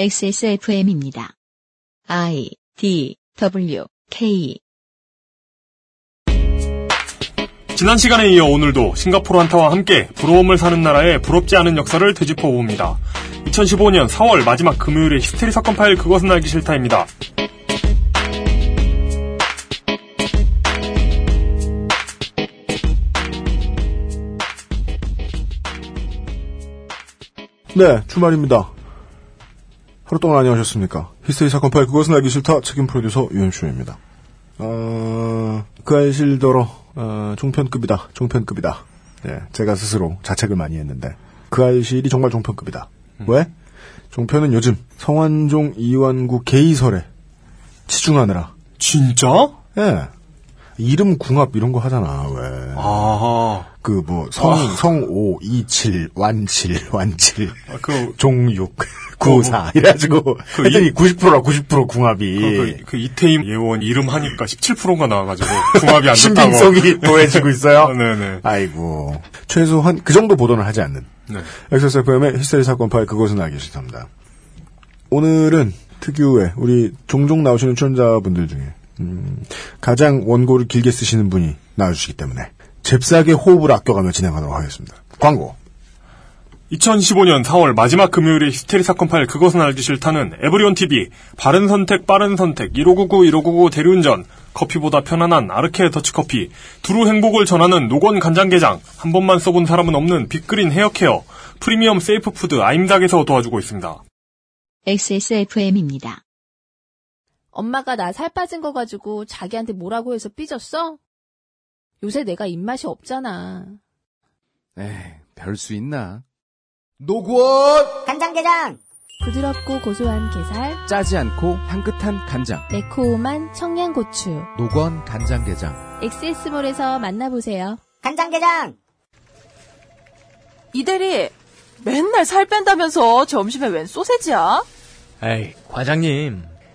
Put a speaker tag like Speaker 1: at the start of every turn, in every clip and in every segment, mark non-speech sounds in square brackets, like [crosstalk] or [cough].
Speaker 1: XSFM입니다. I D W K
Speaker 2: 지난 시간에 이어 오늘도 싱가포르 한타와 함께 부러움을 사는 나라의 부럽지 않은 역사를 되짚어 봅니다. 2015년 4월 마지막 금요일의 히스테리 사건 파일 그것은 알기 싫다입니다.
Speaker 3: 네, 주말입니다. 하루 동안 안녕하셨습니까? 히스테리 사건 파일 그것은 알기 싫다 책임 프로듀서 유엠쇼입니다. 어, 그 알실더러 어, 종편급이다, 종편급이다. 예, 제가 스스로 자책을 많이 했는데 그 알실이 정말 종편급이다.
Speaker 2: 음.
Speaker 3: 왜? 종편은 요즘 성완종 이완구 개이설에 치중하느라
Speaker 2: 진짜?
Speaker 3: 예. 이름 궁합 이런 거 하잖아 왜?
Speaker 2: 아하.
Speaker 3: 그 뭐 성 성오 이칠 완칠 완칠
Speaker 2: 그,
Speaker 3: 종육, [laughs] 구사 이래가지고
Speaker 2: 어, 그
Speaker 3: 했더니
Speaker 2: 이-
Speaker 3: 90%라 90% 궁합이
Speaker 2: 그, 그, 그 이태임 예원 이름 하니까 17%가 나와가지고 궁합이 안 좋다고. [laughs]
Speaker 3: [laughs]
Speaker 2: 아,
Speaker 3: 신빙성이 더해지고 있어요.
Speaker 2: 네네.
Speaker 3: 아이고 최소한 그 정도 보도는 하지 않는
Speaker 2: 네.
Speaker 3: XSFM의 히스테리 사건 파일 그것은 알기 싫답니다. 오늘은 특유의 우리 종종 나오시는 출연자분들 중에 음, 가장 원고를 길게 쓰시는 분이 나와주시기 때문에 잽싸게 호흡을 아껴가며 진행하도록 하겠습니다. 광고
Speaker 2: 2015년 4월 마지막 금요일의 히스테리 사건 파일 그것은 알기 싫다는 에브리온 TV 바른 선택 빠른 선택 1599 1599 대리운전 커피보다 편안한 아르케 더치커피 두루 행복을 전하는 노건 간장게장 한 번만 써본 사람은 없는 빅그린 헤어케어 프리미엄 세이프푸드 아임닭에서 도와주고 있습니다.
Speaker 1: XSFM입니다.
Speaker 4: 엄마가 나 살 빠진 거 가지고 자기한테 뭐라고 해서 삐졌어? 요새 내가 입맛이 없잖아.
Speaker 5: 에이, 별 수 있나? 노구원!
Speaker 6: 간장게장!
Speaker 4: 부드럽고 고소한 게살,
Speaker 5: 짜지 않고 향긋한 간장.
Speaker 4: 매콤한 청양고추.
Speaker 5: 노건 간장게장.
Speaker 4: 엑세스몰에서 만나보세요.
Speaker 6: 간장게장!
Speaker 7: 이대리 맨날 살 뺀다면서 점심에 웬 소세지야?
Speaker 8: 에이, 과장님.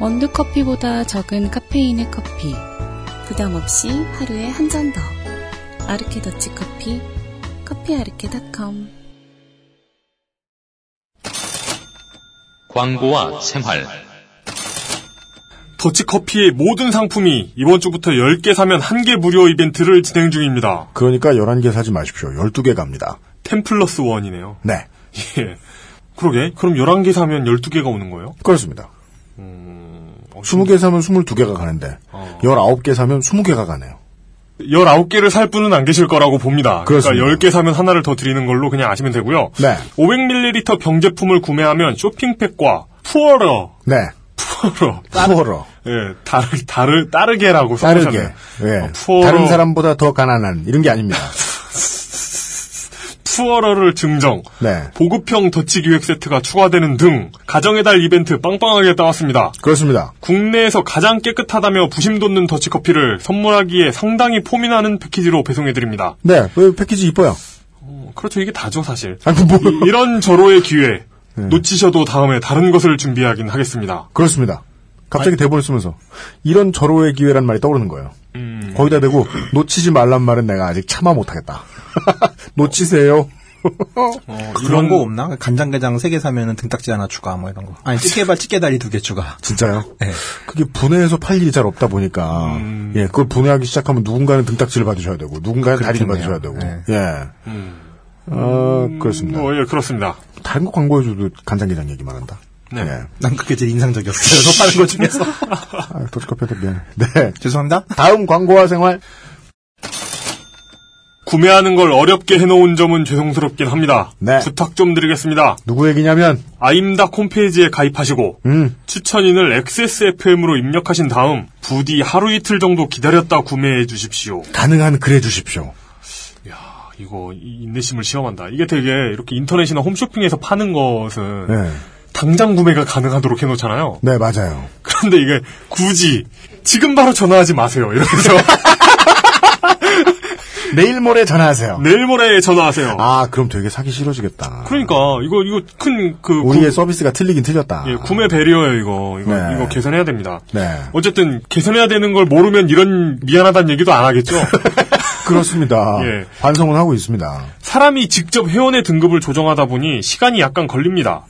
Speaker 9: 원두커피보다 적은 카페인의 커피. 부담 없이 하루에 한 잔 더. 아르케 더치 커피. 커피아르케닷컴.
Speaker 10: 광고와 생활,
Speaker 2: 더치커피의 모든 상품이 이번 주부터 10개 사면 1개 무료 이벤트를 진행 중입니다.
Speaker 3: 그러니까 11개 사지 마십시오. 12개 갑니다.
Speaker 2: 템플러스 원이네요. [laughs]
Speaker 3: 네
Speaker 2: 예. 그러게. 그럼 11개 사면 12개가 오는 거예요?
Speaker 3: 그렇습니다.
Speaker 2: 어,
Speaker 3: 20개 사면 22개가 가는데, 19개 사면 20개가 가네요.
Speaker 2: 19개를 살 분은 안 계실 거라고 봅니다. 그러니까
Speaker 3: 그렇습니다.
Speaker 2: 10개 사면 하나를 더 드리는 걸로 그냥 아시면 되고요.
Speaker 3: 네.
Speaker 2: 500ml 병제품을 구매하면 쇼핑백과 푸어러,
Speaker 3: 네.
Speaker 2: 푸어러,
Speaker 3: 푸어러.
Speaker 2: 예, 다르, 다르, 따르게라고
Speaker 3: 따르게.
Speaker 2: 써보셨네요.
Speaker 3: 예.
Speaker 2: 어, 푸어러,
Speaker 3: 다른 사람보다 더 가난한, 이런
Speaker 2: [laughs]
Speaker 3: 게 아닙니다.
Speaker 2: 푸어러를 증정,
Speaker 3: 네.
Speaker 2: 보급형 더치 기획 세트가 추가되는 등 가정의 달 이벤트 빵빵하게 따왔습니다.
Speaker 3: 그렇습니다.
Speaker 2: 국내에서 가장 깨끗하다며 부심 돋는 더치커피를 선물하기에 상당히 포민하는 패키지로 배송해드립니다.
Speaker 3: 네. 그 패키지 이뻐요.
Speaker 2: 어, 그렇죠. 이게 다죠, 사실.
Speaker 3: 아니,
Speaker 2: [laughs]
Speaker 3: 뭐.
Speaker 2: 이- 이런 절호의 기회
Speaker 3: 네.
Speaker 2: 놓치셔도 다음에 다른 것을 준비하긴 하겠습니다.
Speaker 3: 그렇습니다.
Speaker 2: 아.
Speaker 3: 갑자기 대본을 쓰면서. 이런 절호의 기회란 말이 떠오르는 거예요.
Speaker 2: 음.
Speaker 3: 거기다 대고, 놓치지 말란 말은 내가 아직 참아 못하겠다. [laughs] 놓치세요.
Speaker 2: 이런 거
Speaker 8: 없나? 아, 간장게장 3개 사면 등딱지 하나 추가 뭐 이런 거. 아니, 찌개발 찌개다리 2개 추가.
Speaker 3: 진짜요?
Speaker 8: 네.
Speaker 3: 그게 분해해서 팔 일이 잘 없다 보니까
Speaker 8: 음.
Speaker 3: 예 그걸 분해하기 시작하면 누군가는 등딱지를 받으셔야 되고 누군가는 다리를 받으셔야 되고
Speaker 8: 네.
Speaker 3: 예.
Speaker 8: 음.
Speaker 3: 아 그렇습니다.
Speaker 8: 뭐.
Speaker 2: 어, 예, 그렇습니다.
Speaker 3: 다른 거 광고해줘도 간장게장 얘기만 한다. 예.
Speaker 2: 네.
Speaker 8: 난 그게 제일 인상적이었어요. 더 빠른 것 중에서.
Speaker 3: [laughs] 아, 도지카페한테 미안해.
Speaker 8: [laughs]
Speaker 3: 네.
Speaker 8: 죄송합니다.
Speaker 3: 다음 광고와 생활.
Speaker 2: 구매하는 걸 어렵게 해놓은 점은 죄송스럽긴 합니다.
Speaker 3: 네.
Speaker 2: 부탁 좀 드리겠습니다.
Speaker 3: 누구 얘기냐면
Speaker 2: 아임닭 홈페이지에 가입하시고
Speaker 3: 음
Speaker 2: 추천인을 XSFM으로 입력하신 다음 부디 하루 이틀 정도 기다렸다 구매해 주십시오. 아,
Speaker 3: 가능한 그래 주십시오.
Speaker 2: 이거 이- 인내심을 시험한다. 이게 되게 이렇게 인터넷이나 홈쇼핑에서 파는 것은
Speaker 3: 네.
Speaker 2: 당장 구매가 가능하도록 해놓잖아요.
Speaker 3: 네, 맞아요.
Speaker 2: 그런데 이게 굳이 지금 바로 전화하지 마세요. 이러면서
Speaker 3: 내일 모레 전화하세요.
Speaker 2: 내일 모레 전화하세요.
Speaker 3: 아, 그럼 되게 사기 싫어지겠다.
Speaker 2: 그러니까 이거 이거 큰그
Speaker 3: 우리의 서비스가 틀리긴 틀렸다.
Speaker 2: 예, 구매 배리어예요 이거 이거
Speaker 3: 네.
Speaker 2: 이거 계산해야 됩니다.
Speaker 3: 네.
Speaker 2: 어쨌든 계산해야 되는 걸 모르면 이런 미안하다는 얘기도 안
Speaker 3: [laughs]
Speaker 2: 하겠죠.
Speaker 3: 그렇습니다.
Speaker 2: [laughs] 예.
Speaker 3: 반성은 하고 있습니다.
Speaker 2: 사람이 직접 회원의 등급을 조정하다 보니 시간이 약간 걸립니다.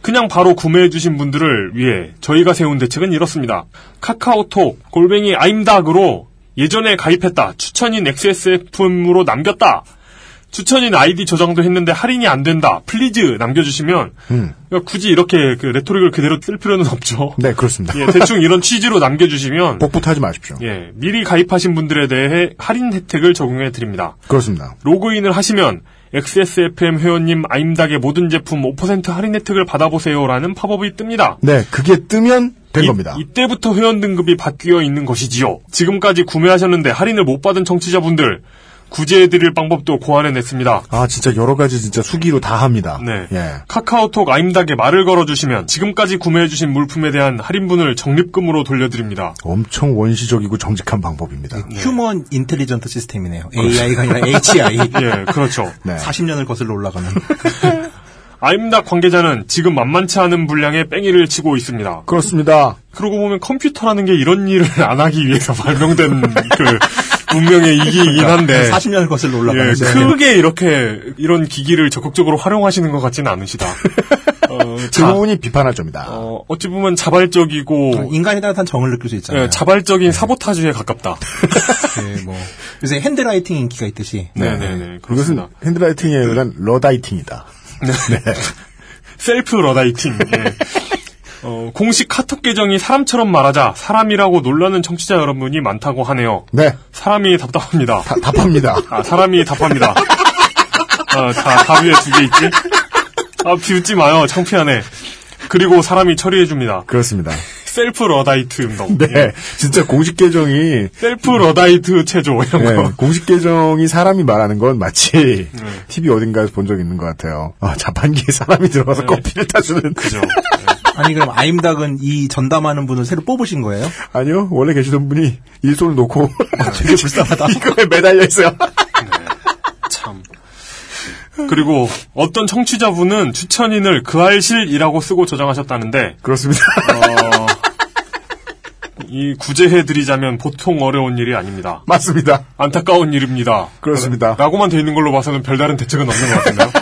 Speaker 2: 그냥 바로 구매해주신 분들을 위해 저희가 세운 대책은 이렇습니다. 카카오톡 골뱅이 아임닥으로 예전에 가입했다. 추천인 XSFM으로 남겼다. 추천인 아이디 저장도 했는데 할인이 안 된다. 플리즈 남겨주시면
Speaker 3: 음.
Speaker 2: 그러니까 굳이 이렇게 그 레토릭을 그대로 쓸 필요는 없죠. [laughs]
Speaker 3: 네, 그렇습니다.
Speaker 2: 예, 대충 이런 취지로 남겨주시면
Speaker 3: 복붙하지 마십시오.
Speaker 2: 예, 미리 가입하신 분들에 대해 할인 혜택을 적용해 드립니다.
Speaker 3: 그렇습니다.
Speaker 2: 로그인을 하시면 XSFM 회원님 아임닭의 모든 제품 5% 할인 혜택을 받아보세요라는 팝업이 뜹니다.
Speaker 3: 네, 그게 뜨면 된 겁니다.
Speaker 2: 이, 때부터 회원 등급이 바뀌어 있는 것이지요. 지금까지 구매하셨는데 할인을 못 받은 청취자분들 구제해드릴 방법도 고안해냈습니다.
Speaker 3: 아, 진짜 여러 가지 진짜 수기로 다 합니다.
Speaker 2: 네.
Speaker 3: 예.
Speaker 2: 카카오톡 아임닭에 말을 걸어주시면 지금까지 구매해주신 물품에 대한 할인분을 적립금으로 돌려드립니다.
Speaker 3: 엄청 원시적이고 정직한 방법입니다.
Speaker 2: 네.
Speaker 6: 휴먼 인텔리전트 시스템이네요. AI가 아니라
Speaker 8: [laughs]
Speaker 6: HI.
Speaker 2: [laughs] 예, 그렇죠.
Speaker 3: 네.
Speaker 6: 40년을 거슬러 올라가는.
Speaker 2: 아임닭 관계자는 지금 만만치 않은 분량의 뺑이를 치고 있습니다.
Speaker 3: 그렇습니다.
Speaker 2: 그러고 보면 컴퓨터라는 게 이런 일을 [laughs] 안 하기 위해서 발명된 그 문명의 이기이긴 한데
Speaker 6: 40년을 거슬러
Speaker 2: 예,
Speaker 6: 올라가는. 시스템.
Speaker 2: 크게 이렇게 이런 기기를 적극적으로 활용하시는 것 같지는 않으시다. [laughs] 어,
Speaker 3: 그
Speaker 2: 자,
Speaker 3: 부분이 비판할 점이다.
Speaker 2: 어, 어찌 보면 아, 자발적이고
Speaker 6: 인간에 따뜻한 정을 느낄 수 있잖아요.
Speaker 2: 예, 자발적인 사보타주에 가깝다.
Speaker 6: 그 뭐, 요새 핸드라이팅 인기가 있듯이.
Speaker 2: 네네네
Speaker 3: 이것은
Speaker 2: 그렇습니다.
Speaker 3: 핸드라이팅에 의한 러다이팅이다.
Speaker 2: 셀프 러다이팅. 예. 어, 공식 카톡 계정이 사람처럼 말하자 사람이라고 놀라는 청취자 여러분이 많다고 하네요.
Speaker 3: 네,
Speaker 2: 사람이 답답합니다.
Speaker 3: 다-
Speaker 2: [laughs]
Speaker 3: 답합니다.
Speaker 2: 아, 사람이 답합니다. 아, 다, 답 위에 두 개 있지? 아, 비웃지 마요. 창피하네. 그리고 사람이 처리해줍니다.
Speaker 3: 그렇습니다.
Speaker 2: 셀프 러다이트 운동.
Speaker 3: 네,
Speaker 2: 예.
Speaker 3: 진짜 공식 계정이
Speaker 2: 셀프 러다이트 체조, 이런
Speaker 3: 네,
Speaker 6: 뭐.
Speaker 2: 거.
Speaker 3: 공식 계정이 사람이 말하는 건
Speaker 6: 네.
Speaker 3: 마치 TV 어딘가에서 본 적 있는 것 같아요. 아, 자판기에 사람이 들어가서
Speaker 6: 네.
Speaker 3: 커피를 타주는.
Speaker 2: 그죠.
Speaker 6: 아니, 그럼 아임닭은 이 전담하는 분을 새로 뽑으신 거예요?
Speaker 3: 아니요, 원래 계시던 분이 일손을 놓고
Speaker 6: 아,
Speaker 3: [laughs]
Speaker 6: 되게 불쌍하다.
Speaker 3: 이거에 매달려 있어요. [laughs]
Speaker 2: 참. 그리고 어떤 청취자분은 추천인을 그알실이라고 쓰고 저장하셨다는데,
Speaker 3: 그렇습니다. [laughs]
Speaker 2: 어, 이 구제해드리자면 보통 어려운 일이 아닙니다.
Speaker 3: 맞습니다.
Speaker 2: 안타까운 일입니다.
Speaker 3: 그렇습니다.
Speaker 2: 라고만 돼 있는 걸로 봐서는 별다른 대책은 없는 것 같은데요.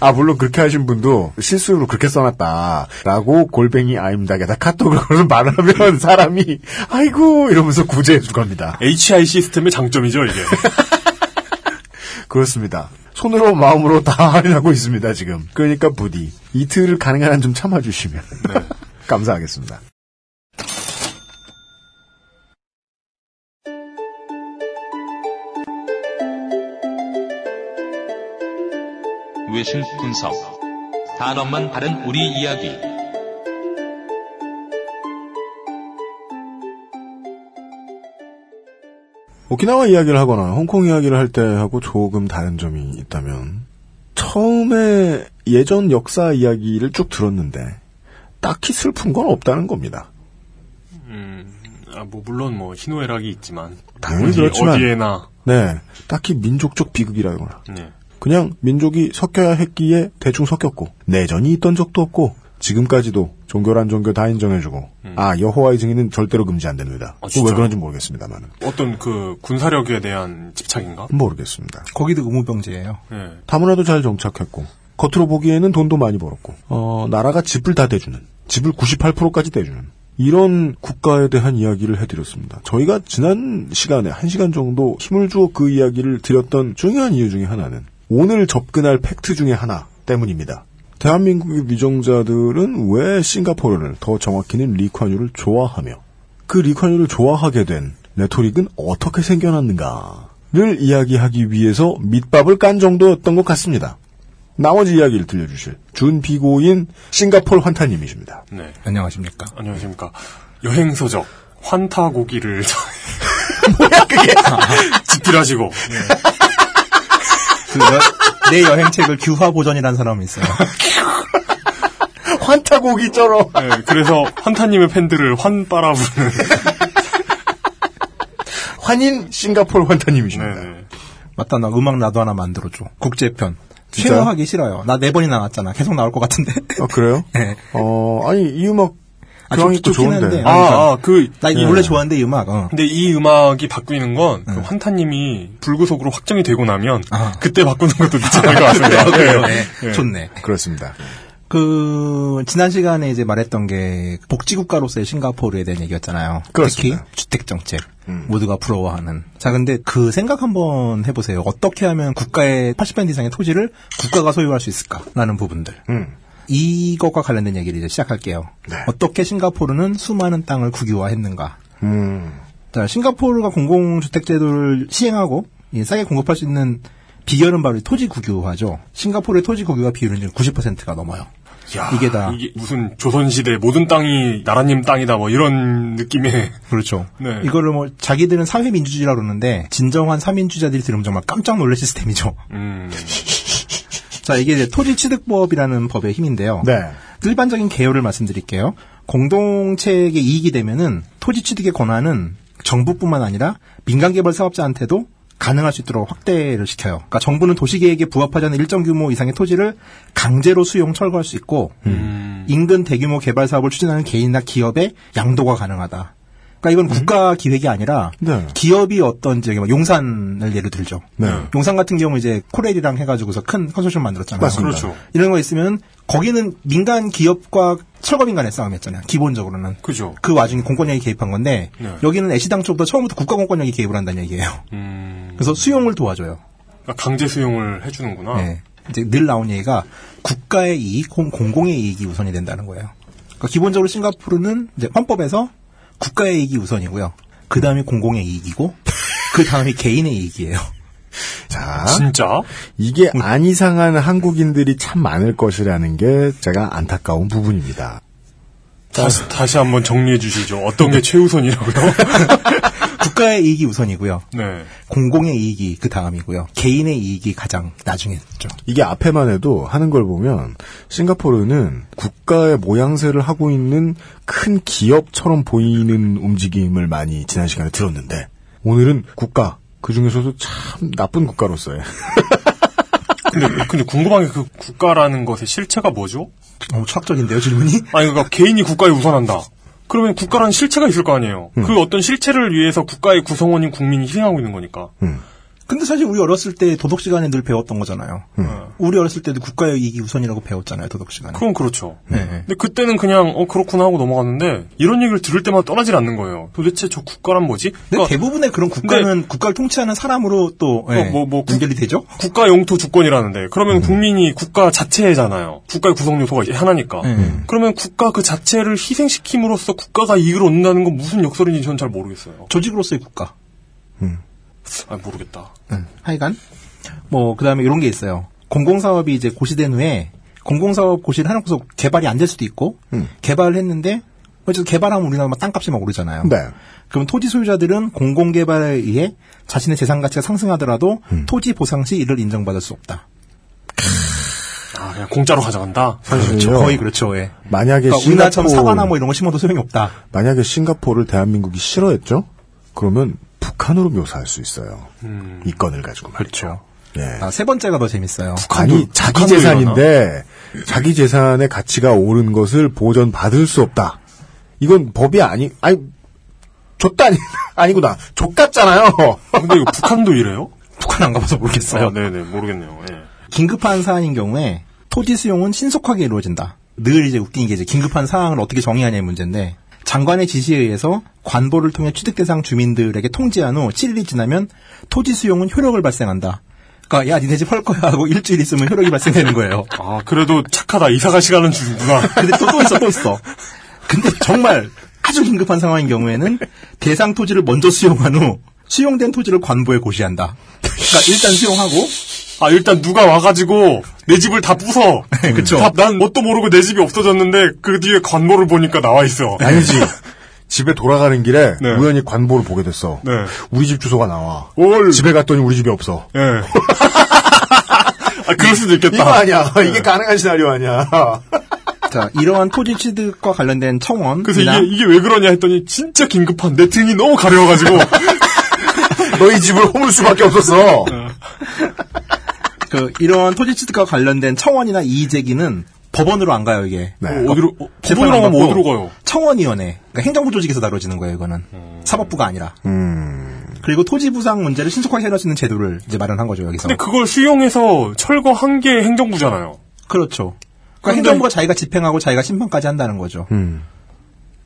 Speaker 3: 아, 물론 그렇게 하신 분도 실수로 그렇게 써놨다. 라고 골뱅이 아임닭에다 카톡을 걸어서 말하면 사람이, 아이고! 이러면서 구제해줄 겁니다.
Speaker 2: HI 시스템의 장점이죠, 이게. [laughs]
Speaker 3: 그렇습니다. 손으로 마음으로 다 [laughs] 할인하고 있습니다, 지금. 그러니까 부디 이틀을 가능한 한 좀 참아주시면. [laughs] 감사하겠습니다.
Speaker 10: 외신 분석. 단어만 다른 우리 이야기.
Speaker 3: 오키나와 이야기를 하거나 홍콩 이야기를 할 때하고 조금 다른 점이 있다면 처음에 예전 역사 이야기를 쭉 들었는데 딱히 슬픈 건 없다는 겁니다.
Speaker 2: 아, 뭐, 물론 뭐, 희노애락이 있지만.
Speaker 3: 당연히
Speaker 2: 어디-
Speaker 3: 그렇지만.
Speaker 2: 어디에나.
Speaker 3: 네, 딱히 민족적 비극이라거나
Speaker 2: 네.
Speaker 3: 그냥 민족이 섞여야 했기에 대충 섞였고 내전이 있던 적도 없고 지금까지도 종교란 종교 다 인정해주고 아 여호와의 증인은 절대로 금지 안 됩니다.
Speaker 2: 음. 아,
Speaker 3: 왜
Speaker 2: 진짜요?
Speaker 3: 그런지 모르겠습니다만
Speaker 2: 어떤 그, 군사력에 대한 집착인가?
Speaker 3: 모르겠습니다.
Speaker 6: 거기도 의무병제예요.
Speaker 2: 예.
Speaker 3: 다문화도 잘 정착했고 겉으로 보기에는 돈도 많이 벌었고 어, 나라가 집을 다 대주는 집을 98%까지 대주는 이런 국가에 대한 이야기를 해드렸습니다. 저희가 지난 시간에 한 시간 정도 힘을 주어 그 이야기를 드렸던 중요한 이유 중에 하나는 오늘 접근할 팩트 중에 하나 때문입니다. 대한민국의 위정자들은 왜 싱가포르를 더 정확히는 리콴유를 좋아하며 그 리콴유를 좋아하게 된 레토릭은 어떻게 생겨났는가를 이야기하기 위해서 밑밥을 깐 정도였던 것 같습니다. 나머지 이야기를 들려주실 준비고인 싱가폴 [laughs] 환타님이십니다.
Speaker 2: 네.
Speaker 6: 안녕하십니까.
Speaker 2: 안녕하십니까. 여행서적. 환타 [laughs] 고기를. 뭐야, 그게? 집필하시고. 예.
Speaker 8: 그 여- 내 여행책을 규화 보전이라는 사람이 있어요.
Speaker 3: 환타고기처럼.
Speaker 2: 네, 그래서 환타님의 팬들을 환빠라 부르는.
Speaker 3: 환인 싱가포르
Speaker 2: 네,
Speaker 3: 환타님이십니다.
Speaker 8: 맞다, 나 음악 나도 하나 만들어줘. 국제편.
Speaker 3: 진짜요?
Speaker 8: 최고하기 싫어요. 나 네 번이나 나왔잖아. 계속 나올 것 같은데. [laughs]
Speaker 3: 아 그래요?
Speaker 8: 네.
Speaker 3: 어 아니 이 음악
Speaker 8: 아,
Speaker 3: 교황이 또
Speaker 8: 좋- 좋긴
Speaker 3: 좋은데.
Speaker 8: 한데.
Speaker 2: 아, 아, 그.
Speaker 8: 나 이-
Speaker 2: 예.
Speaker 8: 원래 좋아하는데 이 음악. 어.
Speaker 2: 근데 이 음악이 바뀌는 건그
Speaker 3: 네.
Speaker 2: 환타님이 불구속으로 확정이 되고 나면
Speaker 3: 아.
Speaker 2: 그때 바꾸는 것도 늦지 않을 것 같습니다.
Speaker 3: [laughs]
Speaker 8: 그래요?
Speaker 2: 네.
Speaker 8: 네. 좋네.
Speaker 3: 그렇습니다.
Speaker 8: 그 지난 시간에 이제 말했던 게 복지국가로서의 싱가포르에 대한 얘기였잖아요.
Speaker 3: 그렇습니다. 음.
Speaker 8: 특히 주택 정책 모두가 부러워하는. 자, 근데 그 생각 한번 해보세요. 어떻게 하면 국가의 80% 이상의 토지를 국가가 소유할 수 있을까라는 부분들.
Speaker 3: 음.
Speaker 8: 이것과 관련된 얘기를 이제 시작할게요.
Speaker 3: 네.
Speaker 8: 어떻게 싱가포르는 수많은 땅을 국유화했는가?
Speaker 3: 음.
Speaker 8: 자, 싱가포르가 공공주택 제도를 시행하고 이 싸게 공급할 수 있는 비결은 바로 이 토지 국유화죠. 싱가포르의 토지 국유화 비율은 지금 90%가 넘어요.
Speaker 2: 야,
Speaker 8: 이게 다
Speaker 2: 이게 무슨 조선시대 모든 땅이 나라님 땅이다 뭐 이런 느낌의.
Speaker 8: [laughs] 그렇죠.
Speaker 2: 네.
Speaker 8: 이거를 뭐 자기들은 사회민주주의라 그러는데 진정한 사민주자들이 들으면 정말 깜짝 놀랄 시스템이죠. [laughs]
Speaker 2: 음.
Speaker 8: 자, 이게 이제 토지취득법이라는 법의 힘인데요.
Speaker 3: 네.
Speaker 8: 일반적인 개요를 말씀드릴게요. 공동체에게 이익이 되면은 토지 취득의 권한은 정부뿐만 아니라 민간 개발 사업자한테도 가능할 수 있도록 확대를 시켜요. 그러니까 정부는 도시 계획에 부합하지 않은 일정 규모 이상의 토지를 강제로 수용 철거할 수 있고
Speaker 3: 음.
Speaker 8: 인근 대규모 개발 사업을 추진하는 개인이나 기업의 양도가 가능하다. 그러니까 이건
Speaker 3: 음.
Speaker 8: 국가 기획이 아니라
Speaker 3: 네.
Speaker 8: 기업이 어떤 지역에 막 용산을 예를 들죠. 용산 같은 경우 이제 코렐이랑 해가지고서 큰 컨소시엄 만들었잖아요.
Speaker 3: 맞습니다. 그렇죠.
Speaker 8: 이런 거 있으면 거기는 민간 기업과 철거민 간의 싸움이었잖아요. 기본적으로는.
Speaker 2: 그죠.
Speaker 8: 그 와중에 공권력이 개입한 건데
Speaker 2: 네.
Speaker 8: 여기는 애시당초부터 처음부터 국가 공권력이 개입을 한다는 얘기예요. 그래서 수용을 도와줘요.
Speaker 2: 음, 그러니까 강제 수용을 해주는구나.
Speaker 8: 네. 이제 늘 나온 얘기가 국가의 이익, 공- 공공의 이익이 우선이 된다는 거예요. 그러니까 기본적으로 싱가포르는 이제 헌법에서 국가의 이익이 우선이고요. 그 다음이 공공의 이익이고, 그 다음이 개인의 이익이에요.
Speaker 3: 자,
Speaker 2: 진짜
Speaker 3: 이게 안 이상한 한국인들이 참 많을 것이라는 게 제가 안타까운 부분입니다.
Speaker 2: 다시, 다시 한번 정리해 주시죠. 어떤 게 최우선이라고요?
Speaker 8: [laughs]
Speaker 2: [laughs]
Speaker 8: 국가의 이익이 우선이고요.
Speaker 2: 네.
Speaker 8: 공공의 이익이 그 다음이고요. 개인의 이익이 가장 나중에 죠
Speaker 3: 이게 앞에만 해도 하는 걸 보면 싱가포르는 국가의 모양새를 하고 있는 큰 기업처럼 보이는 움직임을 많이 지난 시간에 들었는데 오늘은 국가 그 중에서도 참 나쁜 국가로서의
Speaker 2: 근데, 근데 궁금한 게 그 국가라는 것의 실체가 뭐죠?
Speaker 8: 너무 철학적인데요, 질문이?
Speaker 2: 아니, 그러니까 개인이 국가에 우선한다. 그러면 국가라는 실체가 있을 거 아니에요.
Speaker 8: 음.
Speaker 2: 그 어떤 실체를 위해서 국가의 구성원인 국민이 희생하고 있는 거니까.
Speaker 8: 근데 사실 우리 어렸을 때 도덕 시간에 늘 배웠던 거잖아요. 우리 어렸을 때도 국가의 이익이 우선이라고 배웠잖아요, 도덕 시간에.
Speaker 2: 음. 그건 그렇죠.
Speaker 8: 네.
Speaker 2: 근데 그때는 그냥 어 그렇구나 하고 넘어갔는데 이런 얘기를 들을 때마다 떠나질 않는 거예요. 도대체 저 국가란 뭐지? 그러니까
Speaker 8: 근데 네,
Speaker 5: 그러니까
Speaker 8: 대부분의 그런 국가는 국가를 통치하는 사람으로 또 예,
Speaker 2: 뭐, 뭐,
Speaker 8: 연결이 되죠.
Speaker 2: 국가 영토 주권이라는데 그러면
Speaker 8: 음.
Speaker 2: 국민이 국가 자체잖아요. 국가의 구성 요소가 이제 하나니까.
Speaker 8: 음.
Speaker 2: 그러면 국가 그 자체를 희생시킴으로써 국가가 이익을 얻는다는 건 무슨 역설인지 저는 잘 모르겠어요.
Speaker 8: 조직으로서의 국가. 음.
Speaker 2: 아 모르겠다.
Speaker 8: 하여간 뭐 그다음에 이런 게 있어요. 공공사업이 이제 고시된 후에 공공사업 고시를 해놓고서 개발이 안 될 수도 있고 개발을 했는데 뭐 어쨌든 개발하면 우리나라 막 땅값이 막 오르잖아요.
Speaker 3: 네.
Speaker 8: 그럼 토지 소유자들은 공공개발에 의해 자신의 재산 가치가 상승하더라도
Speaker 2: 음.
Speaker 8: 토지 보상 시 이를 인정받을 수 없다.
Speaker 2: 아 그냥 공짜로 가져간다.
Speaker 3: 사실은요.
Speaker 8: 거의 그렇죠. 예.
Speaker 3: 만약에
Speaker 8: 그러니까 우리나라처럼
Speaker 3: 싱가포르-
Speaker 8: 사과나 뭐 이런 거 심어도 소용이 없다.
Speaker 3: 만약에 싱가포르를 대한민국이 싫어했죠? 그러면 북한으로 묘사할 수 있어요.
Speaker 2: 음.
Speaker 3: 이 건을 가지고 말이죠. 예.
Speaker 8: 아, 세 번째가 더 재밌어요.
Speaker 3: 아니 자기
Speaker 2: 북한으로
Speaker 3: 재산인데 자기 재산의 가치가 오른 것을 보전 받을 수 없다. 이건 법이 아니 아니 줬다 아니 [laughs] 아니구나 줬같잖아요.
Speaker 2: 근데 이거 북한도 이래요?
Speaker 8: 북한 안 가봐서
Speaker 2: 아,
Speaker 8: 모르겠어요.
Speaker 2: 네네 모르겠네요. 예.
Speaker 8: 긴급한 사안인 경우에 토지 수용은 신속하게 이루어진다. 늘 이제 웃긴 게 이제 긴급한 사항을 어떻게 정의하냐의 문제인데 장관의 지시에 의해서 관보를 통해 취득 대상 주민들에게 통지한 후 7일이 지나면 토지 수용은 효력을 발생한다. 그러니까 야 니네 집 헐 거야 하고 일주일 있으면 효력이 발생되는 거예요.
Speaker 2: 아 그래도 착하다. 이사갈 시간은 주는구나.
Speaker 8: [laughs] 근데 또, 또 있어, 또 있어. 근데 정말 아주 긴급한 상황인 경우에는 대상 토지를 먼저 수용한 후 수용된 토지를 관보에 고시한다. 그러니까 일단 수용하고
Speaker 2: 아 일단 누가 와가지고 내 집을 다 부숴.
Speaker 8: 네, 그쵸.
Speaker 2: 다- 난 뭣도 모르고 내 집이 없어졌는데 그 뒤에 관모를 보니까 나와 있어.
Speaker 6: 네.
Speaker 3: 아니지 집에 돌아가는 길에
Speaker 2: 네.
Speaker 3: 우연히 관보를 보게 됐어.
Speaker 2: 네.
Speaker 3: 우리 집 주소가 나와.
Speaker 2: 올.
Speaker 3: 집에 갔더니 우리 집이 없어.
Speaker 2: 예. [laughs] 아, 그럴 수도 있겠다. 네.
Speaker 3: 이거 아니야. 이게 가능한 시나리오 아니야. [laughs]
Speaker 8: 자, 이러한 토지 취득과 관련된 청원.
Speaker 2: 그래서 이게, 이게 왜 그러냐 했더니 진짜 긴급한 내 등이 너무 가려워가지고.
Speaker 3: 너희 집을 허물 수밖에 없었어.
Speaker 2: 네.
Speaker 8: 그 이러한 토지 취득과 관련된 청원이나 이의 제기는 법원으로 안 가요 이게.
Speaker 2: 어, 어디로- 어,
Speaker 8: 재판
Speaker 2: 법원으로
Speaker 8: 안
Speaker 2: 가면
Speaker 8: 받고
Speaker 2: 어디로 가요?
Speaker 8: 청원위원회, 그러니까 행정부 조직에서 다뤄지는 거예요 이거는.
Speaker 2: 음.
Speaker 8: 사법부가 아니라. 그리고 토지 부상 문제를 신속하게 해결할 수 있는 제도를 이제 마련한 거죠 여기서.
Speaker 2: 근데 그걸 수용해서 철거한 게 행정부잖아요.
Speaker 8: 그렇죠. 그러니까 행정부가 자기가 집행하고 자기가 심판까지 한다는 거죠.
Speaker 3: 음.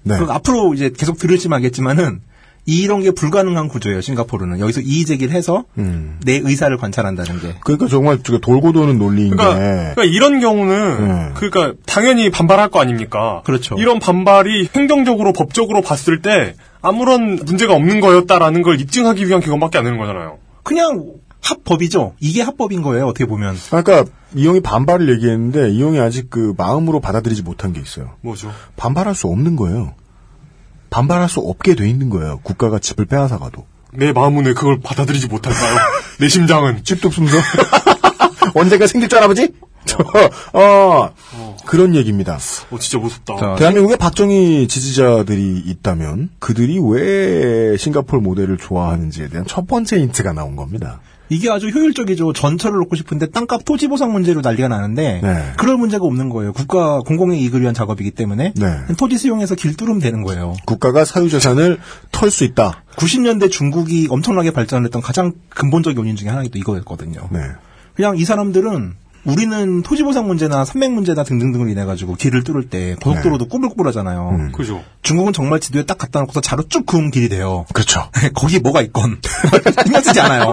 Speaker 3: 네.
Speaker 2: 그러니까
Speaker 8: 그 앞으로 이제 계속 들으시면 알겠지만은 이런 게 불가능한 구조예요 싱가포르는 여기서 이의 제기를 해서
Speaker 3: 음.
Speaker 8: 내 의사를 관찰한다는 게.
Speaker 3: 그러니까 정말 저게 돌고 도는 논리인
Speaker 2: 그러니까,
Speaker 8: 네.
Speaker 3: 게.
Speaker 2: 그러니까 이런 경우는 그러니까 당연히 반발할 거 아닙니까?
Speaker 8: 그렇죠.
Speaker 2: 이런 반발이 행정적으로 법적으로 봤을 때 아무런 문제가 없는 거였다라는 걸 입증하기 위한 기관밖에 안 되는 거잖아요.
Speaker 8: 그냥 합법이죠. 이게 합법인 거예요 어떻게 보면.
Speaker 3: 아까 그러니까 이용이 반발을 얘기했는데 이용이 아직 그 마음으로 받아들이지 못한 게 있어요.
Speaker 2: 뭐죠?
Speaker 3: 반발할 수 없는 거예요. 반발할 수 없게 돼 있는 거예요. 국가가 집을 빼앗아가도.
Speaker 2: 내 마음은 왜 그걸 받아들이지
Speaker 8: [laughs]
Speaker 2: 못할까요? 내 심장은 [laughs]
Speaker 3: 집도 없으면서 언젠가 생길 줄 알아보지? 저, 어, 그런 얘기입니다.
Speaker 2: 어 진짜 무섭다.
Speaker 3: 대한민국에 박정희 지지자들이 있다면 그들이 왜 싱가포르 모델을 좋아하는지에 대한 첫 번째 힌트가 나온 겁니다.
Speaker 8: 이게 아주 효율적이죠. 전철을 놓고 싶은데 땅값 토지 보상 문제로 난리가 나는데
Speaker 3: 네.
Speaker 8: 그럴 문제가 없는 거예요. 국가 공공의 이익을 위한 작업이기 때문에
Speaker 3: 네.
Speaker 8: 토지 수용해서 길뚫으면 되는 거예요.
Speaker 3: 국가가 사유재산을 털 수 있다.
Speaker 8: 90년대 중국이 엄청나게 발전했던 가장 근본적인 원인 중에 하나가 또 이거였거든요.
Speaker 3: 네.
Speaker 8: 그냥 이 사람들은 우리는 토지 보상 문제나 산맥 문제나 등등등을 인해 가지고 길을 뚫을 때
Speaker 3: 네.
Speaker 8: 고속도로도 꾸불꾸불하잖아요.
Speaker 3: 음.
Speaker 2: 그죠.
Speaker 8: 중국은 정말 지도에 딱 갖다 놓고서 자로 쭉 그은 길이 돼요.
Speaker 3: 그렇죠.
Speaker 8: [laughs] 거기 뭐가 있건 [laughs] 신경 쓰지 않아요.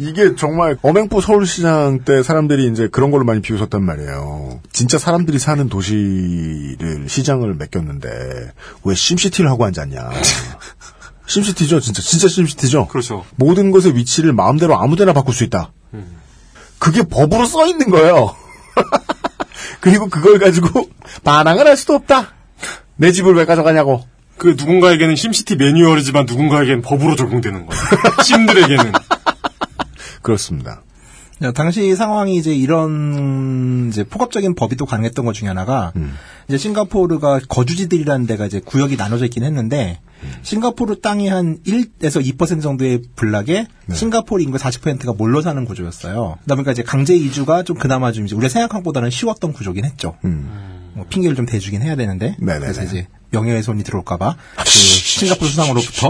Speaker 3: 이게 정말 어맹부 서울시장 때 사람들이 이제 그런 걸로 많이 비웃었단 말이에요. 진짜 사람들이 사는 도시를 시장을 맡겼는데 왜 심시티를 하고
Speaker 2: [laughs]
Speaker 3: 앉았냐. 심시티죠, 진짜 진짜 심시티죠.
Speaker 2: 그렇죠.
Speaker 3: 모든 것의 위치를 마음대로 아무데나 바꿀 수 있다.
Speaker 2: 음.
Speaker 3: 그게 법으로 써 있는 거예요. [laughs] 그리고 그걸 가지고 반항을 할 수도 없다. 내 집을 왜 가져가냐고.
Speaker 2: 그 누군가에게는 심시티 매뉴얼이지만 누군가에게는 법으로 적용되는
Speaker 8: [laughs]
Speaker 2: 거예요. 심들에게는
Speaker 3: 그렇습니다.
Speaker 8: 야, 당시 상황이 이제 이런 이제 폭압적인 법이 또 가능했던 것 중에 하나가 이제 싱가포르가 거주지들이라는 데가 이제 구역이 나눠져 있긴 했는데 싱가포르 땅이 한 1에서 2% 정도의 블락에
Speaker 6: 네.
Speaker 8: 싱가포르 인구 40%가 몰려 사는 구조였어요. 그러다 보니까 이제 강제 이주가 좀 그나마 좀 이제 우리가 생각보다는 쉬웠던 구조긴 했죠. 뭐 핑계를 좀 대주긴 해야 되는데 그래서 이제 명예훼손이 들어올까봐 그 싱가포르 수상으로부터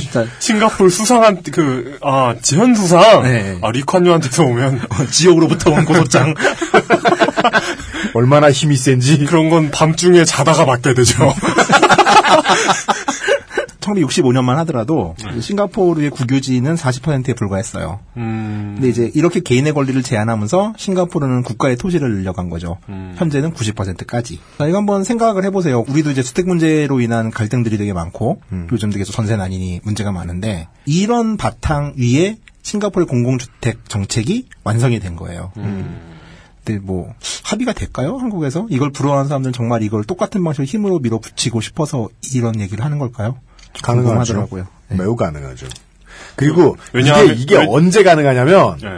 Speaker 8: 일단
Speaker 2: 싱가포르 수상한 그아 지현 수상 아 리콴유한테서 오면
Speaker 8: 지옥으로부터
Speaker 2: [laughs]
Speaker 8: 온 고소장
Speaker 3: 얼마나 힘이 센지
Speaker 2: 그런 건 밤중에 자다가 받게 되죠.
Speaker 8: 1965년만 하더라도
Speaker 2: 네.
Speaker 8: 싱가포르의 국유지는 40%에 불과했어요.
Speaker 2: 음.
Speaker 8: 근데 이제 이렇게 개인의 권리를 제한하면서 싱가포르는 국가의 토지를 늘려간 거죠.
Speaker 2: 음.
Speaker 8: 현재는 90%까지. 자, 이거 한번 생각을 해보세요. 우리도 이제 주택 문제로 인한 갈등들이 되게 많고
Speaker 2: 음.
Speaker 8: 요즘 되게 전세 난이니 문제가 많은데 이런 바탕 위에 싱가포르 공공주택 정책이 완성이 된 거예요.
Speaker 2: 음.
Speaker 8: 음. 근데 뭐 합의가 될까요? 한국에서 이걸 부러워하는 사람들은 정말 이걸 똑같은 방식으로 힘으로 밀어붙이고 싶어서 이런 얘기를 하는 걸까요? 좀
Speaker 3: 가능하죠.
Speaker 8: 궁금하더라고요. 네.
Speaker 3: 매우 가능하죠. 그리고
Speaker 2: 왜냐하면-
Speaker 3: 이게, 이게
Speaker 2: 왜-
Speaker 3: 언제 가능하냐면
Speaker 2: 네.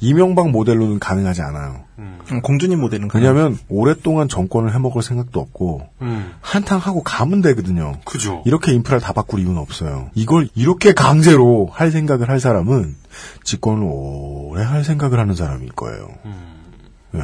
Speaker 3: 이명박 모델로는 가능하지 않아요.
Speaker 8: 음, 공주님 모델은 가능-
Speaker 3: 왜냐하면 오랫동안 정권을 해먹을 생각도 없고 한탕 하고 가면 되거든요.
Speaker 2: 음, 그죠.
Speaker 3: 이렇게 인프라를 다 바꿀 이유는 없어요. 이걸 이렇게 강제로 할 생각을 할 사람은 집권을 오래 할 생각을 하는 사람일 거예요.
Speaker 2: 음.
Speaker 3: 네.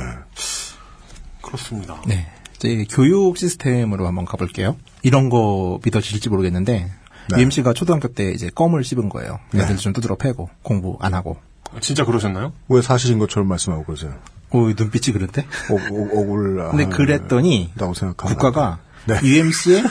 Speaker 2: 그렇습니다.
Speaker 8: 네. 이제 교육 시스템으로 한번 가볼게요. 이런 거 믿어지실지 모르겠는데 UMC가 초등학교 때 이제 껌을 씹은 거예요. 애들 좀 두드러 패고 공부 안 하고.
Speaker 2: 아, 진짜 그러셨나요?
Speaker 3: 왜 사실인 것처럼 말씀하고 그러세요?
Speaker 8: 오 눈빛이 그런데?
Speaker 3: 어, 어, 억울하.
Speaker 8: 근데 그랬더니
Speaker 3: 라고 생각하나?
Speaker 8: 국가가 [laughs] UMC의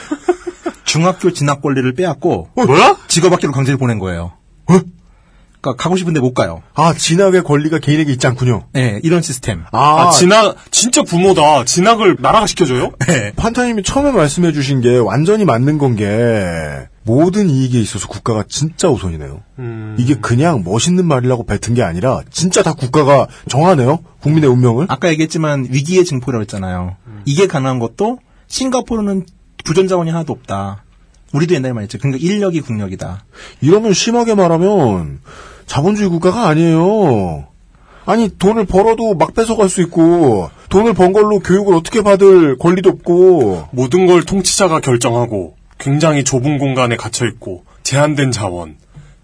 Speaker 8: 중학교 진학 권리를 빼앗고
Speaker 2: 뭐야?
Speaker 8: 직업학교로 강제로 보낸 거예요. 그러니까 가고 싶은데 못 가요.
Speaker 3: 아 진학의 권리가 개인에게 있지 않군요.
Speaker 8: 네, 이런 시스템.
Speaker 2: 아, 진학 진짜 부모다. 진학을 나라가 시켜줘요?
Speaker 8: 네.
Speaker 3: 판타님이 처음에 말씀해 주신 게 완전히 맞는 건 게 모든 이익에 있어서 국가가 진짜 우선이네요.
Speaker 6: 음.
Speaker 3: 이게 그냥 멋있는 말이라고 뱉은 게 아니라 진짜 다 국가가 정하네요. 국민의 운명을.
Speaker 8: 아까 얘기했지만 위기의 증포라고 했잖아요.
Speaker 3: 음.
Speaker 8: 이게 가능한 것도 싱가포르는 부전 자원이 하나도 없다. 우리도 옛날에 말했죠. 그러니까 인력이 국력이다.
Speaker 3: 이러면 심하게 말하면 자본주의 국가가 아니에요. 아니 돈을 벌어도 막 뺏어갈 수 있고 돈을 번 걸로 교육을 어떻게 받을 권리도 없고
Speaker 2: 모든 걸 통치자가 결정하고 굉장히 좁은 공간에 갇혀 있고 제한된 자원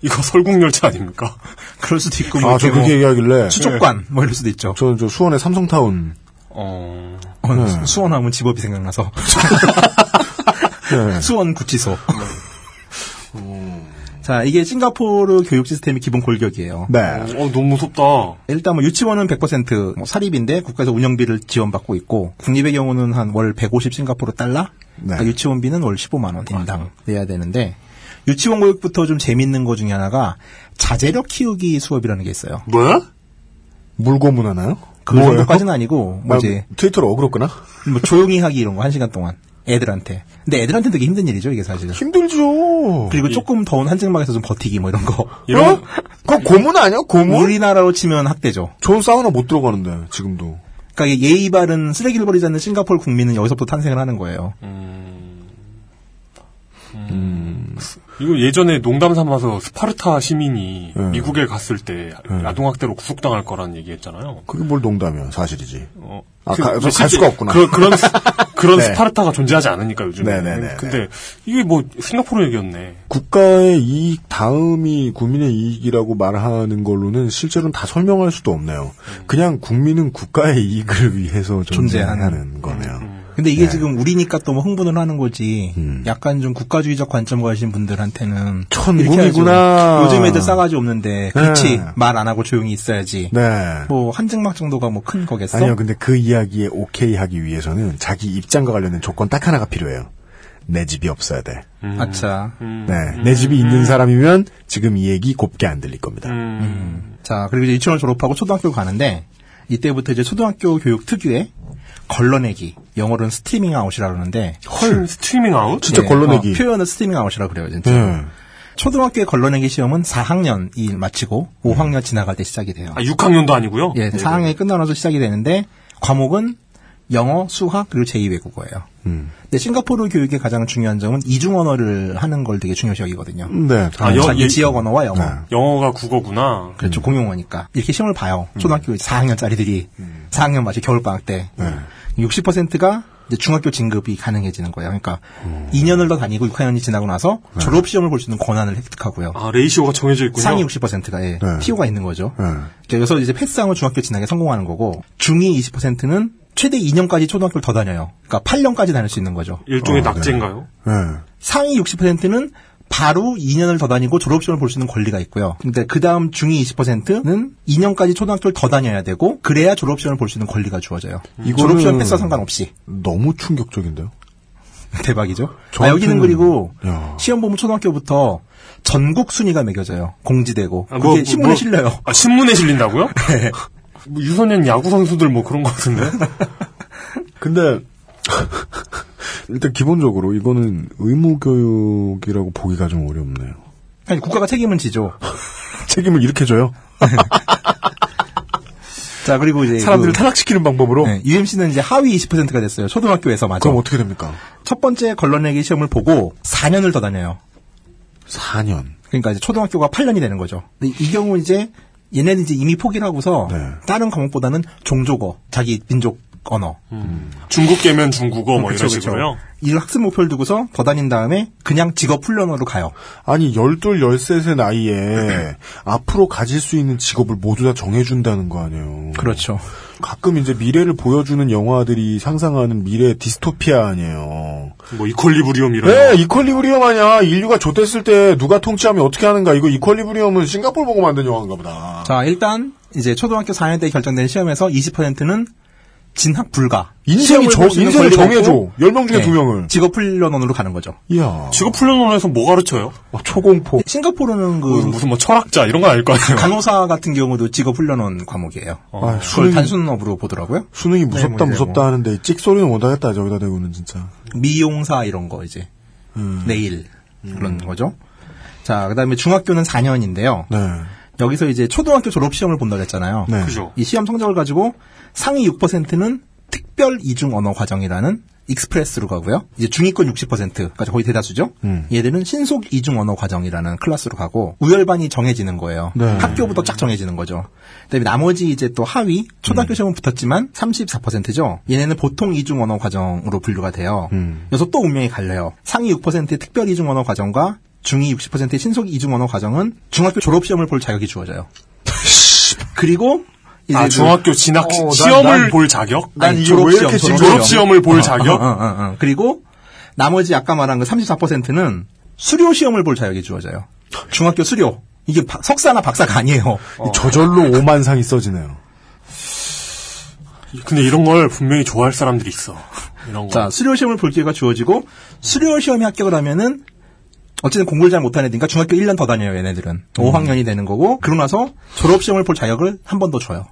Speaker 2: 이거 [laughs] 설국열차 아닙니까?
Speaker 6: 그럴 수도 있고
Speaker 8: 뭐
Speaker 3: 아, 저 그렇게 예. 얘기하길래.
Speaker 6: 수족관 뭐 이럴 수도 있죠.
Speaker 3: 저는 저 수원의 삼성타운.
Speaker 2: 어.
Speaker 3: 예.
Speaker 6: 어, 수- 수원 하면 집업이 생각나서.
Speaker 3: 예. 네.
Speaker 6: [laughs] 수원 구치소.
Speaker 3: 음.
Speaker 8: [laughs]
Speaker 6: 자, 이게 싱가포르 교육 시스템의 기본 골격이에요.
Speaker 3: 네.
Speaker 2: 어, 너무 무섭다.
Speaker 6: 일단 뭐 유치원은 100%뭐 사립인데 국가에서 운영비를 지원받고 있고 국립의 경우는 한 월 150 싱가포르 달러,
Speaker 3: 네.
Speaker 6: 그러니까 유치원비는 월 15만 원
Speaker 3: 아.
Speaker 6: 인당 내야 되는데 유치원 교육부터 좀 재밌는 거 중에 하나가 자제력 키우기 수업이라는 게 있어요.
Speaker 3: 뭐야? 물고문 하나요?
Speaker 6: 그
Speaker 3: 뭐예요?
Speaker 6: 정도까지는 아니고 뭐
Speaker 3: 아,
Speaker 6: 이제
Speaker 3: 트위터로 어그럽구나.
Speaker 6: 뭐 조용히 하기 이런 거 한 시간 동안 애들한테. 근데 애들한테 되게 힘든 일이죠 이게 사실.
Speaker 3: 힘들죠.
Speaker 6: 그리고 조금 더운 한증막에서 좀 버티기 뭐 이런 거.
Speaker 3: 이런- 어? 그거 고문 아니야? 고문?
Speaker 6: 우리나라로 치면 학대죠.
Speaker 3: 좋은 사우나 못 들어가는데 지금도.
Speaker 6: 그러니까 이게 예의 바른 쓰레기를 버리지 않는 싱가포르 국민은 여기서부터 탄생을 하는 거예요.
Speaker 2: 음. 이거 예전에 농담 삼아서 스파르타 시민이
Speaker 3: 예.
Speaker 2: 미국에 갔을 때 아동학대로 구속당할 거라는 얘기 했잖아요.
Speaker 3: 그게 뭘 농담이야. 사실이지.
Speaker 2: 어.
Speaker 3: 아,
Speaker 2: 그-
Speaker 3: 가,
Speaker 2: 근데
Speaker 3: 갈
Speaker 2: 실제
Speaker 3: 수가 없구나.
Speaker 2: 그,
Speaker 3: [laughs]
Speaker 2: 런 그런
Speaker 3: 네.
Speaker 2: 스파르타가 존재하지 않으니까 요즘에.
Speaker 3: 네네네.
Speaker 2: 근데 이게 뭐 싱가포르 얘기였네.
Speaker 3: 국가의 이익 다음이 국민의 이익이라고 말하는 걸로는 실제로는 다 설명할 수도 없네요. 그냥 국민은 국가의 이익을 위해서 음. 존재하는 음. 거네요. 음.
Speaker 6: 근데 이게 지금 우리니까 또 뭐 흥분을 하는 거지. 약간 좀 국가주의적 관점 가신 분들한테는
Speaker 3: 천국이구나.
Speaker 6: 이렇게 하죠. 요즘 애들 싸가지 없는데 그렇지
Speaker 3: 네.
Speaker 6: 말 안 하고 조용히 있어야지.
Speaker 3: 네.
Speaker 6: 뭐 한증막 정도가 뭐 큰 거겠어?
Speaker 3: 아니요, 근데 그 이야기에 오케이 하기 위해서는 자기 입장과 관련된 조건 딱 하나가 필요해요. 내 집이 없어야 돼.
Speaker 6: 아차.
Speaker 3: 네, 내 집이 있는 사람이면 지금 이 얘기 곱게 안 들릴 겁니다.
Speaker 6: 자, 그리고 이제 유치원 졸업하고 초등학교 가는데 이때부터 이제 초등학교 교육 특유의 걸러내기. 영어로는 스트리밍 아웃이라 그러는데
Speaker 2: 헐 스트리밍 아웃?
Speaker 6: 예, 어, 표현은 스트리밍 아웃이라 그래요, 진짜.
Speaker 3: 네.
Speaker 6: 초등학교의 걸러내기 시험은 4학년이 마치고
Speaker 3: 음.
Speaker 6: 5학년 지나갈 때 시작이 돼요.
Speaker 2: 아, 6학년도 아니고요.
Speaker 6: 예,
Speaker 2: 네.
Speaker 6: 4학년이 끝나면서 시작이 되는데 과목은 영어, 수학 그리고 제2외국어예요.
Speaker 3: 음.
Speaker 6: 근데 싱가포르 교육의 가장 중요한 점은 이중 언어를 하는 걸 되게 중요시 여기거든요.
Speaker 3: 네.
Speaker 2: 아, 여-
Speaker 6: 자기
Speaker 2: 예. 음.
Speaker 6: 지역 언어와 영어.
Speaker 2: 영어가 국어구나.
Speaker 6: 그렇죠. 공용어니까. 이렇게 시험을 봐요.
Speaker 2: 음.
Speaker 6: 초등학교 4학년짜리들이 4학년 맞이 겨울방학 때
Speaker 2: 네.
Speaker 6: 60%가 중학교 진급이 가능해지는 거예요. 그러니까
Speaker 2: 음.
Speaker 6: 2년을 더 다니고 6학년이 지나고 나서 졸업 시험을 볼 수 있는 권한을
Speaker 2: 네.
Speaker 6: 획득하고요.
Speaker 2: 아 레이시오가 정해져 있군요.
Speaker 6: 상위 60%가 예,
Speaker 3: 네.
Speaker 6: TO가 있는 거죠. 그래서 이제 패스하면 중학교 진학에 성공하는 거고 중위 20%는 최대 2년까지 초등학교를 더 다녀요. 그러니까 8년까지 다닐 수 있는 거죠.
Speaker 3: 어,
Speaker 2: 일종의
Speaker 3: 네.
Speaker 2: 낙제인가요?
Speaker 6: 상위 60%는 바로 2년을 더 다니고 졸업시험을 볼 수 있는 권리가 있고요. 근데 그 다음 중위 20%는 2년까지 초등학교를 더 다녀야 되고 그래야 졸업시험을 볼 수 있는 음. 권리가 주어져요.
Speaker 3: 이거는-
Speaker 6: 졸업시험 패스와 상관없이
Speaker 3: 너무 충격적인데요?
Speaker 6: [laughs] 대박이죠. 아,
Speaker 3: 저한테는-
Speaker 6: 여기는 그리고
Speaker 3: 야.
Speaker 6: 시험 보면 초등학교부터 전국 순위가 매겨져요. 공지되고
Speaker 2: 아,
Speaker 6: 그게
Speaker 2: 뭐- 뭐-
Speaker 6: 신문에
Speaker 2: 뭐-
Speaker 6: 실려요.
Speaker 2: 아, 신문에 실린다고요? 뭐 유소년 야구 선수들 뭐 그런 거 같은데.
Speaker 3: 근데 [laughs] 일단 기본적으로 이거는 의무 교육이라고 보기가 좀 어렵네요.
Speaker 6: 아니 국가가 책임은 지죠.
Speaker 3: 책임을 이렇게 줘요.
Speaker 6: 자 그리고 이제
Speaker 3: 사람들을
Speaker 6: 그-
Speaker 3: 타락시키는 방법으로.
Speaker 6: 네, UMC는 이제 하위 20%가 됐어요. 초등학교에서 맞아.
Speaker 3: 어. 그럼 뭐 어떻게 됩니까?
Speaker 6: 첫 번째 걸러내기 시험을 보고 4년을 더 다녀요.
Speaker 3: 4년.
Speaker 6: 그러니까 이제 초등학교가 8년이 되는 거죠. 근데 이 경우 이제 얘네는 이제 이미 포기를 하고서
Speaker 3: 네.
Speaker 6: 다른 과목보다는 종족어, 자기 민족 언어.
Speaker 2: 네.
Speaker 6: 그렇죠,
Speaker 2: 중국계면 중국어 뭐 이런
Speaker 6: 그쵸, 그쵸.
Speaker 2: 식으로요.
Speaker 6: 이 학습 목표를 두고서 더 다닌 다음에 그냥 직업 훈련으로 가요.
Speaker 3: 아니 12, 13의 나이에 앞으로 가질 수 있는 직업을 모두 다 정해준다는 거 아니에요.
Speaker 6: 그렇죠.
Speaker 3: 가끔 이제 미래를 보여주는 영화들이 상상하는 미래 디스토피아 아니에요.
Speaker 2: 뭐 이퀄리브리움 이런.
Speaker 3: 네, 이퀄리브리엄 아니야. 인류가 좆됐을 때 누가 통치하면 어떻게 하는가. 이거 이퀄리브리엄은 싱가포르 보고 만든 영화인가 보다.
Speaker 6: 자, 일단 이제 초등학교 4년 때 결정된 시험에서 20%는 진학 불가.
Speaker 3: 인생이
Speaker 6: 시험을 네.
Speaker 3: 정-
Speaker 6: 볼수 있는
Speaker 3: 인생을
Speaker 6: 권리가
Speaker 3: 정해줘.
Speaker 6: 있고,
Speaker 3: 10명 중에 두 명을. 어?
Speaker 6: 직업 훈련원으로 가는 거죠. 어?
Speaker 3: 이야.
Speaker 2: 직업 훈련원에서 뭐 가르쳐요?
Speaker 3: 초공포.
Speaker 6: 싱가포르는
Speaker 3: 어,
Speaker 6: 그
Speaker 2: 무슨 뭐 철학자 이런 건 아닐 거 아니에요.
Speaker 6: [laughs] 간호사 같은 경우도 직업 훈련원 과목이에요.
Speaker 3: 아,
Speaker 6: 어, 그걸
Speaker 3: 수능이,
Speaker 6: 단순업으로 보더라고요.
Speaker 3: 수능이 무섭다
Speaker 6: 네, 뭐 이제
Speaker 3: 무섭다 하는데 찍소리는 못하겠다. 저기다 대고는 진짜.
Speaker 6: 미용사 이런 거 이제 내일 그런 거죠. 자, 그다음에 중학교는 4년인데요.
Speaker 3: 네.
Speaker 6: 여기서 이제 초등학교 졸업 시험을 본다고 했잖아요.
Speaker 3: 네.
Speaker 2: 그죠.
Speaker 6: 이 시험 성적을 가지고 상위 6%는 특별 이중 언어 과정이라는 익스프레스로 가고요. 이제 중위권 60%까지 거의 대다수죠.
Speaker 3: 음.
Speaker 6: 얘들은 신속 이중 언어 과정이라는 클래스로 가고 우열반이 정해지는 거예요.
Speaker 3: 네.
Speaker 6: 학교부터 쫙 정해지는 거죠. 그다음에 나머지 이제 또 하위
Speaker 2: 음.
Speaker 6: 초등학교 시험은 붙었지만 34%죠. 얘네는 보통 이중 언어 과정으로 분류가 돼요.
Speaker 2: 음.
Speaker 6: 여기서 또 운명이 갈려요. 상위 6%의 특별 이중 언어 과정과 중위 60%의 신속 이중 언어 과정은 중학교 졸업 시험을 볼 자격이 주어져요. 그리고 이제
Speaker 2: 아,
Speaker 6: 그-
Speaker 2: 중학교 진학
Speaker 6: 어, 난-
Speaker 2: 시험을
Speaker 6: 난-
Speaker 2: 볼 자격?
Speaker 6: 난
Speaker 2: 아니,
Speaker 6: 이거
Speaker 2: 졸업
Speaker 6: 왜 이렇게
Speaker 2: 시험,
Speaker 6: 지금
Speaker 2: 졸업 시험을 볼 자격?
Speaker 6: 어, [laughs] 어, 어, 어. 그리고 나머지 아까 말한 그 34%는 수료 시험을 볼 자격이 주어져요. 중학교 수료. 이게 바- 석사나 박사가 아니에요.
Speaker 3: 저절로 오만상이 써지네요.
Speaker 2: 근데 이런 걸 분명히 좋아할 사람들이 있어. 이런 거.
Speaker 6: 자, 수료 시험을 볼 기회가 주어지고 수료 시험에 합격을 하면은 어쨌든 공부를 잘 못하는 애니까 중학교 1년 더 다녀요, 얘네들은. 5학년이 되는 거고 그러고 나서 졸업 시험을 볼 자격을 한 번 더 줘요.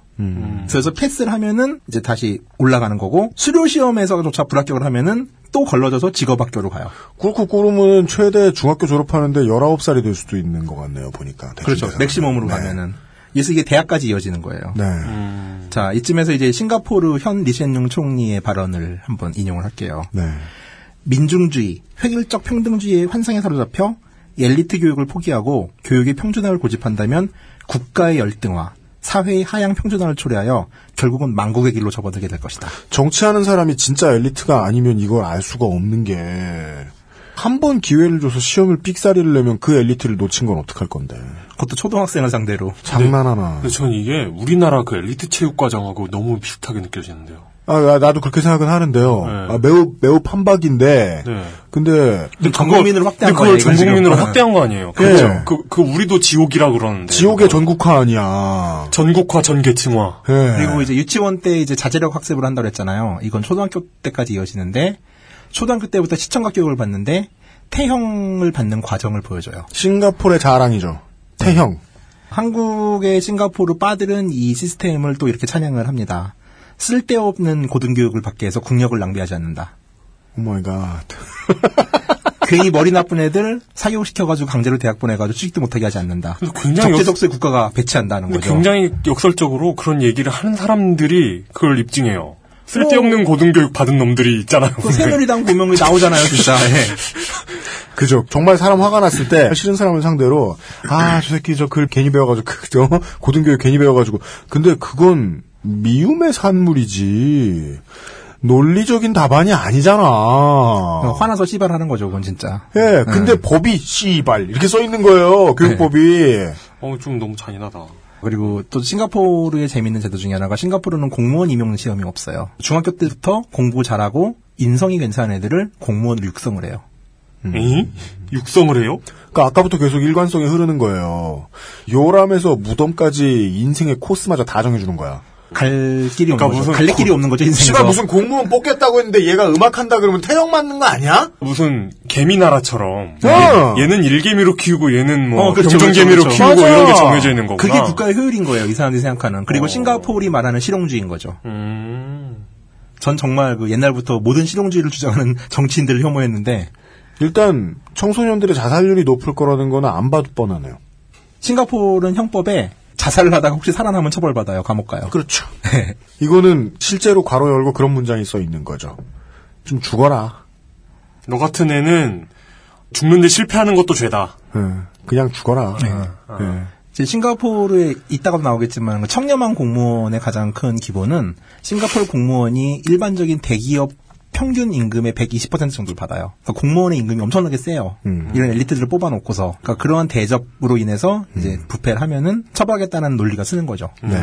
Speaker 6: 그래서 패스를 하면은 이제 다시 올라가는 거고 수료 시험에서조차 불합격을 하면은 또 걸러져서 직업학교로 가요.
Speaker 3: 꿀꿀 꿀음은 최대 중학교 졸업하는데 19살이 될 수도 있는 것 같네요, 보니까. 대충
Speaker 6: 그렇죠.
Speaker 3: 계산하면.
Speaker 6: 맥시멈으로
Speaker 3: 네.
Speaker 6: 가면은. 그래서 이게 대학까지 이어지는 거예요.
Speaker 3: 네.
Speaker 2: 음.
Speaker 6: 자, 이쯤에서 이제 싱가포르 현 리센룽 총리의 발언을 한번 인용을 할게요.
Speaker 3: 네.
Speaker 6: 민중주의, 획일적 평등주의의 환상에 사로잡혀 엘리트 교육을 포기하고 교육의 평준화를 고집한다면 국가의 열등화, 사회의 하향 평준화를 초래하여 결국은 망국의 길로 접어들게 될 것이다.
Speaker 3: 정치하는 사람이 진짜 엘리트가 아니면 이걸 알 수가 없는 게, 한 번 기회를 줘서 시험을 삑사리를 내면 그 엘리트를 놓친 건 어떡할 건데.
Speaker 6: 그것도 초등학생을 상대로.
Speaker 3: 장난하나.
Speaker 6: 네.
Speaker 2: 근데 전 이게 우리나라 그 엘리트 체육과정하고 너무 비슷하게 느껴지는데요.
Speaker 3: 아, 나- 나도 그렇게 생각은 하는데요.
Speaker 6: 네.
Speaker 3: 아, 매우, 매우 판박인데,
Speaker 2: 네.
Speaker 3: 근데.
Speaker 2: 근데 그걸
Speaker 6: 그러니까.
Speaker 2: 전 국민으로
Speaker 6: 네.
Speaker 2: 확대한 거 아니에요.
Speaker 3: 예.
Speaker 2: 그렇죠. 그, 그 우리도 지옥이라 그러는데.
Speaker 3: 지옥의 전국화 아니야. 예.
Speaker 2: 전국화, 전계층화.
Speaker 6: 그리고 이제 유치원 때 이제 자제력 학습을 한다고 했잖아요. 이건 초등학교 때까지 이어지는데 초등학교 때부터 시청각 교육을 받는데 태형을 받는 과정을 보여줘요.
Speaker 3: 싱가포르의
Speaker 6: 네.
Speaker 3: 자랑이죠. 태형.
Speaker 6: 한국의 싱가포르 빠들은 이 시스템을 또 이렇게 찬양을 합니다. 쓸데없는 고등교육을 받게 해서 국력을 낭비하지 않는다.
Speaker 3: 오마이갓.
Speaker 6: 괜히 머리 나쁜 애들 사교육시켜가지고 강제로 대학 보내가지고 취직도 못하게 하지 않는다.
Speaker 2: 굉장히
Speaker 6: 적재적소의 국가가 배치한다는
Speaker 2: 근데
Speaker 6: 거죠.
Speaker 2: 굉장히 역설적으로 그런 얘기를 하는 사람들이 그걸 입증해요. 쓸데없는 고등교육 받은 놈들이 있잖아요.
Speaker 6: 그 뭐.
Speaker 3: [laughs]
Speaker 6: 새누리당 보면 나오잖아요, 진짜.
Speaker 3: 네.
Speaker 6: 네.
Speaker 3: 그죠. 정말 사람 화가 났을 때 싫은 사람을 상대로 아, 저 새끼 저 글 괜히 배워가지고 [laughs] 그죠. 고등교육 괜히 배워가지고 근데 그건 미움의 산물이지 논리적인 답안이 아니잖아.
Speaker 6: 어, 네. 화나서 씨발하는 거죠, 그건 진짜.
Speaker 3: 예, 근데 법이 씨발 이렇게 써 있는 거예요. 교육법이.
Speaker 6: 네.
Speaker 2: 어, 좀 너무 잔인하다.
Speaker 6: 그리고 또 싱가포르의 재밌는 제도 중에 하나가 싱가포르는 공무원 임용 시험이 없어요. 중학교 때부터 공부 잘하고 인성이 괜찮은 애들을 공무원으로 육성을 해요.
Speaker 2: 음. 에이? 육성을 해요?
Speaker 3: 그러니까 아까부터 계속 일관성이 흐르는 거예요. 요람에서 무덤까지 인생의 코스마저 다 정해주는 거야.
Speaker 6: 갈 길이
Speaker 3: 그러니까
Speaker 6: 없는 거죠.
Speaker 3: 무슨
Speaker 6: 갈래 길이
Speaker 3: 고-
Speaker 6: 없는 거죠, 인생에서.
Speaker 3: 씨발 무슨 공무원 뽑겠다고 했는데 얘가 음악 한다 그러면 태형 맞는 거 아니야?
Speaker 2: 무슨 개미 나라처럼
Speaker 6: 아!
Speaker 2: 예,
Speaker 3: 어!
Speaker 2: 얘, 는 일개미로 키우고 얘는 뭐
Speaker 6: 어, 그렇죠,
Speaker 2: 경전개미로
Speaker 6: 그렇죠,
Speaker 2: 키우고
Speaker 6: 그렇죠.
Speaker 2: 이런 게 정해져 있는 거구나. 어.
Speaker 6: 그게 국가의 효율인 거예요, 이 사람들이 생각하는. 그리고 싱가포르이 말하는 실용주의인 거죠.
Speaker 2: 음.
Speaker 6: 전 정말 그 옛날부터 모든 실용주의를 주장하는 [laughs] 정치인들을 혐오했는데
Speaker 3: 일단 청소년들의 자살률이 높을 거라는 거는 안 봐도 뻔하네요.
Speaker 6: 싱가포르는 형법에 자살을 하다가 혹시 살아남으면 처벌받아요. 감옥 가요. [laughs] 네.
Speaker 3: 그렇죠. 이거는 실제로 괄호 열고 그런 문장이 써 있는 거죠. 좀 죽어라.
Speaker 2: 너 같은 애는 죽는데 실패하는 것도 죄다.
Speaker 3: 예, 그냥 죽어라. 예.
Speaker 6: 이제 싱가포르에 있다가도 나오겠지만 그 청렴한 공무원의 가장 큰 기본은 싱가포르 공무원이 일반적인 대기업 평균 임금의 120% 정도를 받아요. 그러니까 공무원의 임금이 엄청나게 세요.
Speaker 3: 음.
Speaker 6: 이런 엘리트들을 뽑아놓고서 그러니까 그러한 대접으로 인해서 이제
Speaker 3: 음.
Speaker 6: 부패를 하면은 처벌하겠다는 논리가 쓰는 거죠.
Speaker 3: 네.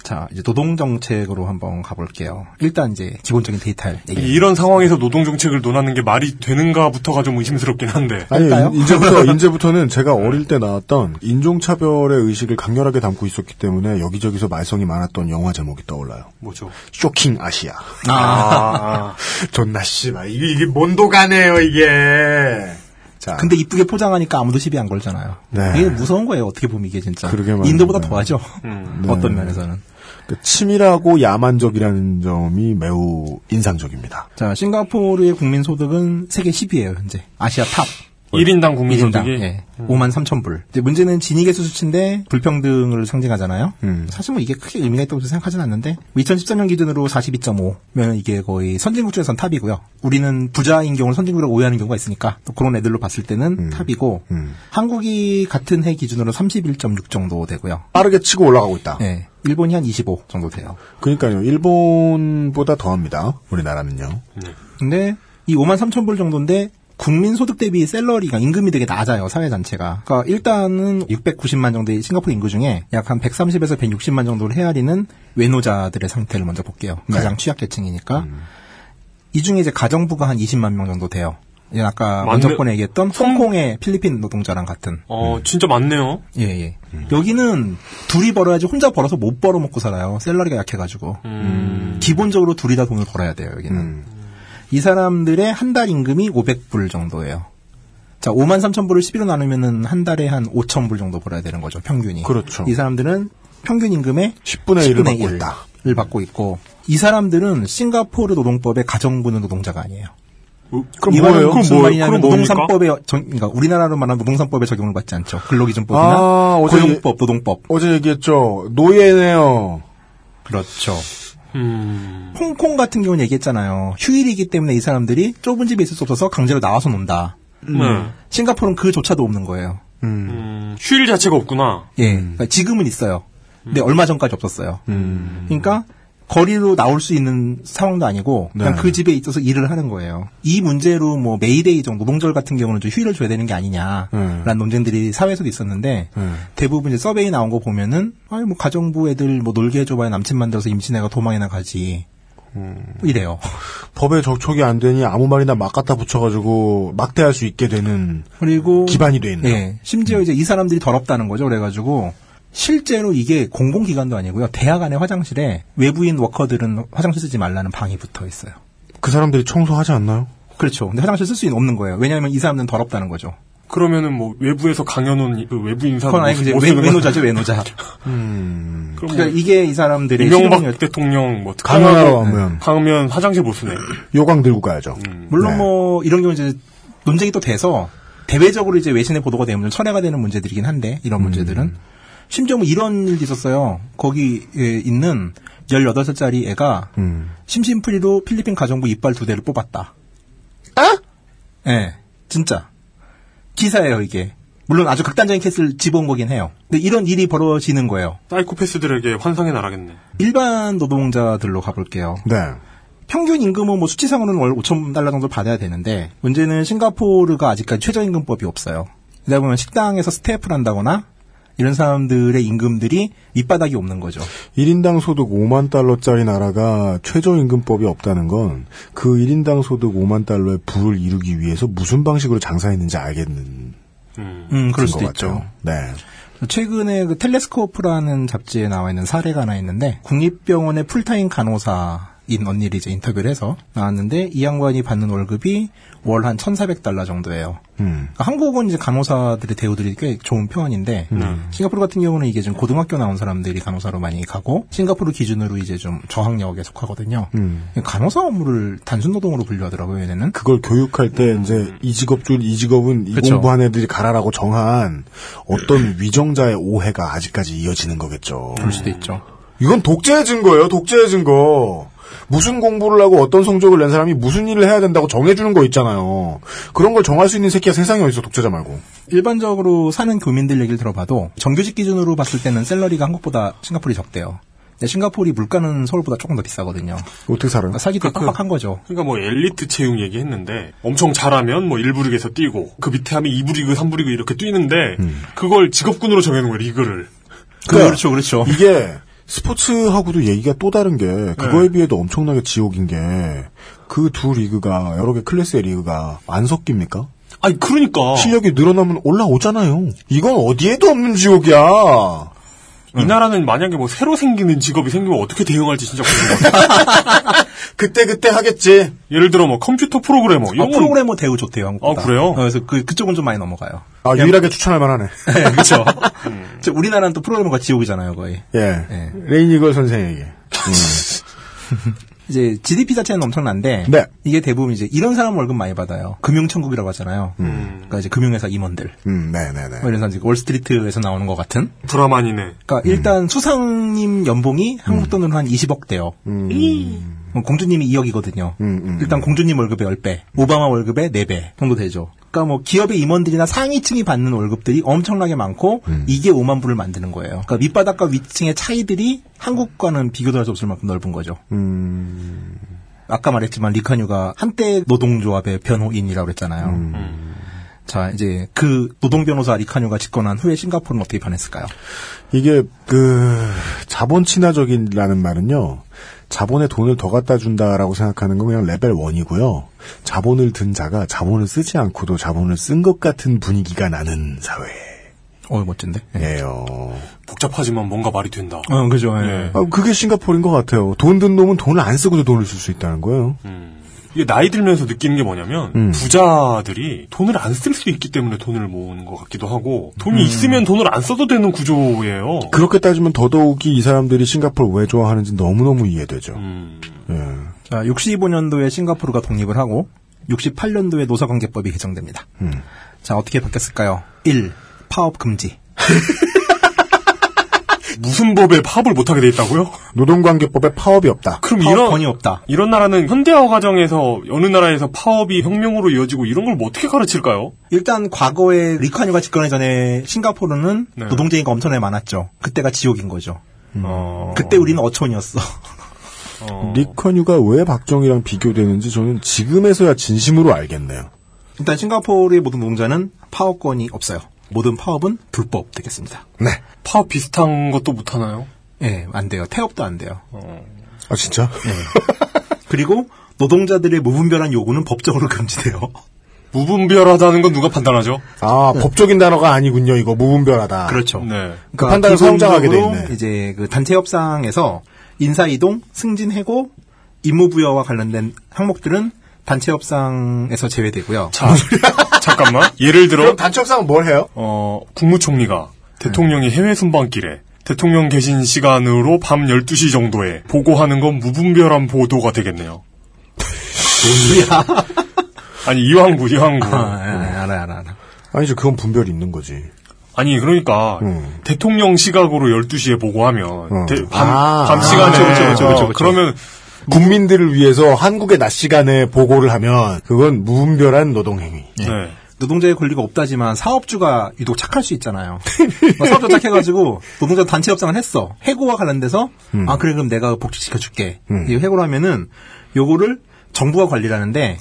Speaker 6: 자 이제 노동 정책으로 한번 가볼게요. 일단 이제 기본적인 데이터 얘기.
Speaker 2: 이런 상황에서 노동 정책을 논하는 게 말이 되는가부터가 좀 의심스럽긴 한데.
Speaker 3: 아니
Speaker 6: 할까요?
Speaker 3: 이- 이제부터 이제부터는 제가 어릴 때 나왔던 인종차별의 의식을 강렬하게 담고 있었기 때문에 여기저기서 말썽이 많았던 영화 제목이 떠올라요.
Speaker 2: 뭐죠?
Speaker 3: 쇼킹 아시아.
Speaker 2: 아.
Speaker 3: [laughs] 존나 씨발 이게 이게 몬도가네요 이게. 자,
Speaker 6: 근데 이쁘게 포장하니까 아무도 시비 안 걸잖아요.
Speaker 3: 네.
Speaker 6: 이게 무서운 거예요. 어떻게 보면 이게 진짜
Speaker 3: 그러게 말입니다.
Speaker 6: 인도보다 더하죠.
Speaker 3: 네.
Speaker 6: [laughs] 어떤 면에서는.
Speaker 3: 그 치밀하고 야만적이라는 점이 매우 인상적입니다.
Speaker 6: 자, 싱가포르의 국민 소득은 세계 10위예요, 현재. 아시아 탑.
Speaker 2: 1인당 국민소득이? 음.
Speaker 6: 예. 5만 3천 불. 이제 문제는 진위계수 수치인데 불평등을 상징하잖아요. 사실 뭐 이게 크게 의미가 있다고 생각하진 않는데 2013년 기준으로 42.5면 이게 거의 선진국 중에선 탑이고요. 우리는 부자인 경우를 선진국이라고 오해하는 경우가 있으니까 또 그런 애들로 봤을 때는
Speaker 2: 음.
Speaker 6: 탑이고 한국이 같은 해 기준으로 31.6 정도 되고요.
Speaker 3: 빠르게 치고 올라가고 있다.
Speaker 6: 네. 일본이 한 25 정도 돼요.
Speaker 3: 그러니까요. 일본보다 더합니다. 우리나라는요.
Speaker 6: 근데 이 5만 3천 불 정도인데 국민 소득 대비 셀러리가 임금이 되게 낮아요 사회 전체가. 그러니까 일단은 690만 정도의 싱가포르 인구 중에 약 한 130에서 160만 정도를 헤아리는 외노자들의 상태를 먼저 볼게요. 가장 취약계층이니까 이 중에 이제 가정부가 한 20만 명 정도 돼요. 예, 아까
Speaker 2: 맞네.
Speaker 6: 원정권에 얘기했던 홍콩의 필리핀 노동자랑 같은.
Speaker 2: 어, 진짜 많네요.
Speaker 6: 예, 예. 여기는 둘이 벌어야지 혼자 벌어서 못 벌어 먹고 살아요. 셀러리가 약해가지고.
Speaker 3: 음.
Speaker 6: 음. 기본적으로 둘이 다 돈을 벌어야 돼요, 여기는. 이 사람들의 한 달 임금이 500불 정도예요. 자, 5만 3천 불을 11로 나누면은 한 달에 한 5천 불 정도 벌어야 되는 거죠, 평균이.
Speaker 3: 그렇죠.
Speaker 6: 이 사람들은 평균 임금의
Speaker 3: 10분의 1을 받고
Speaker 6: 다 을 받고 있고, 이 사람들은 싱가포르 노동법의 가정부는 노동자가 아니에요.
Speaker 3: 그럼
Speaker 6: 이거는
Speaker 3: 뭐예요?
Speaker 6: 무슨
Speaker 3: 그럼 뭐예요?
Speaker 6: 말이냐면
Speaker 3: 그럼 뭡니까?
Speaker 6: 노동산법에 정, 그러니까 우리나라로 말하는 노동산법에 적용을 받지 않죠.
Speaker 2: 아,
Speaker 6: 근로기준법이나
Speaker 3: 아. 어제
Speaker 6: 아, 고용법, 노동법.
Speaker 3: 어제 얘기했죠. 노예네요.
Speaker 6: 그렇죠. 홍콩 같은 경우는 얘기했잖아요. 휴일이기 때문에 이 사람들이 좁은 집에 있을 수 없어서 강제로 나와서 논다.
Speaker 2: 음. 네.
Speaker 6: 싱가포르는 그조차도 없는 거예요.
Speaker 2: 음, 휴일 자체가 없구나.
Speaker 6: 예. 그러니까 지금은 있어요. 근데 얼마 전까지 없었어요. 그러니까 거리로 나올 수 있는 상황도 아니고 그냥
Speaker 3: 네.
Speaker 6: 그 집에 있어서 일을 하는 거예요. 이 문제로 뭐 메이데이 정도 노동절 같은 경우는 좀 휴일을 줘야 되는 게 아니냐라는 논쟁들이 사회에서도 있었는데 대부분 이제 서베이 나온 거 보면은 아니 뭐 가정부 애들 뭐 놀게 해줘봐야 남친 만들어서 임신해가 도망이나 가지 뭐 이래요.
Speaker 3: 법에 적촉이 안 되니 아무 말이나 막 갖다 붙여가지고 막대할 수 있게 되는
Speaker 6: 그리고
Speaker 3: 기반이 돼 있네요.
Speaker 6: 예. 심지어 이제 이 사람들이 더럽다는 거죠. 그래가지고 실제로 이게 공공기관도 아니고요. 대학 안의 화장실에 외부인 워커들은 화장실 쓰지 말라는 방이 붙어 있어요.
Speaker 3: 그 사람들이 청소하지 않나요?
Speaker 6: 그렇죠. 근데 화장실 쓸 수는 없는 거예요. 왜냐하면 이 사람들은 더럽다는 거죠.
Speaker 2: 그러면은 뭐 외부에서 강연온 그 외부 인사들
Speaker 6: 그건 아니고
Speaker 2: 모습
Speaker 6: 이제
Speaker 2: 못
Speaker 6: 외,
Speaker 2: 쓰는
Speaker 6: 외노자죠.
Speaker 2: 거. [laughs]
Speaker 6: 외노자.
Speaker 2: 그럼
Speaker 6: 그러니까 이게 이 사람들의
Speaker 2: 네. 이명박
Speaker 6: 실용이었-
Speaker 2: 대통령 뭐
Speaker 3: 강연하러
Speaker 2: 특강하고
Speaker 3: 가면.
Speaker 2: 강연 화장실 못 쓰네.
Speaker 3: 요강 들고 가야죠.
Speaker 6: 물론 뭐 이런 경우 이제 논쟁이 또 돼서 대외적으로 이제 외신의 보도가 되면 철회가 되는 문제들이긴 한데 이런 문제들은 심지어 뭐 이런 일도 있었어요. 거기 에 있는 18살짜리 애가 심심풀이로 필리핀 가정부 이빨 두 대를 뽑았다. 예. 진짜. 기사예요, 이게. 물론 아주 극단적인 케이스를 집어온 거긴 해요. 근데 이런 일이 벌어지는 거예요.
Speaker 2: 사이코패스들에게 환상의 나라겠네.
Speaker 6: 일반 노동자들로 가볼게요.
Speaker 3: 네.
Speaker 6: 평균 임금은 뭐 수치상으로는 월 5천 달러 정도 받아야 되는데 문제는 싱가포르가 아직까지 최저임금법이 없어요. 그러다 보면 식당에서 스태프를 한다거나 이런 사람들의 임금들이 밑바닥이 없는 거죠.
Speaker 3: 1인당 소득 5만 달러짜리 나라가 최저임금법이 없다는 건 그 1인당 소득 5만 달러의 부를 이루기 위해서 무슨 방식으로 장사했는지 알겠는
Speaker 6: 음, 그럴 수도
Speaker 3: 것
Speaker 6: 있죠.
Speaker 3: 같아요. 네.
Speaker 6: 최근에 그 텔레스코프라는 잡지에 나와 있는 사례가 하나 있는데 국립병원의 풀타임 간호사인 언니를 이제 인터뷰를 해서 나왔는데 이 양반이 받는 월급이 월 한 1,400달러 정도예요.
Speaker 3: 음.
Speaker 6: 그러니까 한국은 이제 간호사들의 대우들이 꽤 좋은 편인데 싱가포르 같은 경우는 이게 좀 고등학교 나온 사람들이 간호사로 많이 가고 싱가포르 기준으로 이제 좀 저학력에 속하거든요. 간호사 업무를 단순 노동으로 분류하더라고요, 얘네는.
Speaker 3: 그걸 교육할 때 이제 이 직업 줄 이 직업은 이
Speaker 6: 그쵸.
Speaker 3: 공부한 애들이 가라라고 정한 어떤 위정자의 오해가 아직까지 이어지는 거겠죠.
Speaker 6: 그럴 수도 있죠.
Speaker 3: 이건 독재의 증거예요. 독재의 증거. 무슨 공부를 하고 어떤 성적을 낸 사람이 무슨 일을 해야 된다고 정해주는 거 있잖아요. 그런 걸 정할 수 있는 새끼가 세상에 어딨어 독재자 말고.
Speaker 6: 일반적으로 사는 교민들 얘기를 들어봐도 정규직 기준으로 봤을 때는 셀러리가 한국보다 싱가포르이 적대요. 근데 싱가포르이 물가는 서울보다 조금 더 비싸거든요.
Speaker 3: 어떻게 살아요?
Speaker 6: 살기도 빡빡한 거죠.
Speaker 2: 그러니까 뭐 엘리트 채용 얘기했는데 엄청 잘하면 뭐 1부 리그에서 뛰고 그 밑에 하면 2부 리그, 3부 리그 이렇게 뛰는데
Speaker 6: 음.
Speaker 2: 그걸 직업군으로 정해놓은 거예요 리그를.
Speaker 6: 그렇죠, 그렇죠.
Speaker 3: 이게 스포츠하고도 얘기가 또 다른 게 그거에 비해도 엄청나게 지옥인 게 그 두 리그가 여러 개 클래스의 리그가 안 섞입니까?
Speaker 2: 아니 그러니까
Speaker 3: 실력이 늘어나면 올라오잖아요. 이건 어디에도 없는 지옥이야.
Speaker 2: 이 나라는 만약에 뭐 새로 생기는 직업이 생기면 어떻게 대응할지 진짜 궁금해요.
Speaker 3: 그때 그때 하겠지.
Speaker 2: 예를 들어 뭐 컴퓨터 프로그래머
Speaker 6: 아,
Speaker 2: 이런 건
Speaker 6: 프로그래머 대우 좋대요, 한국보다.
Speaker 2: 아, 그래요?
Speaker 6: 어, 그래서 그, 그쪽은 좀 많이 넘어가요.
Speaker 3: 아 유일하게 추천할 [laughs] 만하네.
Speaker 2: [laughs]
Speaker 6: 그렇죠. 우리나라는
Speaker 3: 네.
Speaker 6: 또 프로그래머가 지옥이잖아요, 거의.
Speaker 3: 예. 레이니걸 선생에게.
Speaker 6: 이제 GDP 자체는 엄청난데
Speaker 3: 네.
Speaker 6: 이게 대부분 이제 이런 사람 월급 많이 받아요. 금융천국이라고 하잖아요. 그러니까 이제 금융회사 임원들.
Speaker 3: 음, 네네네.
Speaker 6: 뭐 이런 사람 이제 월스트리트에서 나오는 것 같은.
Speaker 2: 브라만이네.
Speaker 6: 그러니까 일단 수상님 연봉이 한국 돈으로 한 20억 대요.
Speaker 3: 음,
Speaker 6: 어, 공주님이 2억이거든요. 일단 공주님 월급의 10배, 오바마 월급의 4배 정도 되죠. 그러니까 뭐 기업의 임원들이나 상위층이 받는 월급들이 엄청나게 많고 이게 5만 불을 만드는 거예요. 그러니까 밑바닥과 위층의 차이들이 한국과는 비교도 할 수 없을 만큼 넓은 거죠.
Speaker 3: 음.
Speaker 6: 아까 말했지만 리카뉴가 한때 노동조합의 변호인이라고 그랬잖아요. 음. 자 이제 그 노동 변호사 리카뉴가 집권한 후에 싱가포르는 어떻게 변했을까요?
Speaker 3: 이게 그 자본 친화적이라는 말은요. 자본에 돈을 더 갖다 준다라고 생각하는 건 그냥 레벨 1이고요. 자본을 든 자가 자본을 쓰지 않고도 자본을 쓴 것 같은 분위기가 나는 사회.
Speaker 6: 어, 멋진데?
Speaker 3: 예요.
Speaker 2: 복잡하지만 뭔가 말이 된다.
Speaker 6: 어, 그죠. 예.
Speaker 3: 아, 그게 싱가포르인 것 같아요. 돈 든 놈은 돈을 안 쓰고도 돈을 쓸 수 있다는 거예요.
Speaker 2: 이게 나이 들면서 느끼는 게 뭐냐면
Speaker 3: 음.
Speaker 2: 부자들이 돈을 안 쓸 수 있기 때문에 돈을 모으는 것 같기도 하고 돈이 있으면 돈을 안 써도 되는 구조예요.
Speaker 3: 그렇게 따지면 더더욱이 이 사람들이 싱가포르 왜 좋아하는지 너무너무 이해되죠.
Speaker 6: 음.
Speaker 2: 음.
Speaker 6: 자, 65년도에 싱가포르가 독립을 하고 68년도에 노사관계법이 개정됩니다. 자, 어떻게 바뀌었을까요? 1. 파업 금지.
Speaker 2: 무슨 법에 파업을 못하게 돼 있다고요? [laughs]
Speaker 3: 노동관계법에 파업이 없다.
Speaker 2: 그럼
Speaker 3: 파업
Speaker 2: 이런
Speaker 3: 권위 없다.
Speaker 2: 이런 나라는 현대화 과정에서 어느 나라에서 파업이 혁명으로 이어지고 이런 걸 뭐 어떻게 가르칠까요?
Speaker 6: 일단 과거에 리카뉴가 집권하기 전에 싱가포르는
Speaker 2: 네.
Speaker 6: 노동쟁이가 엄청나게 많았죠. 그때가 지옥인 거죠. 그때 우리는 어촌이었어. 어.
Speaker 3: 리커뉴가 왜 박정희랑 비교되는지 저는 지금에서야 진심으로 알겠네요.
Speaker 6: 일단 싱가포르의 모든 노동자는 파업권이 없어요. 모든 파업은 불법 되겠습니다.
Speaker 3: 네.
Speaker 2: 파업 비슷한 것도 못 하나요?
Speaker 6: 예, 안 돼요. 태업도 안 돼요.
Speaker 3: 아 진짜?
Speaker 6: 네. 그리고 노동자들의 무분별한 요구는 법적으로 [laughs] 금지돼요.
Speaker 2: 무분별하다는 건 누가 판단하죠?
Speaker 3: 아 법적인 단어가 아니군요. 이거 무분별하다.
Speaker 6: 네. 그렇죠.
Speaker 2: 네.
Speaker 3: 그 판단을 성장하게 돼
Speaker 6: 기본적으로
Speaker 3: 있네.
Speaker 6: 이제 그 단체 협상에서 인사 이동, 승진 해고, 임무 부여와 관련된 항목들은 단체 협상에서 제외되고요.
Speaker 2: 자, [laughs] 잠깐만. 예를 들어
Speaker 3: 단체 협상은 뭘 해요?
Speaker 2: 어, 국무총리가
Speaker 6: 네.
Speaker 2: 대통령이 해외 순방길에 대통령 계신 시간으로 밤 12시 정도에 보고하는 건 무분별한 보도가 되겠네요. [laughs] 아니, 이왕구, 이왕구.
Speaker 6: 알아, 알아, 알아.
Speaker 3: 아니죠. 그건 분별이 있는 거지.
Speaker 2: 아니, 그러니까,
Speaker 6: 음.
Speaker 2: 대통령 시각으로 12시에 보고하면, 대- 밤,
Speaker 3: 아.
Speaker 2: 밤 시간에,
Speaker 3: 그쵸,
Speaker 6: 그렇죠,
Speaker 3: 그쵸, 그쵸,
Speaker 2: 어,
Speaker 3: 그쵸, 그쵸.
Speaker 2: 그러면,
Speaker 3: 국민들을 위해서 한국의 낮 시간에 보고를 하면 그건 무분별한 노동행위.
Speaker 2: 네.
Speaker 6: 노동자의 권리가 없다지만 사업주가 유독 착할 수 있잖아요. 막 사업주 착해가지고 노동자 단체 협상을 했어. 해고와 관련돼서 아 그래 그럼 내가 복직시켜줄게. 이 해고를 하면은 요거를 정부가 관리를 하는데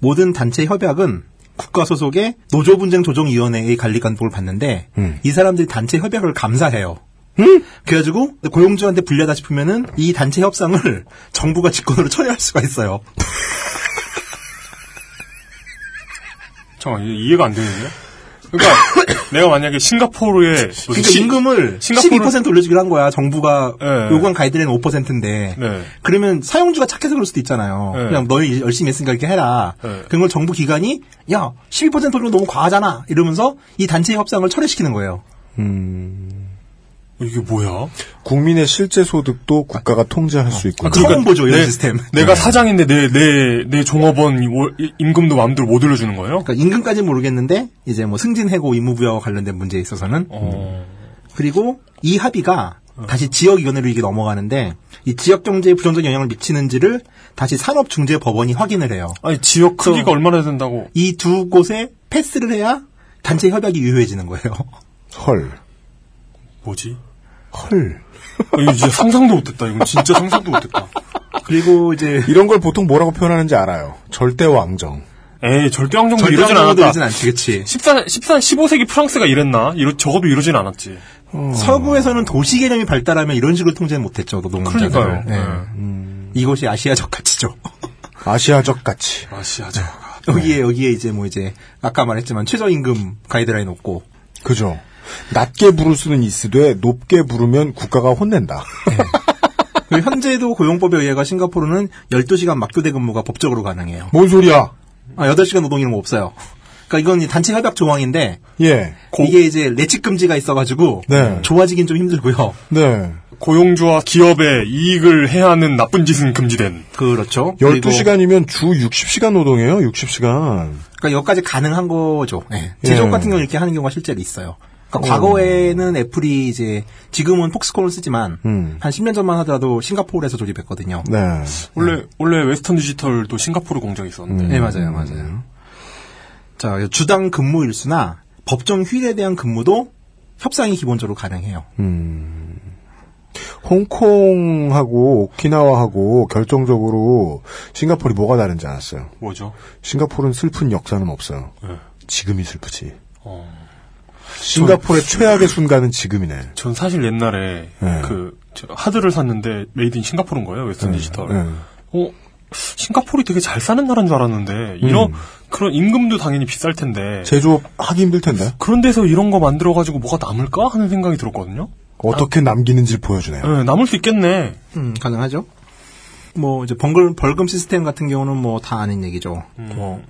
Speaker 6: 모든 단체 협약은 국가 소속의 노조 분쟁 조정 위원회의 관리 감독을 받는데 이 사람들이 단체 협약을 감사해요. 그래가지고 고용주한테 불리하다 싶으면은 이 단체 협상을 [laughs] 정부가 직권으로 처리할 수가 있어요.
Speaker 2: 잠깐, 이- 이해가 안 되는데? 그러니까,
Speaker 6: [coughs]
Speaker 2: 내가 만약에 싱가포르에, 무슨
Speaker 6: 그러니까
Speaker 2: 시-
Speaker 6: 임금을
Speaker 2: 싱가포르-
Speaker 6: 12% 올려주기로 한 거야. 정부가
Speaker 2: 예.
Speaker 6: 요구한 가이드라인 5%인데
Speaker 2: 네.
Speaker 6: 그러면 사용주가 착해서 그럴 수도 있잖아요.
Speaker 8: 네.
Speaker 2: 예.
Speaker 6: 그냥 너희 열심히 했으니까 이렇게 해라.
Speaker 2: 예.
Speaker 6: 그런 걸 정부 기관이 야 12% 올리면 너무 과하잖아 이러면서 이 단체 협상을 철회시키는 거예요.
Speaker 2: 어, 이게 뭐야?
Speaker 3: 국민의 실제 소득도 국가가 통제할 수 있고.
Speaker 6: 처음 보죠
Speaker 2: 네.
Speaker 6: 이런 시스템.
Speaker 2: 내가 사장인데 내, 내, 내 종업원 월- 임금도 마음대로 못 올려주는 거예요?
Speaker 6: 그러니까 임금까지는 모르겠는데 이제 뭐 승진 해고 임무 부여와 관련된 문제에 있어서는 음. 그리고 이 합의가
Speaker 2: 어.
Speaker 6: 다시 지역위원회로 이게 넘어가는데 이 지역 경제에 부정적 영향을 미치는지를 다시 산업중재법원이 확인을 해요.
Speaker 2: 아니, 지역 그 크기가
Speaker 6: 저-
Speaker 2: 얼마나 된다고.
Speaker 6: 이 두 곳에 패스를 해야 단체 협약이 유효해지는 거예요. [laughs]
Speaker 3: 헐.
Speaker 2: 뭐지?
Speaker 3: 헐.
Speaker 2: 아, 이거 진짜 상상도 못했다. 이건 진짜 상상도 못했다.
Speaker 6: 그리고 이제
Speaker 3: 이런 걸 보통 뭐라고 표현하는지 알아요. 절대 왕정.
Speaker 2: 에이, 절대 왕정도
Speaker 6: 절대
Speaker 2: 어, 이러진 않았다.
Speaker 6: 정도도 이러진 않지, 그치?
Speaker 2: 14, 14, 15세기 프랑스가 이랬나? 이러, 적어도 이러진 않았지. 어.
Speaker 6: 서구에서는 도시 개념이 발달하면 이런 식으로 통제는 못했죠, 노동자들.
Speaker 2: 그러니까요. 네.
Speaker 6: 예. 이것이 아시아적 가치죠.
Speaker 3: 아시아적 같이.
Speaker 2: 아시아죠.
Speaker 6: [laughs] 여기에 여기에 이제 뭐 이제 아까 말했지만 최저임금 가이드라인 없고
Speaker 3: 그죠. 낮게 부를 수는 있으되 높게 부르면 국가가 혼낸다.
Speaker 6: 그리고 현재도 고용법에 의해가 싱가포르는 12시간 막교대 근무가 법적으로 가능해요.
Speaker 3: 뭔 소리야?
Speaker 6: 아, 8시간 노동 이런 거 없어요. 그러니까 이건 이제 단체 협약 조항인데
Speaker 3: 예.
Speaker 6: 이게 이제 내집 금지가 있어가지고
Speaker 2: 네.
Speaker 6: 좋아지긴 좀 힘들고요.
Speaker 3: 네.
Speaker 2: 고용주와 기업의 이익을 해야 하는 나쁜 짓은 금지된.
Speaker 6: 그렇죠.
Speaker 3: 12시간이면 주 60시간 노동이에요, 60시간.
Speaker 6: 그러니까 여기까지 가능한 거죠. 네.
Speaker 3: 예.
Speaker 6: 제조업 같은 경우 이렇게 하는 경우가 실제로 있어요. 그러니까
Speaker 3: 음.
Speaker 6: 과거에는 애플이 이제 지금은 폭스콘을 쓰지만
Speaker 3: 음.
Speaker 6: 한 10년 전만 하더라도 싱가포르에서 조립했거든요.
Speaker 3: 네.
Speaker 2: 원래 원래 웨스턴 디지털도 싱가포르 공장이
Speaker 3: 음.
Speaker 2: 있었는데.
Speaker 6: 네, 맞아요, 맞아요. 자, 주당 근무 일수나 법정 휴일에 대한 근무도 협상이 기본적으로 가능해요.
Speaker 3: 음. 홍콩하고 오키나와하고 결정적으로 싱가포르이 뭐가 다른지 알았어요.
Speaker 2: 뭐죠?
Speaker 3: 싱가포르는 슬픈 역사는 없어요.
Speaker 2: 네.
Speaker 3: 지금이 슬프지.
Speaker 2: 어.
Speaker 3: 싱가포르의 최악의 순간은 지금이네.
Speaker 2: 전 사실 옛날에
Speaker 3: 네.
Speaker 2: 그저 하드를 샀는데 메이드 인 싱가포르인 거예요 웨스턴 디지털.
Speaker 3: 네.
Speaker 2: 어 싱가포르이 되게 잘 사는 나라인 줄 알았는데 이런 그런 임금도 당연히 비쌀 텐데
Speaker 3: 제조업 하기 힘들 텐데.
Speaker 2: 그런 데서 이런 거 만들어 가지고 뭐가 남을까 하는 생각이 들었거든요.
Speaker 3: 어떻게 남기는지를 보여주네요.
Speaker 2: 네, 남을 수 있겠네.
Speaker 6: 음, 가능하죠. 뭐 이제 벌금 벌금 시스템 같은 경우는 뭐 다 아는 얘기죠.
Speaker 3: 음.
Speaker 6: 뭐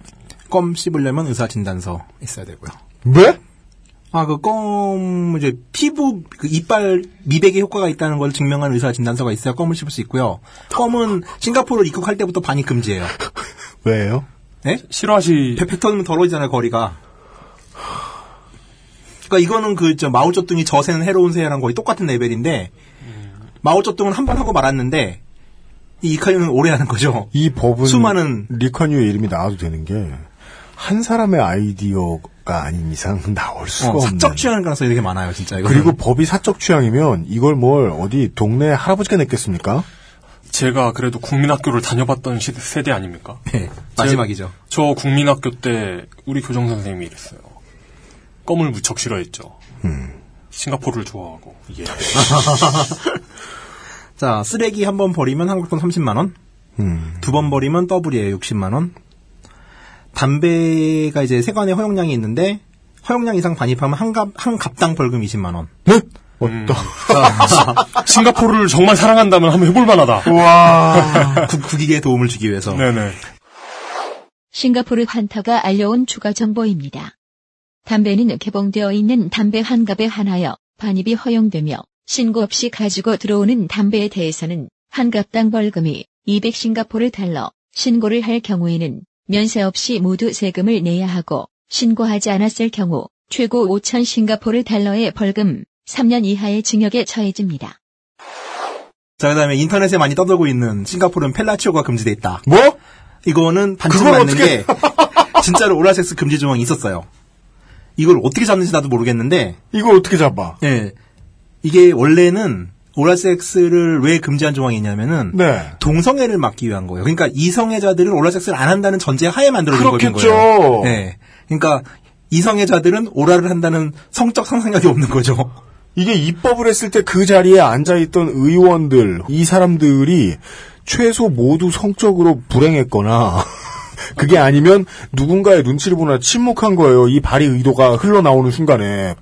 Speaker 6: 껌 씹으려면 의사 진단서 있어야 되고요.
Speaker 3: 왜?
Speaker 6: 아 그 껌 이제 피부 그 이빨 미백에 효과가 있다는 걸 증명한 의사 진단서가 있어야 껌을 씹을 수 있고요. 껌은 싱가포르 입국할 때부터 반입 금지예요.
Speaker 3: 왜요?
Speaker 6: 네?
Speaker 2: 싫어하시.
Speaker 6: 뱉어놓으면 더러워지잖아요 거리가. 그러니까 이거는 그저 마오쩌둥이 저세는 해로운 새랑 거의 똑같은 레벨인데 마오쩌둥은 한 번 하고 말았는데 이 이카류는 오래 하는 거죠.
Speaker 3: 이 법은
Speaker 6: 수많은-
Speaker 3: 리카뉴의 이름이 나와도 되는 게 한 사람의 아이디어가 아닌 이상 [laughs] 나올 수가
Speaker 6: 어,
Speaker 3: 없는.
Speaker 6: 사적 취하는 가능성이 되게 많아요, 진짜. 이거
Speaker 3: 그리고 법이 사적 취향이면 이걸 뭘 어디 동네 할아버지가 냈겠습니까?
Speaker 2: 제가 그래도 국민학교를 다녀봤던 시- 세대 아닙니까?
Speaker 6: 네, 마지막이죠.
Speaker 2: 제- 저 국민학교 때 우리 교장 선생님이 이랬어요. 껌을 무척 싫어했죠. 싱가포르를 좋아하고. 예.
Speaker 6: 자, 쓰레기 한 번 버리면 한국 돈 30만 원,
Speaker 3: 음.
Speaker 6: 두 번 버리면 더블이에요, 60만 원. 담배가 이제 세관에 허용량이 있는데 허용량 이상 반입하면 한갑 한 갑당 벌금 20만 원.
Speaker 3: 네?
Speaker 2: 싱가포르를 정말 사랑한다면 한번 해볼 만하다.
Speaker 6: 와 국익에 아, 도움을 주기 위해서.
Speaker 2: 네네.
Speaker 1: 싱가포르 환타가 알려온 추가 정보입니다. 담배는 개봉되어 있는 담배 한 갑에 한하여 반입이 허용되며 신고 없이 가지고 들어오는 담배에 대해서는 한 갑당 벌금이 200 싱가포르 달러, 신고를 할 경우에는 면세 없이 모두 세금을 내야 하고 신고하지 않았을 경우 최고 5천 싱가포르 달러의 벌금, 3년 이하의 징역에 처해집니다.
Speaker 6: 자, 그다음에 인터넷에 많이 떠들고 있는 싱가포르는 펠라치오가 금지돼 있다.
Speaker 3: 뭐?
Speaker 6: 이거는 반칙
Speaker 3: 그걸
Speaker 6: 맞는
Speaker 3: 어떻게-
Speaker 6: 게 [laughs] 진짜로 오라섹스 금지 조항이 있었어요. 이걸 어떻게 잡는지 나도 모르겠는데
Speaker 3: 이걸 어떻게 잡아?
Speaker 6: 예. 이게 원래는 오라섹스를 왜 금지한 조항이 있냐면은
Speaker 3: 네.
Speaker 6: 동성애를 막기 위한 거예요. 그러니까 이성애자들은 오라섹스를 안 한다는 전제 하에 만들어진 법인
Speaker 3: 그렇겠죠.
Speaker 6: 거예요. 예. 그러니까 이성애자들은 오라를 한다는 성적 상상력이 없는 거죠.
Speaker 3: 이게 입법을 했을 때 그 자리에 앉아있던 의원들, 이 사람들이 최소 모두 성적으로 불행했거나, [laughs] 그게 아니면 누군가의 눈치를 보나 침묵한 거예요. 이 발의 의도가 흘러나오는 순간에.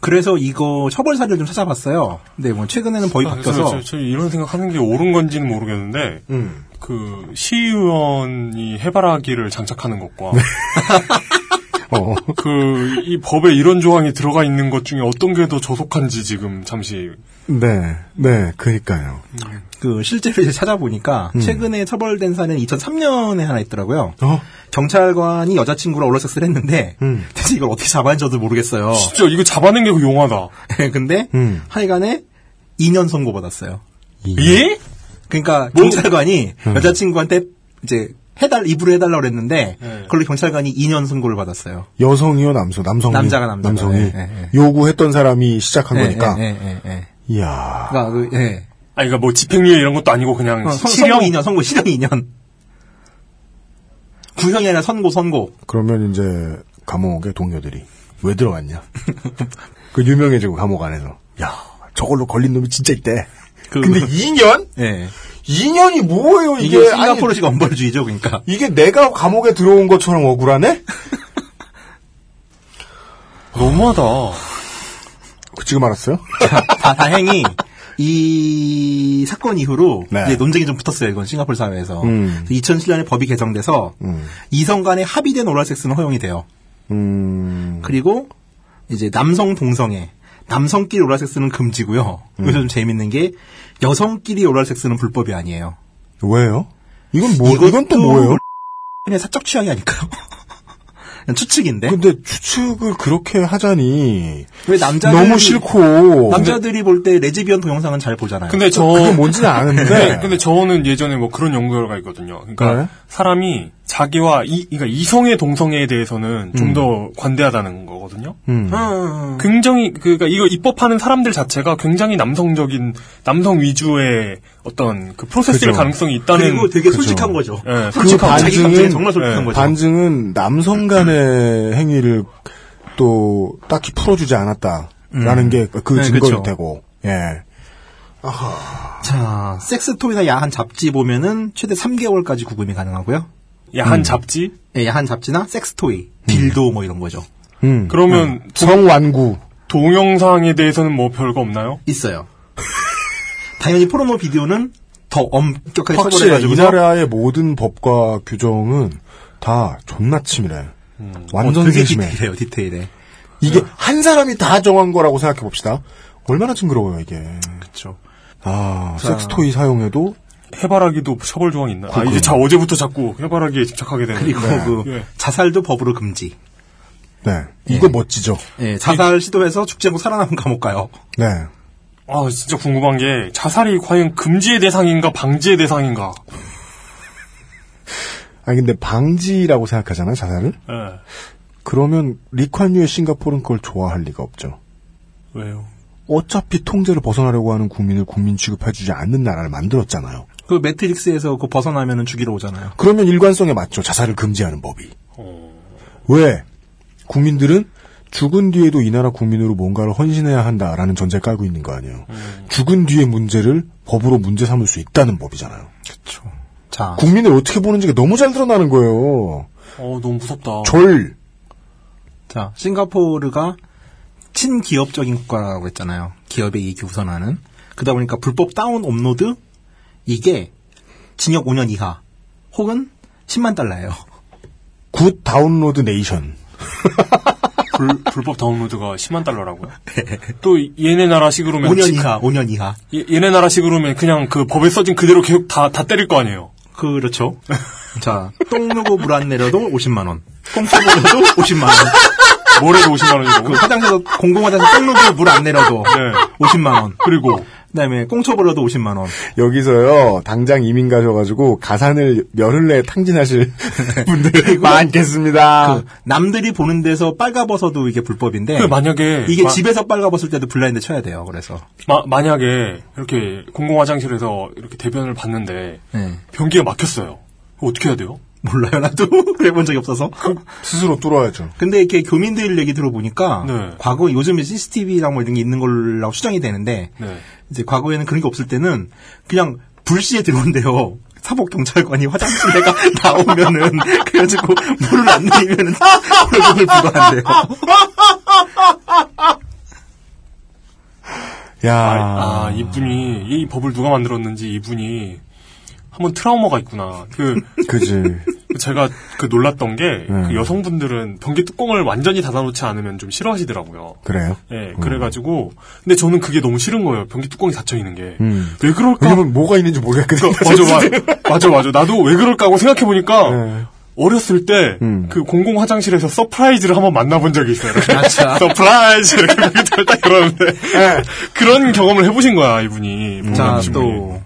Speaker 6: 그래서 이거 처벌 사례를 좀 찾아봤어요. 근데 뭐 최근에는 법이
Speaker 2: 아, 그래서
Speaker 6: 바뀌어서 음.
Speaker 2: 저, 저 이런 생각하는 게 옳은 건지는 모르겠는데 그 시의원이 해바라기를 장착하는 것과
Speaker 6: 네.
Speaker 3: 어.
Speaker 2: [laughs]
Speaker 3: [laughs]
Speaker 2: 그 이 법에 이런 조항이 들어가 있는 것 중에 어떤 게 더 저속한지 지금 잠시
Speaker 3: 네, 네, 그니까요.
Speaker 6: 그 실제로 이제 찾아보니까
Speaker 2: 음.
Speaker 6: 최근에 처벌된 사례는 2003년에 하나 있더라고요.
Speaker 3: 어?
Speaker 6: 경찰관이 여자친구랑 오라섹스를 했는데
Speaker 3: 음.
Speaker 6: 대체 이걸 어떻게 잡았는지 저도 모르겠어요.
Speaker 2: 진짜 이거 잡아낸 게 그 용하다.
Speaker 6: [laughs] 근데
Speaker 3: 음.
Speaker 6: 하여간에 2년 선고 받았어요.
Speaker 2: 예?
Speaker 6: 그러니까 경찰관이 여자친구한테 이제 해달 입으로 해달라고 그랬는데 그걸로 경찰관이 2년 선고를 받았어요.
Speaker 3: 여성이요, 남성, 남성이.
Speaker 6: 남자가 남자가,
Speaker 3: 남성이.
Speaker 6: 예, 예,
Speaker 3: 요구했던 사람이 시작한 거니까.
Speaker 6: 예, 예, 예, 예.
Speaker 3: 이야.
Speaker 6: 그러니까 그, 예.
Speaker 2: 아, 그러니까 뭐 집행유예 이런 것도 아니고 그냥
Speaker 6: 어, 선-
Speaker 2: 실형.
Speaker 6: 선고 2년, 선고 실형 2년. 구형이 아니라 선고, 선고.
Speaker 3: 그러면 이제, 감옥에 동료들이. 왜
Speaker 6: [laughs]
Speaker 3: 들어왔냐? 그 유명해지고, 감옥 안에서. 야, 저걸로 걸린 놈이 진짜 있대.
Speaker 6: 그- [laughs]
Speaker 3: 근데 2년?
Speaker 6: 예.
Speaker 3: 2년이 뭐예요, 이게?
Speaker 6: 이게
Speaker 3: 아니,
Speaker 6: 싱가포르식 엄벌주의죠, 그러니까.
Speaker 3: 이게 내가 감옥에 들어온 것처럼 억울하네?
Speaker 2: 너무하다.
Speaker 3: 그 지금 알았어요?
Speaker 6: 다, 다행히 이 사건 이후로
Speaker 3: 네.
Speaker 6: 이제 논쟁이 좀 붙었어요. 이건 싱가포르 사회에서
Speaker 3: 음.
Speaker 6: 2007년에 법이 개정돼서
Speaker 3: 음.
Speaker 6: 이성 간에 합의된 오랄 섹스는 허용이 돼요. 음.
Speaker 3: 음,
Speaker 6: 그리고 이제 남성 동성애. 남성끼리 오랄섹스는 금지고요. 여기서 좀 재밌는 게 여성끼리 오랄섹스는 불법이 아니에요.
Speaker 3: 왜요? 이건 뭐, 이건 또 뭐예요?
Speaker 6: 그냥 사적 취향이 아닐까요? [laughs] 그냥 추측인데.
Speaker 3: 근데 추측을 그렇게 하자니
Speaker 6: 왜 남자들
Speaker 3: 너무 싫고
Speaker 6: 남자들이 볼 때 레즈비언 동영상은 잘 보잖아요.
Speaker 2: 근데 저
Speaker 6: 그게 [laughs]
Speaker 2: 네, 근데 저는 예전에 뭐 그런 연구 결과 있거든요. 그러니까
Speaker 6: 네.
Speaker 2: 사람이 자기와 이 그러니까 이성의 동성애에 대해서는
Speaker 6: 음.
Speaker 2: 좀 더 관대하다는 거거든요.
Speaker 3: 음.
Speaker 2: 굉장히 그러니까 이거 입법하는 사람들 자체가 굉장히 남성적인 남성 위주의 어떤 그 프로세스일
Speaker 3: 그죠.
Speaker 2: 가능성이 있다는
Speaker 3: 그리고 되게 솔직한
Speaker 6: 거죠.
Speaker 2: 예,
Speaker 3: 그
Speaker 2: 솔직한
Speaker 3: 반증은-
Speaker 2: 거죠. 예.
Speaker 3: 반증은 남성 간의 행위를 또 딱히 풀어주지 않았다라는
Speaker 6: 음.
Speaker 3: 게 그
Speaker 6: 네,
Speaker 3: 증거일
Speaker 6: 그쵸.
Speaker 3: 테고. 예.
Speaker 6: 자, 섹스토이나 야한 잡지 보면은 최대 3개월까지 구금이 가능하고요.
Speaker 2: 야한
Speaker 6: 음.
Speaker 2: 잡지?
Speaker 6: 예, 야한 잡지나 섹스토이, 딜도 뭐 이런 거죠. 음.
Speaker 2: 그러면
Speaker 3: 음. 성완구
Speaker 2: 동영상에 대해서는 뭐 별거 없나요?
Speaker 6: 있어요. [laughs] 당연히 포르노 비디오는 더 엄격하게
Speaker 3: 확실히
Speaker 6: 그 처벌해가지고
Speaker 3: 이 나라의 모든 법과 규정은 다 존나 치밀해. 완전
Speaker 6: 음. 어, 되게
Speaker 3: 세심해.
Speaker 6: 디테일해요, 디테일해.
Speaker 3: 이게 한 사람이 다 정한 거라고 생각해 봅시다. 얼마나 징그러워요 이게.
Speaker 6: 그렇죠.
Speaker 3: 아
Speaker 2: 자.
Speaker 3: 섹스토이 사용해도
Speaker 2: 해바라기도 처벌 조항이 있나? 아
Speaker 3: 그렇군요.
Speaker 2: 이제 자 어제부터 자꾸 해바라기에 집착하게 되는.
Speaker 6: 그리고 그 자살도 법으로 금지.
Speaker 3: 네 이거 멋지죠.
Speaker 6: 예, 자살 시도해서 죽지 않고 살아남은 감옥 가요.
Speaker 3: 네.
Speaker 2: 아 진짜 궁금한 게 자살이 과연 금지의 대상인가 방지의 대상인가?
Speaker 3: 아니 근데 방지라고 생각하잖아요 자살을.
Speaker 2: 예.
Speaker 3: 그러면 리콴유의 싱가포르는 그걸 좋아할 리가 없죠.
Speaker 2: 왜요?
Speaker 3: 어차피 통제를 벗어나려고 하는 국민을 국민 취급해주지 않는 나라를 만들었잖아요.
Speaker 6: 그 매트릭스에서 그 벗어나면은 죽이러 오잖아요.
Speaker 3: 그러면 일관성에 맞죠. 자살을 금지하는 법이. 왜? 국민들은 죽은 뒤에도 이 나라 국민으로 뭔가를 헌신해야 한다라는 전제 깔고 있는 거 아니에요. 죽은 뒤의 문제를 법으로 문제 삼을 수 있다는 법이잖아요.
Speaker 6: 자,
Speaker 3: 국민을 어떻게 보는지가 너무 잘 드러나는 거예요.
Speaker 2: 어 너무 무섭다.
Speaker 3: 졸.
Speaker 6: 자, 싱가포르가 친기업적인 국가라고 했잖아요. 기업의 이익이 우선하는. 그러다 보니까 불법 다운 업로드 이게 징역 5년 이하 혹은 10만 달러예요.
Speaker 3: 굿 다운로드 네이션.
Speaker 6: [laughs]
Speaker 2: 불, 불법 다운로드가 10만 달러라고요? 또 얘네 나라식으로면
Speaker 6: 네. 5년
Speaker 2: 지-
Speaker 6: 이하, 5년 이하.
Speaker 2: 얘- 얘네 나라식으로면 그냥 그 법에 써진 그대로 계속 다 다 때릴 거 아니에요? [laughs]
Speaker 6: 그렇죠. 자, 똥 누고 물 안 내려도 50만 원. 똥 써버려도 50만 원.
Speaker 2: 모래도 50만 원이라고.
Speaker 6: 그 화장실에서 공공 화장실 똥 누고 물 안 내려도 50만 원.
Speaker 2: 네. 그리고
Speaker 6: 그다음에 꽁 쳐버려도 50만 원.
Speaker 3: 여기서요, 당장 이민 가셔가지고 가산을 열흘 내에 탕진하실 [laughs] 그 분들 많겠습니다.
Speaker 6: 그 남들이 보는 데서 빨가벗어도 이게 불법인데.
Speaker 2: 아. 그 만약에
Speaker 6: 네. 이게
Speaker 2: 마-
Speaker 6: 집에서 빨가벗을 때도 블라인드 쳐야 돼요. 그래서.
Speaker 2: 마- 만약에 이렇게 공공 화장실에서 이렇게 대변을 봤는데
Speaker 6: 네.
Speaker 2: 변기가 막혔어요. 그거 어떻게 해야 돼요?
Speaker 6: 몰라요, 나도. [laughs] 그래 본 적이 없어서.
Speaker 3: 스스로 뚫어야죠.
Speaker 6: 근데 이렇게 교민들 얘기 들어보니까.
Speaker 2: 네.
Speaker 6: 과거, 요즘에 CCTV랑 뭐 이런 게 있는 걸로 수정이 되는데.
Speaker 2: 네.
Speaker 6: 이제 과거에는 그런 게 없을 때는 그냥 불시에 들어온대요. 사복 경찰관이 화장실에가 [laughs] 나오면은 [laughs] 그래가지고 물을 안 내리면은 벌금을 부과한대요.
Speaker 2: 아,
Speaker 3: 야,
Speaker 2: 아, 이분이 이 법을 누가 만들었는지 이분이 한번 트라우마가 있구나. 그
Speaker 3: 그지.
Speaker 2: 제가 그 놀랐던 게
Speaker 3: 네.
Speaker 2: 그 여성분들은 변기 뚜껑을 완전히 닫아놓지 않으면 좀 싫어하시더라고요.
Speaker 3: 그래요.
Speaker 2: 예, 그래가지고 근데 저는 그게 너무 싫은 거예요. 변기 뚜껑이 닫혀 있는 게.
Speaker 3: 음.
Speaker 2: 왜 그럴까?
Speaker 3: 왜냐면 뭐가 있는지 모르겠거든요.
Speaker 2: 그러니까 [laughs] 맞아, 맞아, 맞아, 맞아. 나도 왜 그럴까 하고 생각해 보니까
Speaker 3: 네.
Speaker 2: 어렸을 때 그 공공 화장실에서 서프라이즈를 한번 만나본 적이 있어요. 이렇게 [laughs]
Speaker 6: 아차.
Speaker 2: 서프라이즈 이렇게 [laughs] 딱 그러는데 그런 경험을 해보신 거야 이분이.
Speaker 6: 자,
Speaker 2: 분이.
Speaker 6: 음. 아, 또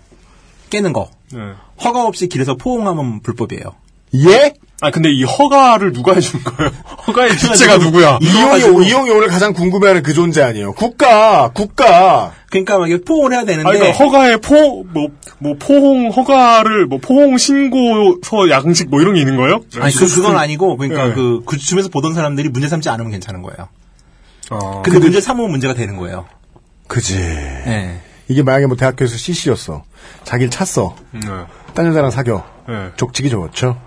Speaker 6: 깨는 거.
Speaker 2: 네.
Speaker 6: 허가 없이 길에서 포옹하면 불법이에요.
Speaker 3: [laughs] 예?
Speaker 2: 아 근데 이 허가를 누가 해준 거예요? 허가의 [laughs] 주체가 누구야?
Speaker 3: 이용이, 이용이 오늘 가장 궁금해하는 그 존재 아니에요. 국가, 국가.
Speaker 6: 그러니까 막 이렇게 포옹을 해야 되는데
Speaker 2: 아니, 그러니까 허가에 포, 뭐, 뭐, 포홍 허가를, 뭐, 포홍 신고서 양식 뭐 이런 게 있는 거예요?
Speaker 6: 아니, 그, 그건 아니고 그러니까
Speaker 2: 네.
Speaker 6: 그, 그 주변에서 보던 사람들이 문제 삼지 않으면 괜찮은 거예요.
Speaker 2: 아.
Speaker 6: 근데 문제 삼으면 문제가 되는 거예요.
Speaker 3: 그지.
Speaker 6: 예.
Speaker 3: 이게 만약에 뭐 대학교에서 CC였어. 자기를 찼어.
Speaker 2: 네.
Speaker 3: 딴 여자랑 사겨.
Speaker 2: 네.
Speaker 3: 족치기 좋죠.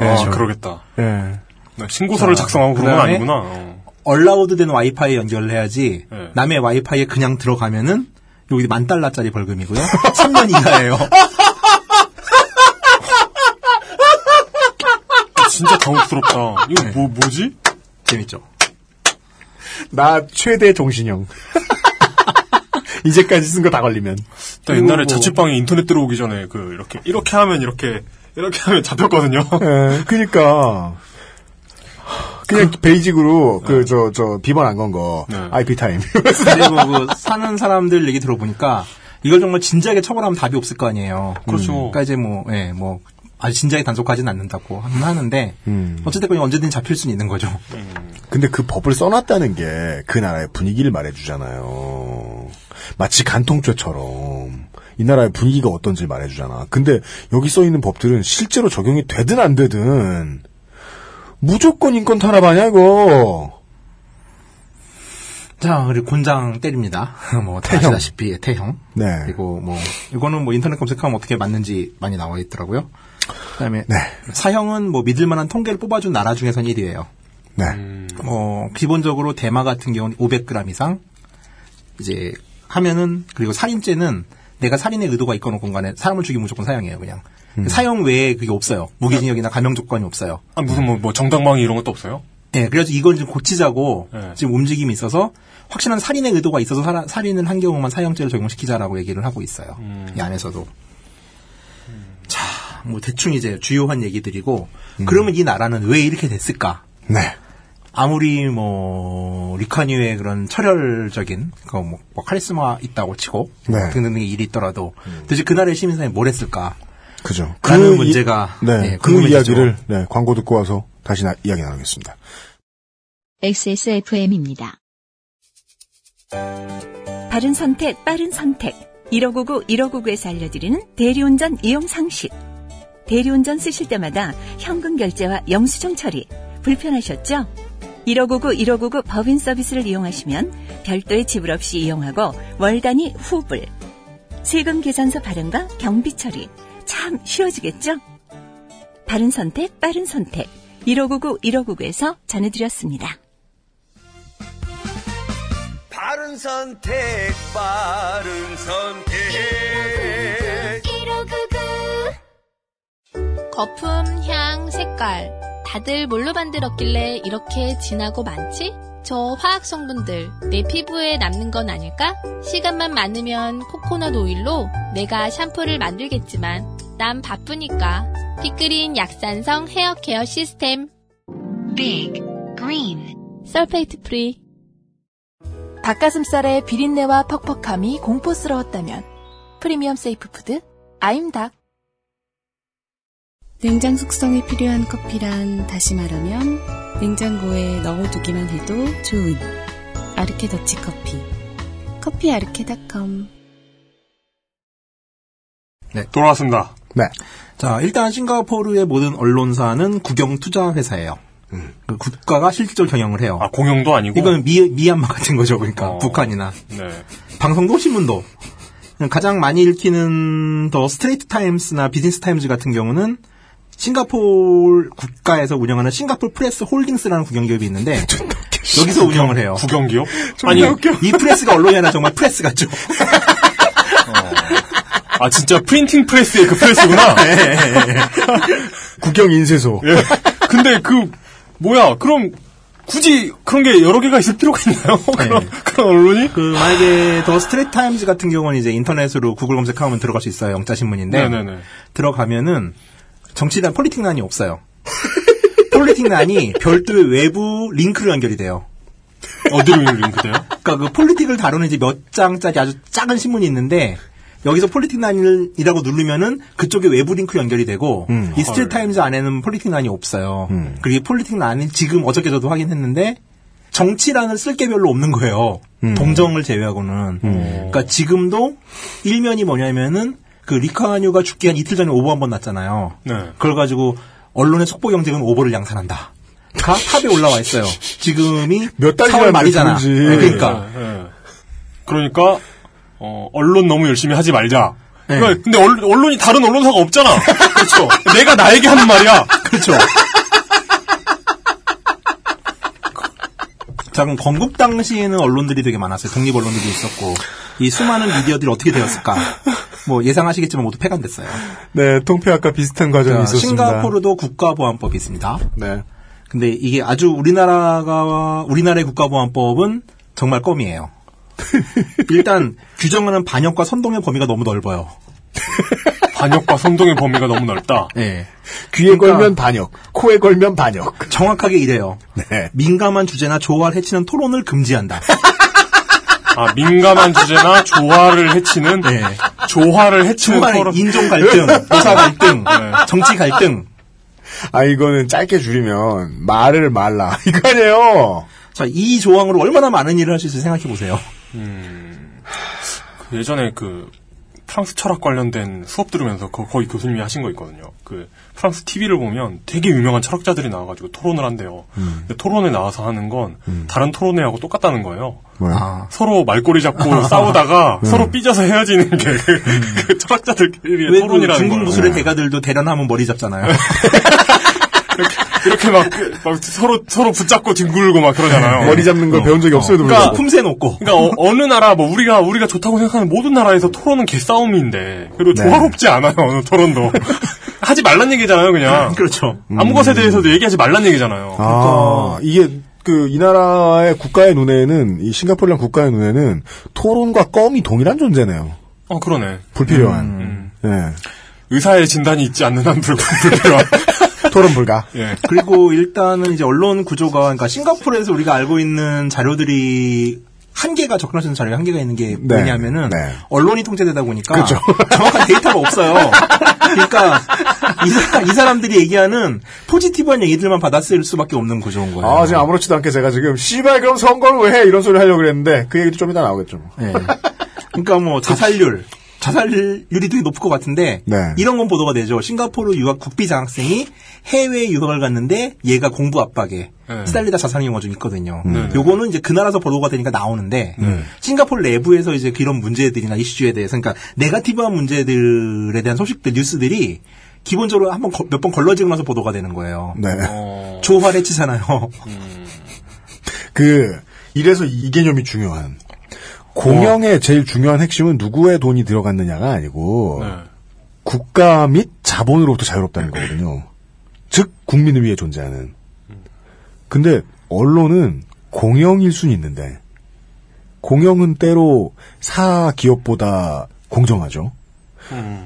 Speaker 2: 아, 그러겠다.
Speaker 3: 예.
Speaker 2: 네, 신고서를
Speaker 6: 자,
Speaker 2: 작성하고 그런 건
Speaker 6: 그다음에
Speaker 2: 아니구나. 어.
Speaker 6: 얼라우드 된 와이파이에 연결을 해야지
Speaker 2: 네.
Speaker 6: 남의 와이파이에 그냥 들어가면은 여기 만 달러짜리 벌금이고요. [laughs] 3년 이하예요.
Speaker 2: 진짜 당혹스럽다. 이거 뭐, 뭐지?
Speaker 6: 재밌죠. 나 최대
Speaker 3: [laughs]
Speaker 6: 정신형. 이제까지 쓴 거 다 걸리면.
Speaker 2: 나 옛날에 자취방에 인터넷 들어오기 전에 그 이렇게 이렇게 하면 이렇게 이렇게 하면 잡혔거든요.
Speaker 6: 예, 그니까. 그냥 네. 베이직으로 그 저 저 비번 안 건 거.
Speaker 3: 그
Speaker 6: IP 타임. 그리고 그 사는 사람들 얘기 들어보니까 이걸 정말 진지하게 처벌하면 답이 없을 거 아니에요.
Speaker 2: 그렇죠.
Speaker 6: 그러니까 이제 뭐 예, 뭐 아주 진지하게 단속하지는 않는다고 하긴 하는데
Speaker 3: 음.
Speaker 6: 어쨌든 그냥 언제든 지 잡힐 수는 있는 거죠.
Speaker 3: [laughs]
Speaker 2: 네.
Speaker 3: 근데 그 법을 써놨다는 게 그 나라의 분위기를 말해주잖아요. 마치 간통죄처럼 이 나라의 분위기가 어떤지 말해주잖아. 근데 여기 써 있는 법들은 실제로 적용이 되든 안 되든 무조건 인권 탄압 아니야 이거.
Speaker 6: 자, 그리고 곤장 때립니다. [laughs] 뭐, 다
Speaker 3: 태형.
Speaker 6: 아시다시피, 예, 태형.
Speaker 3: 네.
Speaker 6: 그리고 뭐, 이거는 뭐 인터넷 검색하면 어떻게 맞는지 많이 나와 있더라고요. 그 다음에, 사형은 뭐 믿을만한 통계를 뽑아준 나라 중에선 1위예요
Speaker 3: 네.
Speaker 6: 어, 기본적으로 대마 같은 경우는 500g 이상, 이제, 하면은, 그리고 살인죄는 내가 살인의 의도가 있거나 공간에 사람을 죽이면 무조건 사형이에요, 그냥. 사형 외에 그게 없어요. 무기징역이나 감형 조건이 없어요.
Speaker 2: [laughs] 아, 무슨 뭐, 뭐 정당방위 이런 것도 없어요?
Speaker 6: 네, 그래서 이걸 좀 고치자고 지금 움직임이 있어서 확실한 살인의 의도가 있어서 살아- 살인을 한 경우만 사형죄를 적용시키자라고 얘기를 하고 있어요. 이 안에서도. 자, 뭐 대충 이제 주요한 얘기들이고 그러면 이 나라는 왜 이렇게 됐을까?
Speaker 3: 네.
Speaker 6: 아무리 뭐 리카니의 그런 철혈적인 그뭐 뭐 카리스마 있다고 치고
Speaker 3: 네.
Speaker 6: 등등등의 일이 있더라도 도대체 그날의 시민사회 뭘 했을까?
Speaker 3: 그죠.
Speaker 6: 라는 문제가,
Speaker 3: 이, 네.
Speaker 6: 예,
Speaker 3: 그
Speaker 6: 궁금해지죠.
Speaker 3: 이야기를 네, 광고 듣고 와서 다시 나- 이야기 나누겠습니다.
Speaker 1: XSFM입니다.
Speaker 11: 바른 선택, 빠른 선택. 1599, 1599에서 알려드리는 대리운전 이용 상식. 대리운전 쓰실 때마다 현금 결제와 영수증 처리. 불편하셨죠? 1599, 1599 법인 서비스를 이용하시면 별도의 지불 없이 이용하고 월 단위 후불. 세금 계산서 발행과 경비 처리. 참 쉬워지겠죠? 바른 선택, 빠른 선택. 1599, 1599에서 전해드렸습니다.
Speaker 12: 바른 선택, 바른 선택.
Speaker 13: 거품, 향, 색깔. 다들 뭘로 만들었길래 이렇게 진하고 많지? 저 화학 성분들 내 피부에 남는 건 아닐까? 시간만 많으면 코코넛 오일로 내가 샴푸를 만들겠지만 난 바쁘니까 피크린 약산성 헤어 케어 시스템 빅 그린 설페이트 프리
Speaker 7: 닭가슴살의 비린내와 퍽퍽함이 공포스러웠다면 프리미엄 세이프푸드 아임닭
Speaker 9: 냉장 숙성이 필요한 커피란 다시 말하면 냉장고에 넣어두기만 해도 좋은 아르케 더치 커피. 커피 아르케닷컴.
Speaker 6: 네.
Speaker 2: 돌아왔습니다.
Speaker 3: 네.
Speaker 6: 자, 일단 싱가포르의 모든 언론사는 국영 투자 회사예요. 그 국가가 실질적으로 경영을 해요. 아,
Speaker 2: 공영도 아니고?
Speaker 6: 이건 미, 미얀마 같은 거죠. 그러니까
Speaker 2: 어.
Speaker 6: 북한이나.
Speaker 2: 네.
Speaker 6: 방송도 신문도. 가장 많이 읽히는 더 스트레이트 타임스나 비즈니스 타임즈 같은 경우는 싱가포르 국가에서 운영하는 싱가포르 프레스 홀딩스라는
Speaker 2: [laughs]
Speaker 6: 국영기업이 있는데 여기서 운영을 해요. [laughs]
Speaker 2: 국영기업?
Speaker 6: 아니, 이 프레스가 언론이 아니라 정말
Speaker 2: [laughs]
Speaker 6: 프레스 같죠.
Speaker 2: 아, 진짜 프린팅 프레스의 그
Speaker 6: [laughs]
Speaker 2: 프레스구나.
Speaker 6: 네.
Speaker 3: 국영 인쇄소.
Speaker 2: 예. 근데 그, 뭐야, 그럼 굳이 그런 게 여러 개가 있을 필요가 있나요? [laughs] 그런, 그런 언론이?
Speaker 6: 네. 그 만약에 더 스트레이트 타임즈 같은 경우는 이제 인터넷으로 구글 검색하면 들어갈 수 있어요. 영자 신문인데
Speaker 2: 네네네.
Speaker 6: 들어가면은 정치단 폴리틱란이 없어요. [laughs] 폴리틱란이 별도의 외부 링크로 연결이 돼요.
Speaker 2: 어디로 링크돼요?
Speaker 6: 그러니까 그 폴리틱을 다루는 이제 몇 장짜리 아주 작은 신문이 있는데 여기서 폴리틱란이라고 누르면은 그쪽에 외부 링크 연결이 되고
Speaker 3: 음.
Speaker 6: 이 스트레이트
Speaker 3: 헐. 음.
Speaker 6: 타임즈 안에는 폴리틱란이 없어요. 그리고 이 폴리틱란이 지금 어저께 저도 확인했는데 정치란을 쓸 게 별로 없는 거예요.
Speaker 3: 음.
Speaker 6: 동정을 제외하고는. 그러니까 지금도 일면이 뭐냐면은 그 리카뉴가 죽기 한 이틀 전에 오버 한 번 났잖아요.
Speaker 2: 네.
Speaker 6: 그걸 가지고 언론의 속보 경쟁은 오버를 양산한다. 다 탑에 올라와 있어요. 지금이
Speaker 3: 몇 달이나
Speaker 6: 4월 말이잖아.
Speaker 3: 그런지.
Speaker 6: 네, 그러니까
Speaker 2: 예, 예. 그러니까, 어, 언론 너무 열심히 하지 말자.
Speaker 6: 네.
Speaker 2: 그러니까 근데 언- 언론이 다른 언론사가 없잖아. 그렇죠. 내가 나에게 하는 말이야.
Speaker 6: 그렇죠. 자, 그럼 건국 당시에는 언론들이 되게 많았어요. 독립 언론들도 있었고. 이 수많은 미디어들이 어떻게 되었을까? 뭐 예상하시겠지만 모두 폐간됐어요.
Speaker 3: 네, 통폐 아까 비슷한 과정이
Speaker 6: 자,
Speaker 3: 있었습니다.
Speaker 6: 싱가포르도 국가보안법이 있습니다.
Speaker 3: 네.
Speaker 6: 근데 이게 아주 우리나라가 우리나라의 국가보안법은
Speaker 3: [laughs]
Speaker 6: 정말 껌이에요. 일단 규정하는 반역과 선동의 범위가 너무 넓어요.
Speaker 2: 반역과 선동의 범위가 너무 넓다.
Speaker 6: 네.
Speaker 3: 귀에 걸면 반역, 그러니까 코에 걸면 반역.
Speaker 6: 정확하게 이래요.
Speaker 3: 네.
Speaker 6: 민감한 주제나 조화를 해치는
Speaker 3: [laughs]
Speaker 6: 토론을 금지한다.
Speaker 2: 아, 민감한 주제나 조화를 해치는 조화를 해치는
Speaker 6: 네. 정말
Speaker 2: 토론.
Speaker 3: [laughs]
Speaker 6: 인종 갈등, 노사 갈등,
Speaker 3: 네.
Speaker 6: 정치 갈등.
Speaker 3: 아 이거는 짧게 줄이면 말을 말라 [laughs] 이거 아니에요.
Speaker 6: 자, 이 조항으로 얼마나 많은 일을 할 수 있을지 생각해 보세요.
Speaker 2: 음, 그 예전에 그 프랑스 철학 관련된 수업 들으면서 거, 거의 교수님이 하신 거 있거든요. 그 프랑스 TV를 보면 되게 유명한 철학자들이 나와가지고 토론을 한대요.
Speaker 3: 음.
Speaker 2: 근데 토론에 나와서 하는 건 다른 토론회하고 똑같다는 거예요.
Speaker 6: 아.
Speaker 3: 뭐야?
Speaker 2: 서로 말꼬리
Speaker 3: [laughs]
Speaker 2: 잡고 싸우다가
Speaker 6: 음.
Speaker 2: 서로 삐져서 헤어지는 게
Speaker 3: 음.
Speaker 2: 그 철학자들끼리의
Speaker 6: 왜그
Speaker 2: 토론이라는
Speaker 6: 중국
Speaker 2: 거예요. 네.
Speaker 6: 무술의 대가들도 대련하면 머리 잡잖아요.
Speaker 2: 이렇게 막, 그, 막 서로 서로 붙잡고 뒹굴고 막 그러잖아요.
Speaker 3: 머리 잡는 걸 배운 적이 네. 없어요,
Speaker 2: 그러니까
Speaker 3: 그러니까
Speaker 6: 아, 품새 놓고.
Speaker 2: 그러니까 어, 느 나라 뭐 우리가 우리가 좋다고 생각하는 모든 나라에서 토론은 개싸움인데 그리고
Speaker 3: 네.
Speaker 2: 조화롭지 않아요 어느 토론도 [laughs] 하지 말란 얘기잖아요 [laughs]
Speaker 3: [laughs]
Speaker 2: 그냥. 음.
Speaker 6: 그렇죠.
Speaker 2: 아무 것에 대해서도 얘기하지 말란 얘기잖아요.
Speaker 3: 음. 아 이게 그 이 나라의 국가의 눈에는 이 싱가포르랑 국가의 눈에는 토론과 껌이 동일한 존재네요.
Speaker 2: 어 그러네.
Speaker 3: 불필요한. 네.
Speaker 2: 의사의 진단이 있지 않는 한 불- 불필요한. [laughs] 예.
Speaker 3: 토론 불가.
Speaker 6: 그리고 일단은 이제 언론 구조가 그러니까 싱가포르에서 우리가 알고 있는 자료들이 한계가 접근할 수 있는 자료가 한계가 있는 게
Speaker 3: 네.
Speaker 6: 뭐냐면은 언론이 통제되다 보니까
Speaker 3: 그렇죠.
Speaker 6: [laughs] 정확한 데이터가 없어요. 그러니까 이, 사- 이 사람들이 얘기하는 포지티브한 얘기들만 받아쓸 수밖에 없는 구조인 거예요.
Speaker 3: 아 지금 아무렇지도 않게 제가 지금 씨발 그럼 선거를 왜 해? 이런 소리 하려고 그랬는데 그 얘기도 좀 이따 나오겠죠.
Speaker 6: 네. 그러니까 뭐 자살률. 자살률이 되게 높을 것 같은데
Speaker 3: 네.
Speaker 6: 이런 건 보도가 되죠. 싱가포르 유학 국비 장학생이 해외 유학을 갔는데 얘가 공부 압박에
Speaker 5: 네.
Speaker 6: 시달리다 자살한 경우가 좀 있거든요.
Speaker 3: 음.
Speaker 5: 네.
Speaker 6: 요거는 이제 그 나라에서 보도가 되니까 나오는데 싱가포르 내부에서 이제 그런 문제들이나 이슈에 대해서 그러니까 네가티브한 문제들에 대한 소식들 뉴스들이 기본적으로 한번 몇 번 걸러지고 나서 보도가 되는 거예요.
Speaker 3: 네.
Speaker 5: 어.
Speaker 6: 조화를 치잖아요.
Speaker 3: 그 이래서 이 개념이 중요한 공영의 제일 중요한 핵심은 누구의 돈이 들어갔느냐가 아니고
Speaker 2: 네.
Speaker 3: 국가 및 자본으로부터 자유롭다는 거거든요. 즉 국민을 위해 존재하는. 근데 언론은 공영일 순 있는데 공영은 때로 사 기업보다 공정하죠.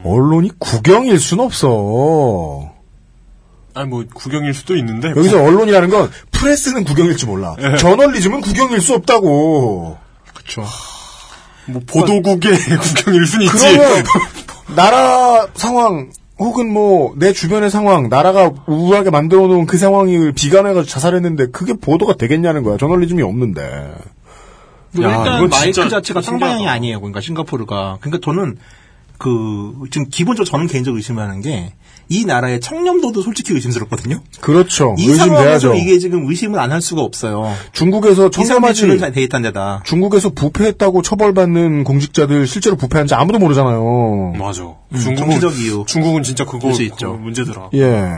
Speaker 3: 언론이 국영일 순 없어.
Speaker 2: 아니 뭐 구경일 수도 있는데 뭐,
Speaker 3: 여기서 언론이라는 건 프레스는 국영일지 몰라.
Speaker 2: 예.
Speaker 3: 저널리즘은 국영일 수 없다고.
Speaker 2: 그렇죠. 뭐 보도국의 [laughs] 국경일 순 있지.
Speaker 3: 그러면 [laughs] 나라 상황 혹은 뭐 내 주변의 상황, 나라가 우울하게 만들어 놓은 그 상황을 비관해가지고 자살했는데 그게 보도가 되겠냐는 거야. 저널리즘이 없는데.
Speaker 6: 뭐 일단 마이크 자체가 쌍방향이 아니에요. 그러니까 싱가포르가. 그러니까 저는 그 지금 기본적으로 저는 개인적으로 의심하는 게 이 나라의 청렴도도 솔직히 의심스럽거든요.
Speaker 3: 그렇죠.
Speaker 6: 이 상황에서
Speaker 3: 의심돼야죠.
Speaker 6: 이게 지금 의심을 안 할 수가 없어요.
Speaker 3: 중국에서
Speaker 6: 이 사람들이
Speaker 3: 청렴하지.
Speaker 6: 주는 데이터인데다.
Speaker 3: [laughs] 중국에서 부패했다고 처벌받는 공직자들 실제로 부패한지 아무도 모르잖아요.
Speaker 2: [laughs] 맞아.
Speaker 3: 음,
Speaker 2: 중국은
Speaker 3: 정치적
Speaker 2: 중국은 진짜 그거
Speaker 3: 그럴 수
Speaker 2: 그거 문제더라.
Speaker 3: 예.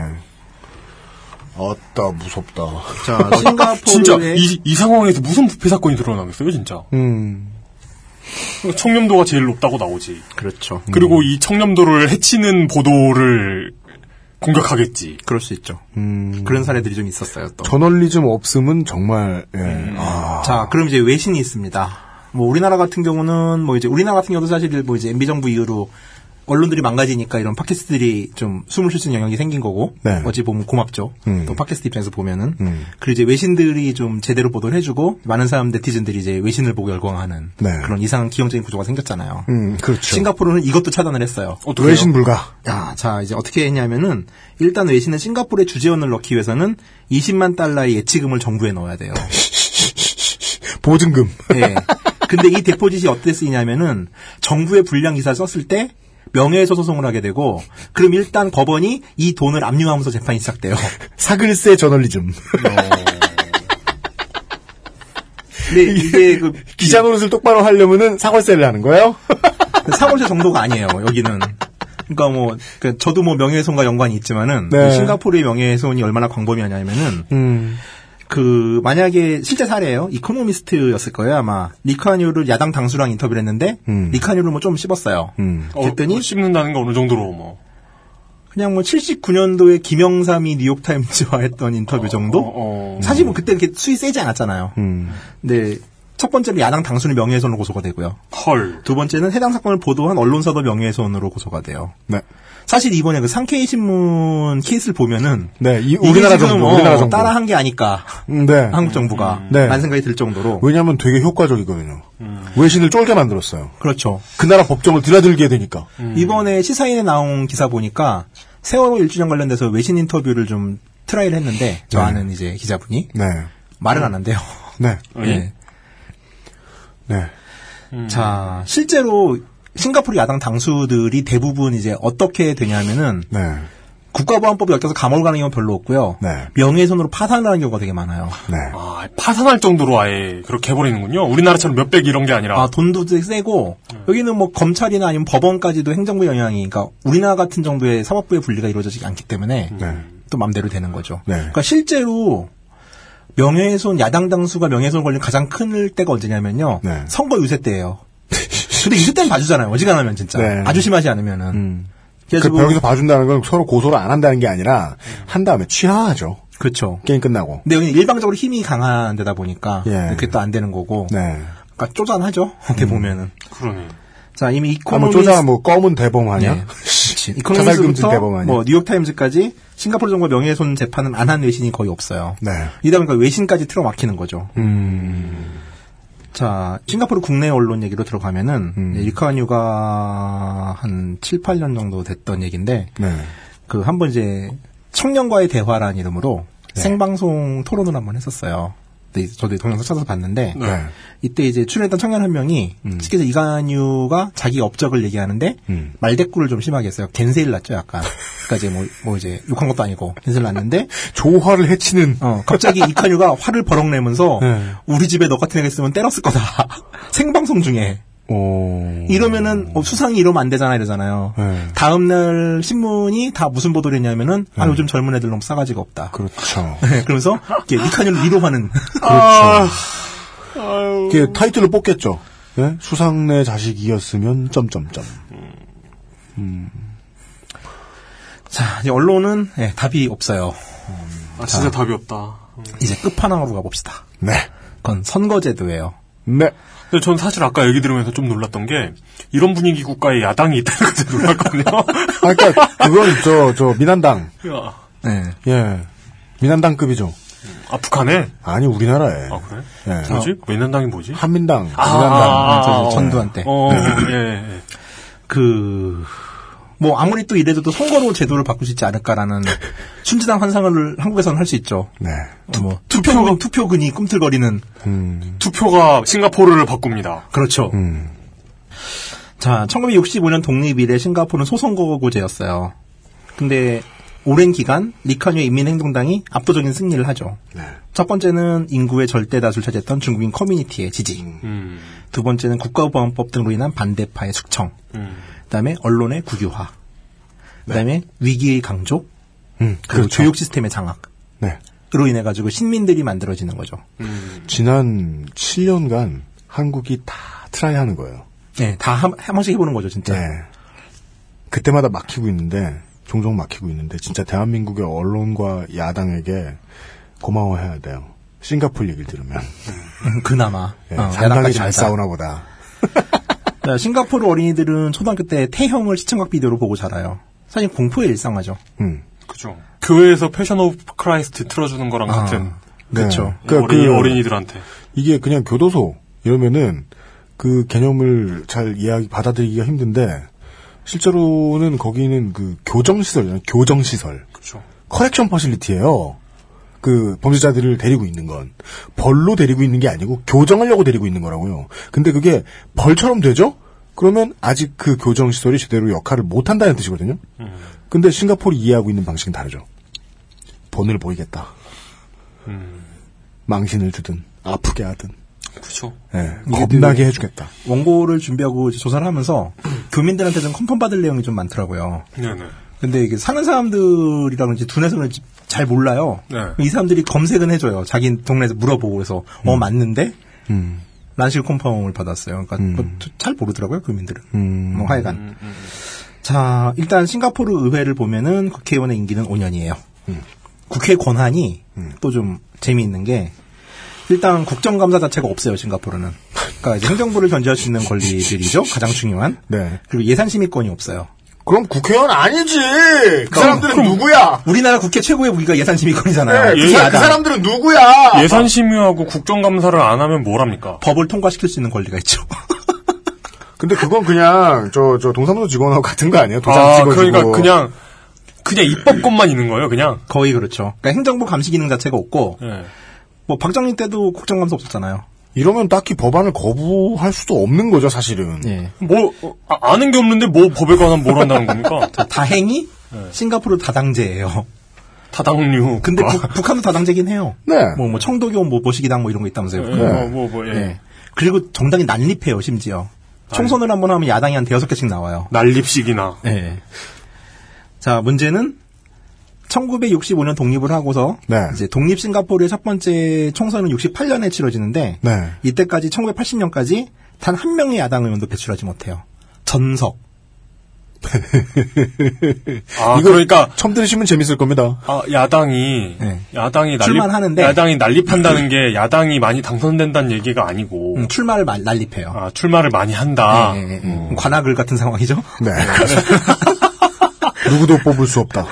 Speaker 3: 아따 무섭다.
Speaker 6: 자,
Speaker 3: [laughs]
Speaker 6: 싱가포르의-
Speaker 2: 진짜 이, 이 상황에서 무슨 부패 사건이 드러나겠어요, 진짜.
Speaker 3: 음.
Speaker 2: 그러니까 청렴도가 제일 높다고 나오지.
Speaker 6: 그렇죠.
Speaker 2: 그리고 이 청렴도를 해치는 보도를 공격하겠지.
Speaker 6: 그럴 수 있죠. 그런 사례들이 좀 있었어요. 또.
Speaker 3: 저널리즘 없음은 정말 예.
Speaker 6: 아. 자, 그럼 이제 외신이 있습니다. 뭐 우리나라 같은 경우는 뭐 이제 우리나라 같은 경우도 사실 뭐 이제 MB 정부 이후로 언론들이 망가지니까 이런 팟캐스트들이 좀 숨을 쉴 수 있는 영역이 생긴 거고
Speaker 3: 네.
Speaker 6: 어찌 보면 고맙죠.
Speaker 3: 음.
Speaker 6: 또 팟캐스트 입장에서 보면은
Speaker 3: 음.
Speaker 6: 그리고 이제 외신들이 좀 제대로 보도를 해주고 많은 사람 네티즌들이 이제 외신을 보고 열광하는
Speaker 3: 네.
Speaker 6: 그런 이상한 기형적인 구조가 생겼잖아요.
Speaker 3: 음, 그렇죠.
Speaker 6: 싱가포르는 이것도 차단을 했어요.
Speaker 3: 어떡해요? 외신 불가. [laughs]
Speaker 6: 야, 자 이제 어떻게 했냐면은 일단 외신은 싱가포르의 주재원을 넣기 위해서는 20만 달러의 예치금을 정부에 넣어야 돼요.
Speaker 3: 보증금. [laughs]
Speaker 6: 예. 근데 이 데포짓이 어떻게 쓰이냐면은 정부의 불량 기사를 썼을 때 명예훼손 소송을 하게 되고 그럼 일단 법원이 이 돈을 압류하면서 재판이 시작돼요.
Speaker 3: 사글세 저널리즘. [laughs]
Speaker 6: 근데 이게 그
Speaker 3: 기자 노릇을 똑바로 하려면은 사골세를 하는 거예요?
Speaker 6: 사골세 정도가 아니에요. 여기는. 그러니까 뭐 그 저도 뭐 명예훼손과 연관이 있지만은
Speaker 3: 네.
Speaker 6: 싱가포르의 명예훼손이 얼마나 광범위하냐면은 그 만약에 실제 사례예요. 이코노미스트였을 거예요 아마. 리카뉴를 야당 당수랑 인터뷰를 했는데 리카뉴를 뭐 좀 씹었어요. 그랬더니
Speaker 2: 뭐 씹는다는 게 어느 정도로 뭐.
Speaker 6: 그냥 뭐 79년도에 김영삼이 뉴욕타임즈와 했던
Speaker 3: 어,
Speaker 6: 인터뷰 정도? 사실 뭐 그때 이렇게 수위 세지 않았잖아요.
Speaker 3: 음.
Speaker 6: 근데 첫 번째로 야당 당수는 명예훼손으로 고소가 되고요.
Speaker 2: 헐.
Speaker 6: 두 번째는 해당 사건을 보도한 언론사도 명예훼손으로 고소가 돼요.
Speaker 3: 네.
Speaker 6: 사실 이번에 그 상케이 신문 케이스를 보면은
Speaker 3: 네, 이
Speaker 6: 이게
Speaker 3: 우리나라
Speaker 6: 지금,
Speaker 3: 정부,
Speaker 6: 어,
Speaker 3: 우리나라 정부.
Speaker 6: 따라한 게 아닐까.
Speaker 3: 네.
Speaker 6: 한국 정부가
Speaker 3: 네.
Speaker 6: 라는 생각이 들 정도로
Speaker 3: 왜냐하면 되게 효과적이거든요.
Speaker 6: 음.
Speaker 3: 외신을 쫄게 만들었어요.
Speaker 6: 그렇죠.
Speaker 3: 그 나라 법정을 드나들게 되니까.
Speaker 6: 이번에 시사인에 나온 기사 보니까 세월호 1주년 관련돼서 외신 인터뷰를 좀 트라이를 했는데 저
Speaker 3: 네.
Speaker 6: 아는 이제 기자분이
Speaker 3: 네.
Speaker 6: 말을 안 한대요.
Speaker 3: 네.
Speaker 6: 네.
Speaker 3: 네.
Speaker 6: 자, 실제로 싱가포르 야당 당수들이 대부분 이제 어떻게 되냐면은
Speaker 3: 네.
Speaker 6: 국가보안법이 엮여서 감옥 가는 경우가 별로 없고요. 명예훼손으로 파산하는 경우가 되게 많아요.
Speaker 3: 네.
Speaker 2: 아, 파산할 정도로 아예 그렇게 해버리는군요. 우리나라처럼 몇백 이런 게 아니라.
Speaker 6: 아, 돈도 되게 세고
Speaker 3: 음.
Speaker 6: 여기는 뭐 검찰이나 아니면 법원까지도 행정부 영향이 그러니까 우리나라 같은 정도의 사법부의 분리가 이루어지지 않기 때문에
Speaker 3: 네.
Speaker 6: 또 맘대로 되는 거죠. 그러니까 실제로 명예훼손 야당 당수가 명예훼손 걸린 가장 큰 때가 언제냐면요.
Speaker 3: 네.
Speaker 6: 선거 유세 때예요. [laughs] 근데 유세 때는 봐주잖아요. 어지간하면 진짜
Speaker 3: 네.
Speaker 6: 아주 심하지 않으면은.
Speaker 3: 그
Speaker 6: 그래서 뭐-
Speaker 3: 벽에서 봐준다는 건 서로 고소를 안 한다는 게 아니라 한 다음에 취하하죠.
Speaker 6: 그렇죠.
Speaker 3: 게임 끝나고.
Speaker 6: 근데 여기는 일방적으로 힘이 강한 데다 보니까
Speaker 3: 예.
Speaker 6: 그게 또 안 되는 거고.
Speaker 3: 네.
Speaker 6: 그러니까 쪼잔하죠. 어떻게 보면은.
Speaker 2: 그러네.
Speaker 6: 자 이미
Speaker 3: 아, 뭐
Speaker 6: 이코노미스
Speaker 3: 쪼자 뭐 검은 대범 아니야? [laughs]
Speaker 6: 네. 그치.
Speaker 3: 자살금지
Speaker 6: 이코노미스부터
Speaker 3: 대범 아니야?
Speaker 6: 뭐 뉴욕타임즈까지 싱가포르 정부 명예훼손 재판을 안 한 외신이 거의 없어요.
Speaker 3: 네.
Speaker 6: 이다 보니까 외신까지 틀어막히는 거죠.
Speaker 3: 음.
Speaker 6: 자 싱가포르 국내 언론 얘기로 들어가면은 리카뉴가 한 7, 8년 정도 됐던 얘기인데
Speaker 3: 네.
Speaker 6: 그 한 번 이제 청년과의 대화라는 이름으로
Speaker 3: 네.
Speaker 6: 생방송 토론을 한 번 했었어요. 근데 이제 저도 이 동영상 찾아서 봤는데
Speaker 3: 네.
Speaker 6: 이때 이제 출연했던 청년 한 명이 쉽게 해서 이간유가 자기 업적을 얘기하는데
Speaker 3: 음.
Speaker 6: 말대꾸를 좀 심하게 했어요. 겐세일 났죠, 약간. 그러니까 이제 뭐, 뭐 이제 욕한 것도 아니고 겐세일 났는데
Speaker 3: [laughs] 조화를 해치는
Speaker 6: 어, 갑자기 이간유가 화를 버럭 내면서
Speaker 3: 네.
Speaker 6: 우리 집에 너 같은 애가 있으면 때렸을 거다. [laughs] 생방송 중에.
Speaker 3: 어,
Speaker 6: 이러면은 어, 수상이 이러면 안 되잖아 이러잖아요.
Speaker 3: 네.
Speaker 6: 다음날 신문이 다 무슨 보도를 했냐면은 아 요즘 젊은 애들 너무 싸가지가 없다. [laughs] 네,
Speaker 3: 그렇죠.
Speaker 6: 그러면서 이렇게 니카뉴를 위로하는 아.
Speaker 3: 그렇죠. 이게 타이틀을 뽑겠죠. 예? 수상내 자식이었으면 점점점.
Speaker 6: 자, 이제 언론은 예, 답이 없어요.
Speaker 2: 아, 진짜
Speaker 6: 자.
Speaker 2: 답이 없다.
Speaker 6: 이제 끝판왕으로 가봅시다.
Speaker 3: 네.
Speaker 6: 그건 선거제도예요.
Speaker 3: 네.
Speaker 2: 근데 전 사실 아까 얘기 들으면서 좀 놀랐던 게 이런 분위기 국가에 야당이 있다는 것에 놀랐거든요.
Speaker 3: 그러니까 그건 저 저 미난당.
Speaker 2: 야,
Speaker 6: 네.
Speaker 3: 예. 미난당급이죠.
Speaker 2: 아 북한에?
Speaker 3: 아니 우리나라에.
Speaker 2: 아 그래?
Speaker 3: 예.
Speaker 6: 어.
Speaker 2: 뭐지? 민한당이 뭐지?
Speaker 3: 한민당.
Speaker 2: 아,
Speaker 3: 미난당.
Speaker 2: 아,
Speaker 6: 저
Speaker 2: 아,
Speaker 6: 전두환 때.
Speaker 2: 어, 예, 예.
Speaker 6: 그, 뭐, 아무리 또 이래도 또 선거로 제도를 바꿀 수 있지 않을까라는 순진한 환상을 한국에서는 할 수 있죠.
Speaker 3: 네.
Speaker 6: 어, 뭐, 투표금, 투표근이 꿈틀거리는.
Speaker 2: [laughs] 투표가 싱가포르를 바꿉니다.
Speaker 6: 그렇죠.
Speaker 3: 음.
Speaker 6: 자, 1965년 독립 이래 싱가포르는 소선거구제였어요. 근데 오랜 기간 리카뉴 인민행동당이 압도적인 승리를 하죠.
Speaker 3: 네.
Speaker 6: 첫 번째는 인구의 절대 다수를 차지했던 중국인 커뮤니티의 지지.
Speaker 2: 음,
Speaker 6: 두 번째는 국가보안법 등으로 인한 반대파의 숙청.
Speaker 2: 음.
Speaker 6: 그다음에 언론의 국유화. 그다음에 위기의 강조.
Speaker 3: 네. 음,
Speaker 6: 그리고
Speaker 3: 그렇죠.
Speaker 6: 교육 시스템의 장악으로
Speaker 3: 네.
Speaker 6: 인해 가지고 신민들이 만들어지는 거죠.
Speaker 3: 지난 7년간 한국이 다 트라이하는 거예요.
Speaker 6: 네, 다한 한 번씩 해보는 거죠, 진짜.
Speaker 3: 네. 그때마다 막히고 있는데 종종 막히고 있는데 진짜 대한민국의 언론과 야당에게 고마워해야 돼요. 싱가포르 얘기를 들으면
Speaker 6: 그나마
Speaker 3: 예,
Speaker 6: 어,
Speaker 3: 상당히
Speaker 6: 야당까지
Speaker 3: 잘
Speaker 6: 알다.
Speaker 3: 싸우나 보다.
Speaker 6: 자, 싱가포르 어린이들은 초등학교 때 태형을 시청각 비디오로 보고 자라요. 사실 공포의 일상화죠.
Speaker 3: 음.
Speaker 2: 그죠. 교회에서 패션 오브 크라이스트 틀어주는 거랑
Speaker 6: 아,
Speaker 2: 같은.
Speaker 3: 그렇죠.
Speaker 2: 이
Speaker 3: 그러니까
Speaker 2: 어린이,
Speaker 3: 그-
Speaker 2: 어린이들한테.
Speaker 3: 이게 그냥 교도소 이러면은 그 개념을 잘 이해하기 받아들이기가 힘든데 실제로는 거기는 그 교정 시설, 교정 시설,
Speaker 2: 그렇죠.
Speaker 3: 커렉션 퍼실리티예요. 그 범죄자들을 데리고 있는 건 벌로 데리고 있는 게 아니고 교정하려고 데리고 있는 거라고요. 근데 그게 벌처럼 되죠? 그러면 아직 그 교정 시설이 제대로 역할을 못 한다는 뜻이거든요. 근데 싱가포르 이해하고 있는 방식은 다르죠. 본을 보이겠다. 망신을 주든 아프게 하든
Speaker 2: 그렇죠.
Speaker 3: 예, 겁나게 해주겠다. [clears throat]
Speaker 6: 원고를 준비하고 이제 조사를 하면서 교민들한테 좀 컨펌 받을 내용이 좀 많더라고요.
Speaker 2: 네네.
Speaker 6: 그래서 근데 이게 사는 사람들이랑 이제 두뇌선을 잘 몰라요.
Speaker 3: 네.
Speaker 6: 이 사람들이 검색은 해줘요. 자기 동네에서 물어보고 그래서 어 맞는데
Speaker 3: 음.
Speaker 6: 난실 콤파옹을 받았어요. 그러니까 뭐
Speaker 3: 음.
Speaker 6: 잘 모르더라고요 국민들은.
Speaker 3: 음.
Speaker 6: 뭐 하여간 자 일단 싱가포르 의회를 보면은 국회의원의 임기는 5년이에요.
Speaker 3: 음.
Speaker 6: 국회 권한이 또 좀 재미있는 게 일단 국정감사 자체가 없어요 싱가포르는. 그러니까 이제 행정부를 견제할 수 있는 권리들이죠 가장 중요한.
Speaker 3: 네.
Speaker 6: 그리고 예산 심의권이 없어요.
Speaker 3: 그럼 국회의원 아니지. 그 사람들은 누구야?
Speaker 6: 우리나라 국회 최고의 무기가 예산 심의권이잖아요.
Speaker 3: 네, 그
Speaker 6: 특히
Speaker 3: 사- 그
Speaker 6: 야당.
Speaker 3: 사람들은 누구야?
Speaker 2: 아, 예산 심의하고 국정감사를 안 하면 뭘 합니까?
Speaker 6: 법을 통과시킬 수 있는 권리가 있죠. [laughs]
Speaker 3: 근데 그건 그냥 저, 저 동사무소 직원하고 같은 거 아니에요? 도장
Speaker 2: 아,
Speaker 3: 찍어주고.
Speaker 2: 그러니까 그냥 그냥 입법권만 있는 거예요, 그냥.
Speaker 6: 거의 그렇죠. 그러니까 행정부 감시 기능 자체가 없고
Speaker 2: 예.
Speaker 6: 뭐 박정희 때도 국정감사 없었잖아요.
Speaker 3: 이러면 딱히 법안을 거부할 수도 없는 거죠, 사실은.
Speaker 6: 네.
Speaker 2: 뭐 어, 아, 아는 게 없는데 뭐 법에 관한 뭘 한다는 [laughs] 겁니까?
Speaker 6: 그러니까 다행히 싱가포르 다당제예요. [laughs]
Speaker 2: 다당류. 아.
Speaker 6: 근데 북- 북한도 다당제긴 해요.
Speaker 3: 아. 네.
Speaker 6: 뭐, 뭐 청도교 뭐 보시기당 뭐 이런 거 있다면서요.
Speaker 2: 예,
Speaker 6: 북한은.
Speaker 2: 뭐, 뭐, 뭐, 예.
Speaker 6: 네. 그리고 정당이 난립해요 심지어.
Speaker 3: 아,
Speaker 6: 총선을 한 번 하면 야당이 한 대여섯 개씩 나와요.
Speaker 2: 난립식이나.
Speaker 6: 네. 자 문제는 1965년 독립을 하고서
Speaker 3: 네.
Speaker 6: 이제 독립 싱가포르의 첫 번째 총선은 68년에 치러지는데
Speaker 3: 네.
Speaker 6: 이때까지 1980년까지 단 한 명의 야당 의원도 배출하지 못해요. 전석.
Speaker 2: 아, 그러니까
Speaker 3: 처음 들으시면 재밌을 겁니다.
Speaker 2: 아, 야당이 야당이 난립
Speaker 6: 네. 출마하는데.
Speaker 2: 야당이 난립한다는 게 야당이 많이 당선된다는 얘기가 아니고
Speaker 6: 음, 출마를 마- 난립해요.
Speaker 2: 아, 출마를 많이 한다.
Speaker 6: 음, 관악을 같은 상황이죠.
Speaker 3: 네. [laughs] 누구도 뽑을 수 없다.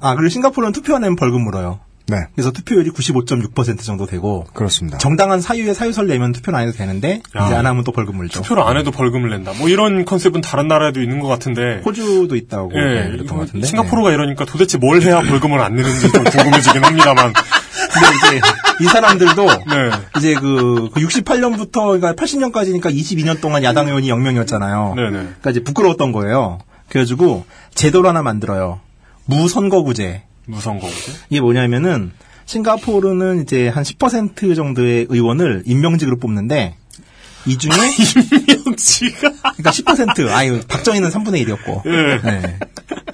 Speaker 6: 아 그리고 싱가포르는 투표하면 벌금 물어요.
Speaker 3: 네.
Speaker 6: 그래서 투표율이 95.6% 정도 되고
Speaker 3: 그렇습니다.
Speaker 6: 정당한 사유에 사유서를 내면 투표를 안 해도 되는데
Speaker 2: 야.
Speaker 6: 이제 안 하면 또 벌금 물죠.
Speaker 2: 투표를 안 해도 벌금을 낸다. 뭐 이런 컨셉은 다른 나라에도 있는 것 같은데.
Speaker 6: 호주도 있다고 네,
Speaker 2: 예,
Speaker 6: 그랬던 것 같은데.
Speaker 2: 싱가포르가 이러니까 도대체 뭘 해야 벌금을 안 내는지 좀 궁금해지긴 합니다만. [laughs]
Speaker 6: 근데 이제 이 사람들도
Speaker 2: 네.
Speaker 6: 이제 그, 68년부터 그러니까 80년까지니까 22년 동안 야당 의원이 0명이었잖아요. 그러니까 이제 부끄러웠던 거예요. 그래가지고 제도를 하나 만들어요. 무선거구제.
Speaker 2: 무선거구제?
Speaker 6: 이게 뭐냐면은 싱가포르는 이제 한 10% 정도의 의원을 임명직으로 뽑는데 [laughs] 이 중에
Speaker 2: 임명직가
Speaker 6: 그러니까 10% 아유 박정희는 3분의 1이었고
Speaker 3: 예.
Speaker 6: 네.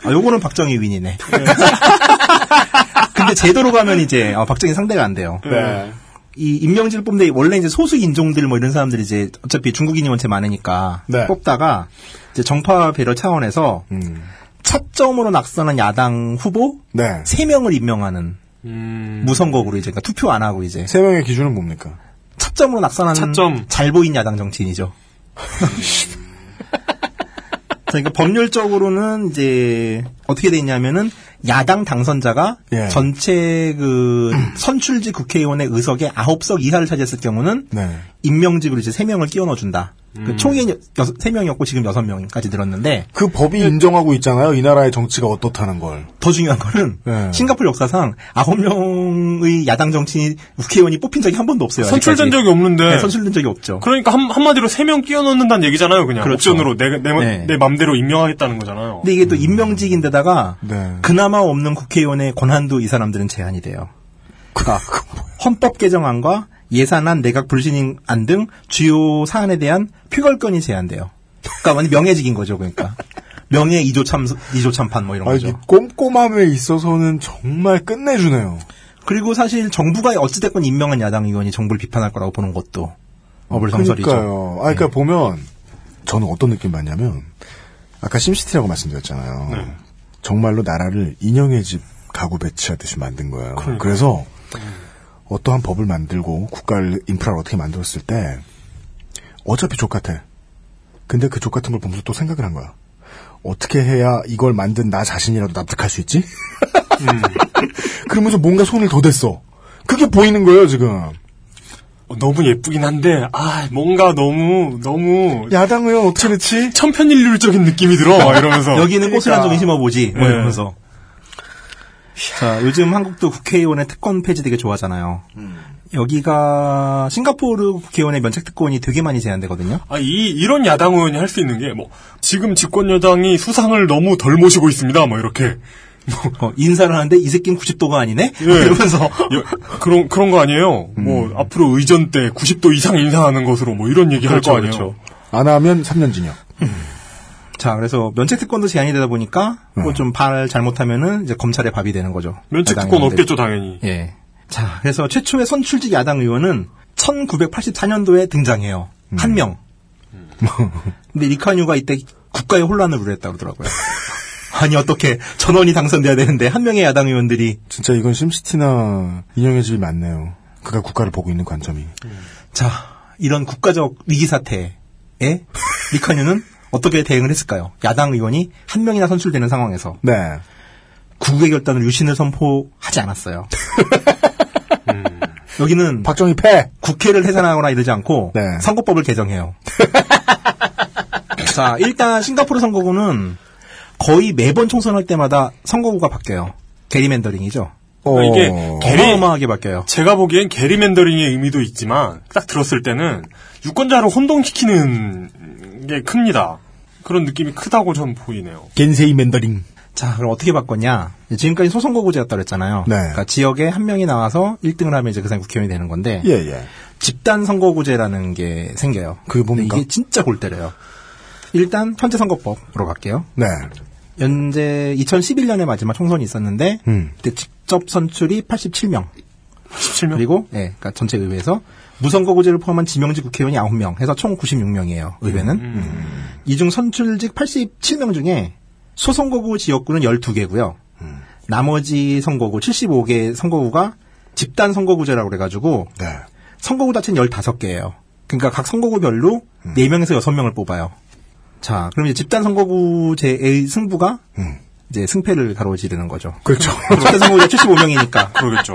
Speaker 6: 아, 요거는 박정희 윈이네. [laughs] 근데 제도로 가면 이제 어, 박정희 상대가 안 돼요.
Speaker 3: 네.
Speaker 6: 이 임명제를 뽑는데 원래 이제 소수 인종들 뭐 이런 사람들이 이제 어차피 중국인이 원체 많으니까
Speaker 3: 네.
Speaker 6: 뽑다가 이제 정파 배려 차원에서 차점으로 낙선한 야당 후보
Speaker 3: 음. 네. 음.
Speaker 6: 세 3명을 임명하는 무선거구로 이제 그러니까 투표 안 하고 이제
Speaker 3: 세 명의 기준은 뭡니까?
Speaker 6: 차점으로 낙선하는
Speaker 3: 차점.
Speaker 6: 잘 보인 야당 정치인이죠. 자, 그러니까 법률적으로는 이제 어떻게 돼 있냐면은 야당 당선자가
Speaker 3: 예.
Speaker 6: 전체 그 선출직 국회의원의 의석에 9석 이하를 차지했을 경우는
Speaker 3: 네.
Speaker 6: 임명직으로 이제 3명을 끼워 넣어 준다. 그
Speaker 3: 음.
Speaker 6: 총이 3명이었고 지금 6명까지 늘었는데
Speaker 3: 그 법이 인정하고 있잖아요. 이 나라의 정치가 어떻다는 걸.
Speaker 6: 더 중요한 거는
Speaker 3: 네.
Speaker 6: 싱가포르 역사상 9명의 야당 정치인 국회의원이 뽑힌 적이 한 번도 없어요.
Speaker 2: 선출된
Speaker 6: 아직까지.
Speaker 2: 적이 없는데.
Speaker 6: 네, 선출된 적이 없죠.
Speaker 2: 그러니까 한, 한마디로 세 명 끼워 넣는다는 얘기잖아요, 그냥.
Speaker 6: 그렇죠.
Speaker 2: 옵션으로 내, 내,
Speaker 6: 네.
Speaker 2: 내 맘대로 임명하겠다는 거잖아요.
Speaker 6: 근데 이게 또 임명직인데다가
Speaker 3: 음. 네.
Speaker 6: 그나마 없는 국회의원의 권한도 이 사람들은 제한이 돼요.
Speaker 3: 아,
Speaker 6: 그러니까 헌법 개정안과 예산안, 내각 불신안 등 주요 사안에 대한 표결권이 제한돼요. 그러니까 완전 명예직인 거죠, 그러니까. 명예 이조 참, 이조 참판 뭐 이런
Speaker 3: 아, 이
Speaker 6: 거죠.
Speaker 3: 꼼꼼함에 있어서는 정말 끝내주네요.
Speaker 6: 그리고 사실 정부가 어찌됐건 임명한 야당 의원이 정부를 비판할 거라고 보는 것도 어불성설이죠.
Speaker 3: 어, 그러니까요. 아,
Speaker 2: 네.
Speaker 3: 그러니까 보면 저는 어떤 느낌 받냐면 아까 심시티라고 말씀드렸잖아요.
Speaker 2: 네.
Speaker 3: 정말로 나라를 인형의 집 가구 배치하듯이 만든 거예요.
Speaker 2: 그러니까요. 음.
Speaker 3: 그래서 어떠한 법을 만들고 국가를 인프라를 어떻게 만들었을 때 어차피 족 같아. 근데 그 족 같은 걸 보면서 또 생각을 한 거야. 어떻게 해야 이걸 만든 나 자신이라도 납득할 수 있지?
Speaker 2: 음.
Speaker 3: [laughs] 그러면서 뭔가 손을 더 댔어. 그게 보이는 거예요, 지금.
Speaker 2: 어, 너무 예쁘긴 한데, 아, 뭔가 너무, 너무.
Speaker 3: 야당 의원 어떻게 그렇지?
Speaker 2: 아, 천편일률적인 느낌이 들어, 막 이러면서.
Speaker 6: [laughs] 여기는 꽃을 한
Speaker 2: 그러니까.
Speaker 6: 종이 심어보지. 뭐
Speaker 2: 네.
Speaker 6: 이러면서. 자, 요즘 한국도 국회의원의 특권 폐지 되게 좋아하잖아요.
Speaker 2: 음.
Speaker 6: 여기가 싱가포르 국회의원의 면책 특권이 되게 많이 제한되거든요.
Speaker 2: 아, 이, 이런 야당 의원이 할 수 있는 게, 뭐, 지금 집권 여당이 수상을 너무 덜 모시고 있습니다, 뭐, 이렇게.
Speaker 6: 어, 인사를 하는데 이 새끼는 90도가 아니네?
Speaker 2: 예.
Speaker 6: [laughs] 이러면서
Speaker 2: 여- 그런, 그런 거 아니에요?
Speaker 6: 음.
Speaker 2: 뭐, 앞으로 의전 때
Speaker 6: 그렇죠,
Speaker 2: 90도 이상 인상하는 것으로 뭐, 이런 얘기 할 거 아니에요?
Speaker 3: 안 하면 3년 징역.
Speaker 6: 자, 그래서 면책 특권도 제한이 되다 보니까 뭐 좀 발 잘못하면은 이제 검찰의 밥이 되는 거죠.
Speaker 2: 음. 면책
Speaker 6: 야당
Speaker 2: 특권
Speaker 6: 의원들.
Speaker 2: 없겠죠, 당연히.
Speaker 6: 예. 자, 그래서 최초의 선출직 야당 의원은 1984년도에 등장해요. 한 명. 뭐, 근데 리카뉴가 이때 국가의 혼란을 우려했다 그러더라고요. 아니 어떻게 전원이 당선돼야 되는데 한 명의 야당 의원들이
Speaker 3: 진짜 이건 심시티나 인형의 집이 맞네요. 그가 국가를 보고 있는 관점이.
Speaker 6: 자 이런 국가적 위기 사태에 리카뉴는 어떻게 대응을 했을까요? 야당 의원이 한 명이나 선출되는 상황에서
Speaker 3: 네.
Speaker 6: 구국의 결단을 유신을 선포하지 않았어요. 여기는
Speaker 3: 박정희 패
Speaker 6: 국회를 해산하거나 이러지 않고 선거법을 개정해요. [laughs] 자 일단 싱가포르 선거구는 거의 매번 총선할 때마다 선거구가 바뀌어요. 게리맨더링이죠.
Speaker 3: 어.
Speaker 2: 그러니까 이게 게리-
Speaker 6: 어마어마하게 바뀌어요.
Speaker 2: 제가 보기엔 게리맨더링의 의미도 있지만 딱 들었을 때는 유권자를 혼동시키는 게 큽니다. 그런 느낌이 크다고 전 보이네요.
Speaker 6: 겐세이 멘더링. 자, 그럼 어떻게 바꿨냐? 이제 지금까지 소선거구제였다고 그랬잖아요. 그러니까 지역에 한 명이 나와서 1등을 하면 이제 그 사람이 국회의원이 되는 건데.
Speaker 3: 예,
Speaker 6: 집단 선거구제라는 게 생겨요. 그게 뭡니까? 이게 진짜 골 때려요. 일단 현재 선거법으로 갈게요.
Speaker 3: 네.
Speaker 6: 현재 2011년에 마지막 총선이 있었는데 그때 직접 선출이 87명.
Speaker 2: 87명.
Speaker 6: 그리고 예, 그러니까 전체 의회에서 무선거구제를 포함한 지명직 국회의원이 9명 해서 총 96명이에요. 의회는. 음. 이 중 선출직 87명 중에 소선거구 지역구는 12개고요. 나머지 선거구 75개 선거구가 집단 선거구제라고 그래가지고 선거구 자체는 15개예요. 그러니까 각 선거구별로 4명에서 6명을 뽑아요. 자, 그럼 이제 집단 선거구제의 승부가 이제 승패를 가로지르는 거죠. 음. 그렇죠. [laughs] 집단 선거구제 75명이니까.
Speaker 2: 그렇죠.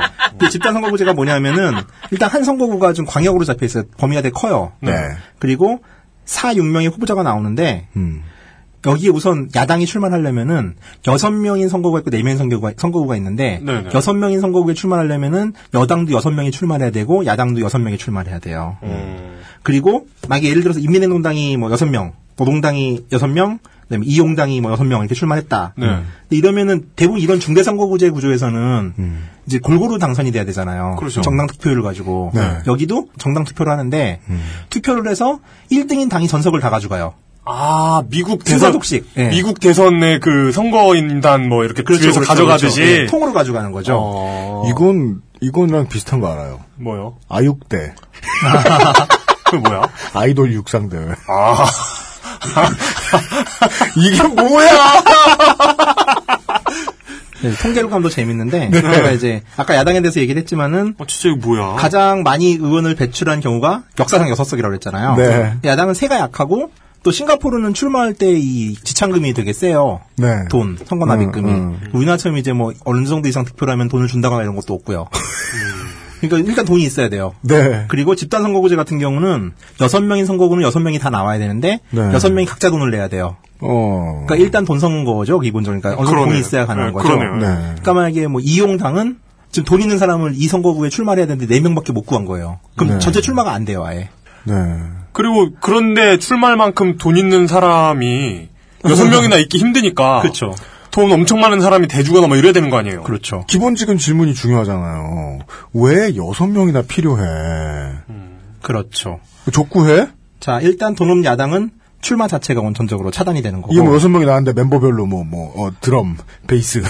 Speaker 6: 집단 선거구제가 뭐냐면은 일단 한 선거구가 좀 광역으로 잡혀 있어요. 범위가 되게 커요.
Speaker 3: 네.
Speaker 6: 그리고 4, 6명의 후보자가 나오는데
Speaker 3: 음.
Speaker 6: 여기에 우선 야당이 출마하려면은 6명인 선거구가 있고 4명인 선거구가, 선거구가 있는데
Speaker 3: 네네.
Speaker 6: 6명인 선거구에 출마하려면은 여당도 6명이 출마해야 되고 야당도 6명이 출마해야 돼요.
Speaker 3: 음.
Speaker 6: 그리고 만약에 예를 들어서 인민행동당이 뭐 6명, 노동당이 6명, 그다음에 이용당이 뭐 6명 이렇게 출마했다. 음.
Speaker 3: 네.
Speaker 6: 근데 이러면은 대부분 이런 중대선거구제 구조에서는
Speaker 2: 음.
Speaker 6: 이제 골고루 당선이 돼야 되잖아요.
Speaker 3: 그렇죠.
Speaker 6: 정당 투표율을 가지고
Speaker 3: 네.
Speaker 6: 여기도 정당 투표를 하는데
Speaker 2: 음.
Speaker 6: 투표를 해서 1등인 당이 전석을 다 가져가요.
Speaker 2: 아 미국
Speaker 6: 대선
Speaker 2: 대선
Speaker 6: 독식. 예.
Speaker 2: 미국 대선의 그 선거인단 뭐 이렇게
Speaker 6: 그렇죠,
Speaker 2: 뒤에서
Speaker 6: 그렇죠,
Speaker 2: 가져가듯이 어.
Speaker 6: 그렇죠. 예, 통으로 가져가는 거죠. 어.
Speaker 3: 이건 이건랑 비슷한 거 알아요.
Speaker 2: 뭐요?
Speaker 3: 아육대.
Speaker 2: 그 뭐야?
Speaker 3: 아이돌 육상대. 회
Speaker 2: 아
Speaker 3: [laughs] 이게 뭐야?
Speaker 6: 네, 통계로감도
Speaker 3: 네.
Speaker 6: 재밌는데 그러니까 이제 아까 야당에 대해서 얘기를 했지만은
Speaker 2: 어, 진짜 이거 뭐야?
Speaker 6: 아. 가장 많이 의원을 배출한 경우가 역사상 여섯 석이라고 그랬잖아요.
Speaker 3: 네.
Speaker 6: 야당은 세가 약하고 또 싱가포르는 출마할 때 이 지참금이 되게 세요.
Speaker 3: 네. 음,
Speaker 6: 돈, 선거 납입금이. 우리나라처럼 이제 뭐 어느 정도 이상 득표라면 돈을 준다거나 이런
Speaker 3: [laughs]
Speaker 6: 것도 없고요. 그러니까 일단 돈이 있어야 돼요.
Speaker 3: 네.
Speaker 6: 그리고 집단 선거구제 같은 경우는 여섯 명인 선거구는 여섯 명이 다 나와야 되는데
Speaker 3: 네.
Speaker 6: 여섯 명이 각자 돈을 내야 돼요.
Speaker 3: 어.
Speaker 6: 그러니까 일단 돈 선거죠 기본적으로. 그러니까 어느 정도
Speaker 3: 그러네요.
Speaker 6: 돈이 있어야 가능한
Speaker 3: 네,
Speaker 6: 거죠.
Speaker 3: 그러네요. 네.
Speaker 6: 그러니까 만약에 뭐 이용당은 지금 돈 있는 사람을 이 선거구에 출마해야 되는데 네 명밖에 못 구한 거예요. 그럼
Speaker 2: 네.
Speaker 6: 전체 출마가 안 돼요 아예.
Speaker 3: 네.
Speaker 2: 그리고 그런데 출마할 만큼 돈 있는 사람이 여섯
Speaker 6: [laughs]
Speaker 2: 명이나 있기
Speaker 3: 아.
Speaker 2: 힘드니까.
Speaker 6: 그렇죠.
Speaker 2: 돈 엄청 많은 사람이 대주거나 뭐 이래야 되는 거 아니에요?
Speaker 6: 그렇죠.
Speaker 3: 기본 지금 질문이 중요하잖아요. 왜 여섯 명이나 필요해?
Speaker 6: 그렇죠.
Speaker 3: 족구해?
Speaker 6: 자 일단 돈 없는 야당은 출마 자체가 원천적으로 차단이 되는 거고.
Speaker 3: 이게 뭐 여섯 명이 나왔는데 멤버별로 뭐, 뭐, 어, 드럼,
Speaker 6: [laughs]
Speaker 3: 베이스,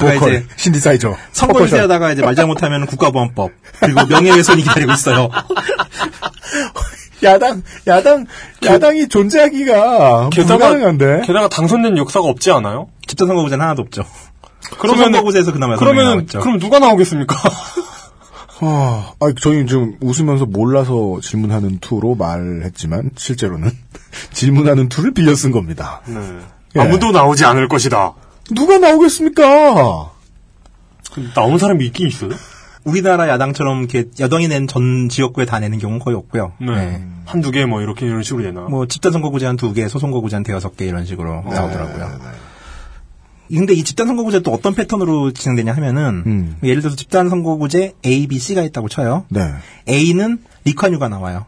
Speaker 3: 보컬,
Speaker 6: 아, 이제
Speaker 3: 신디사이저.
Speaker 6: 선거
Speaker 3: 퍼커션.
Speaker 6: 유세하다가 이제 말 잘못하면 국가보안법 그리고 명예훼손이 기다리고 있어요.
Speaker 3: 야당, 야당, 야당이 존재하기가 불가능한데.
Speaker 2: 게다가 당선된 역사가 없지 않아요?
Speaker 6: 집단 선거구제는 하나도 없죠.
Speaker 2: 그러면은-
Speaker 6: 소선거구제에서 그나마 여섯 명이
Speaker 2: 그러면은
Speaker 6: 나왔죠.
Speaker 2: 그럼 누가 나오겠습니까?
Speaker 3: 아, 아니, 저희 지금 웃으면서 몰라서 질문하는 투로 말했지만 실제로는 [laughs] 질문하는 투를 빌려 쓴 겁니다. 예.
Speaker 2: 아무도 나오지 않을 것이다.
Speaker 3: 누가 나오겠습니까?
Speaker 2: 나온 사람이 있긴 있어요.
Speaker 6: 우리나라 야당처럼 이렇게 여당이 낸 전 지역구에 다 내는 경우는 거의 없고요.
Speaker 2: 한두 개 뭐 이렇게 이런 식으로 되나.
Speaker 6: 네. 뭐 집단 선거구제 한 두 개, 소선 거구제 한 대여섯 개 이런 식으로
Speaker 3: 네,
Speaker 6: 나오더라고요. 근데 이 집단 선거구제 또 어떤 패턴으로 진행되냐 하면은 예를 들어서 집단 선거구제 A, B, C가 있다고 쳐요.
Speaker 3: 음. 네. 음.
Speaker 6: A는 리카뉴가 나와요.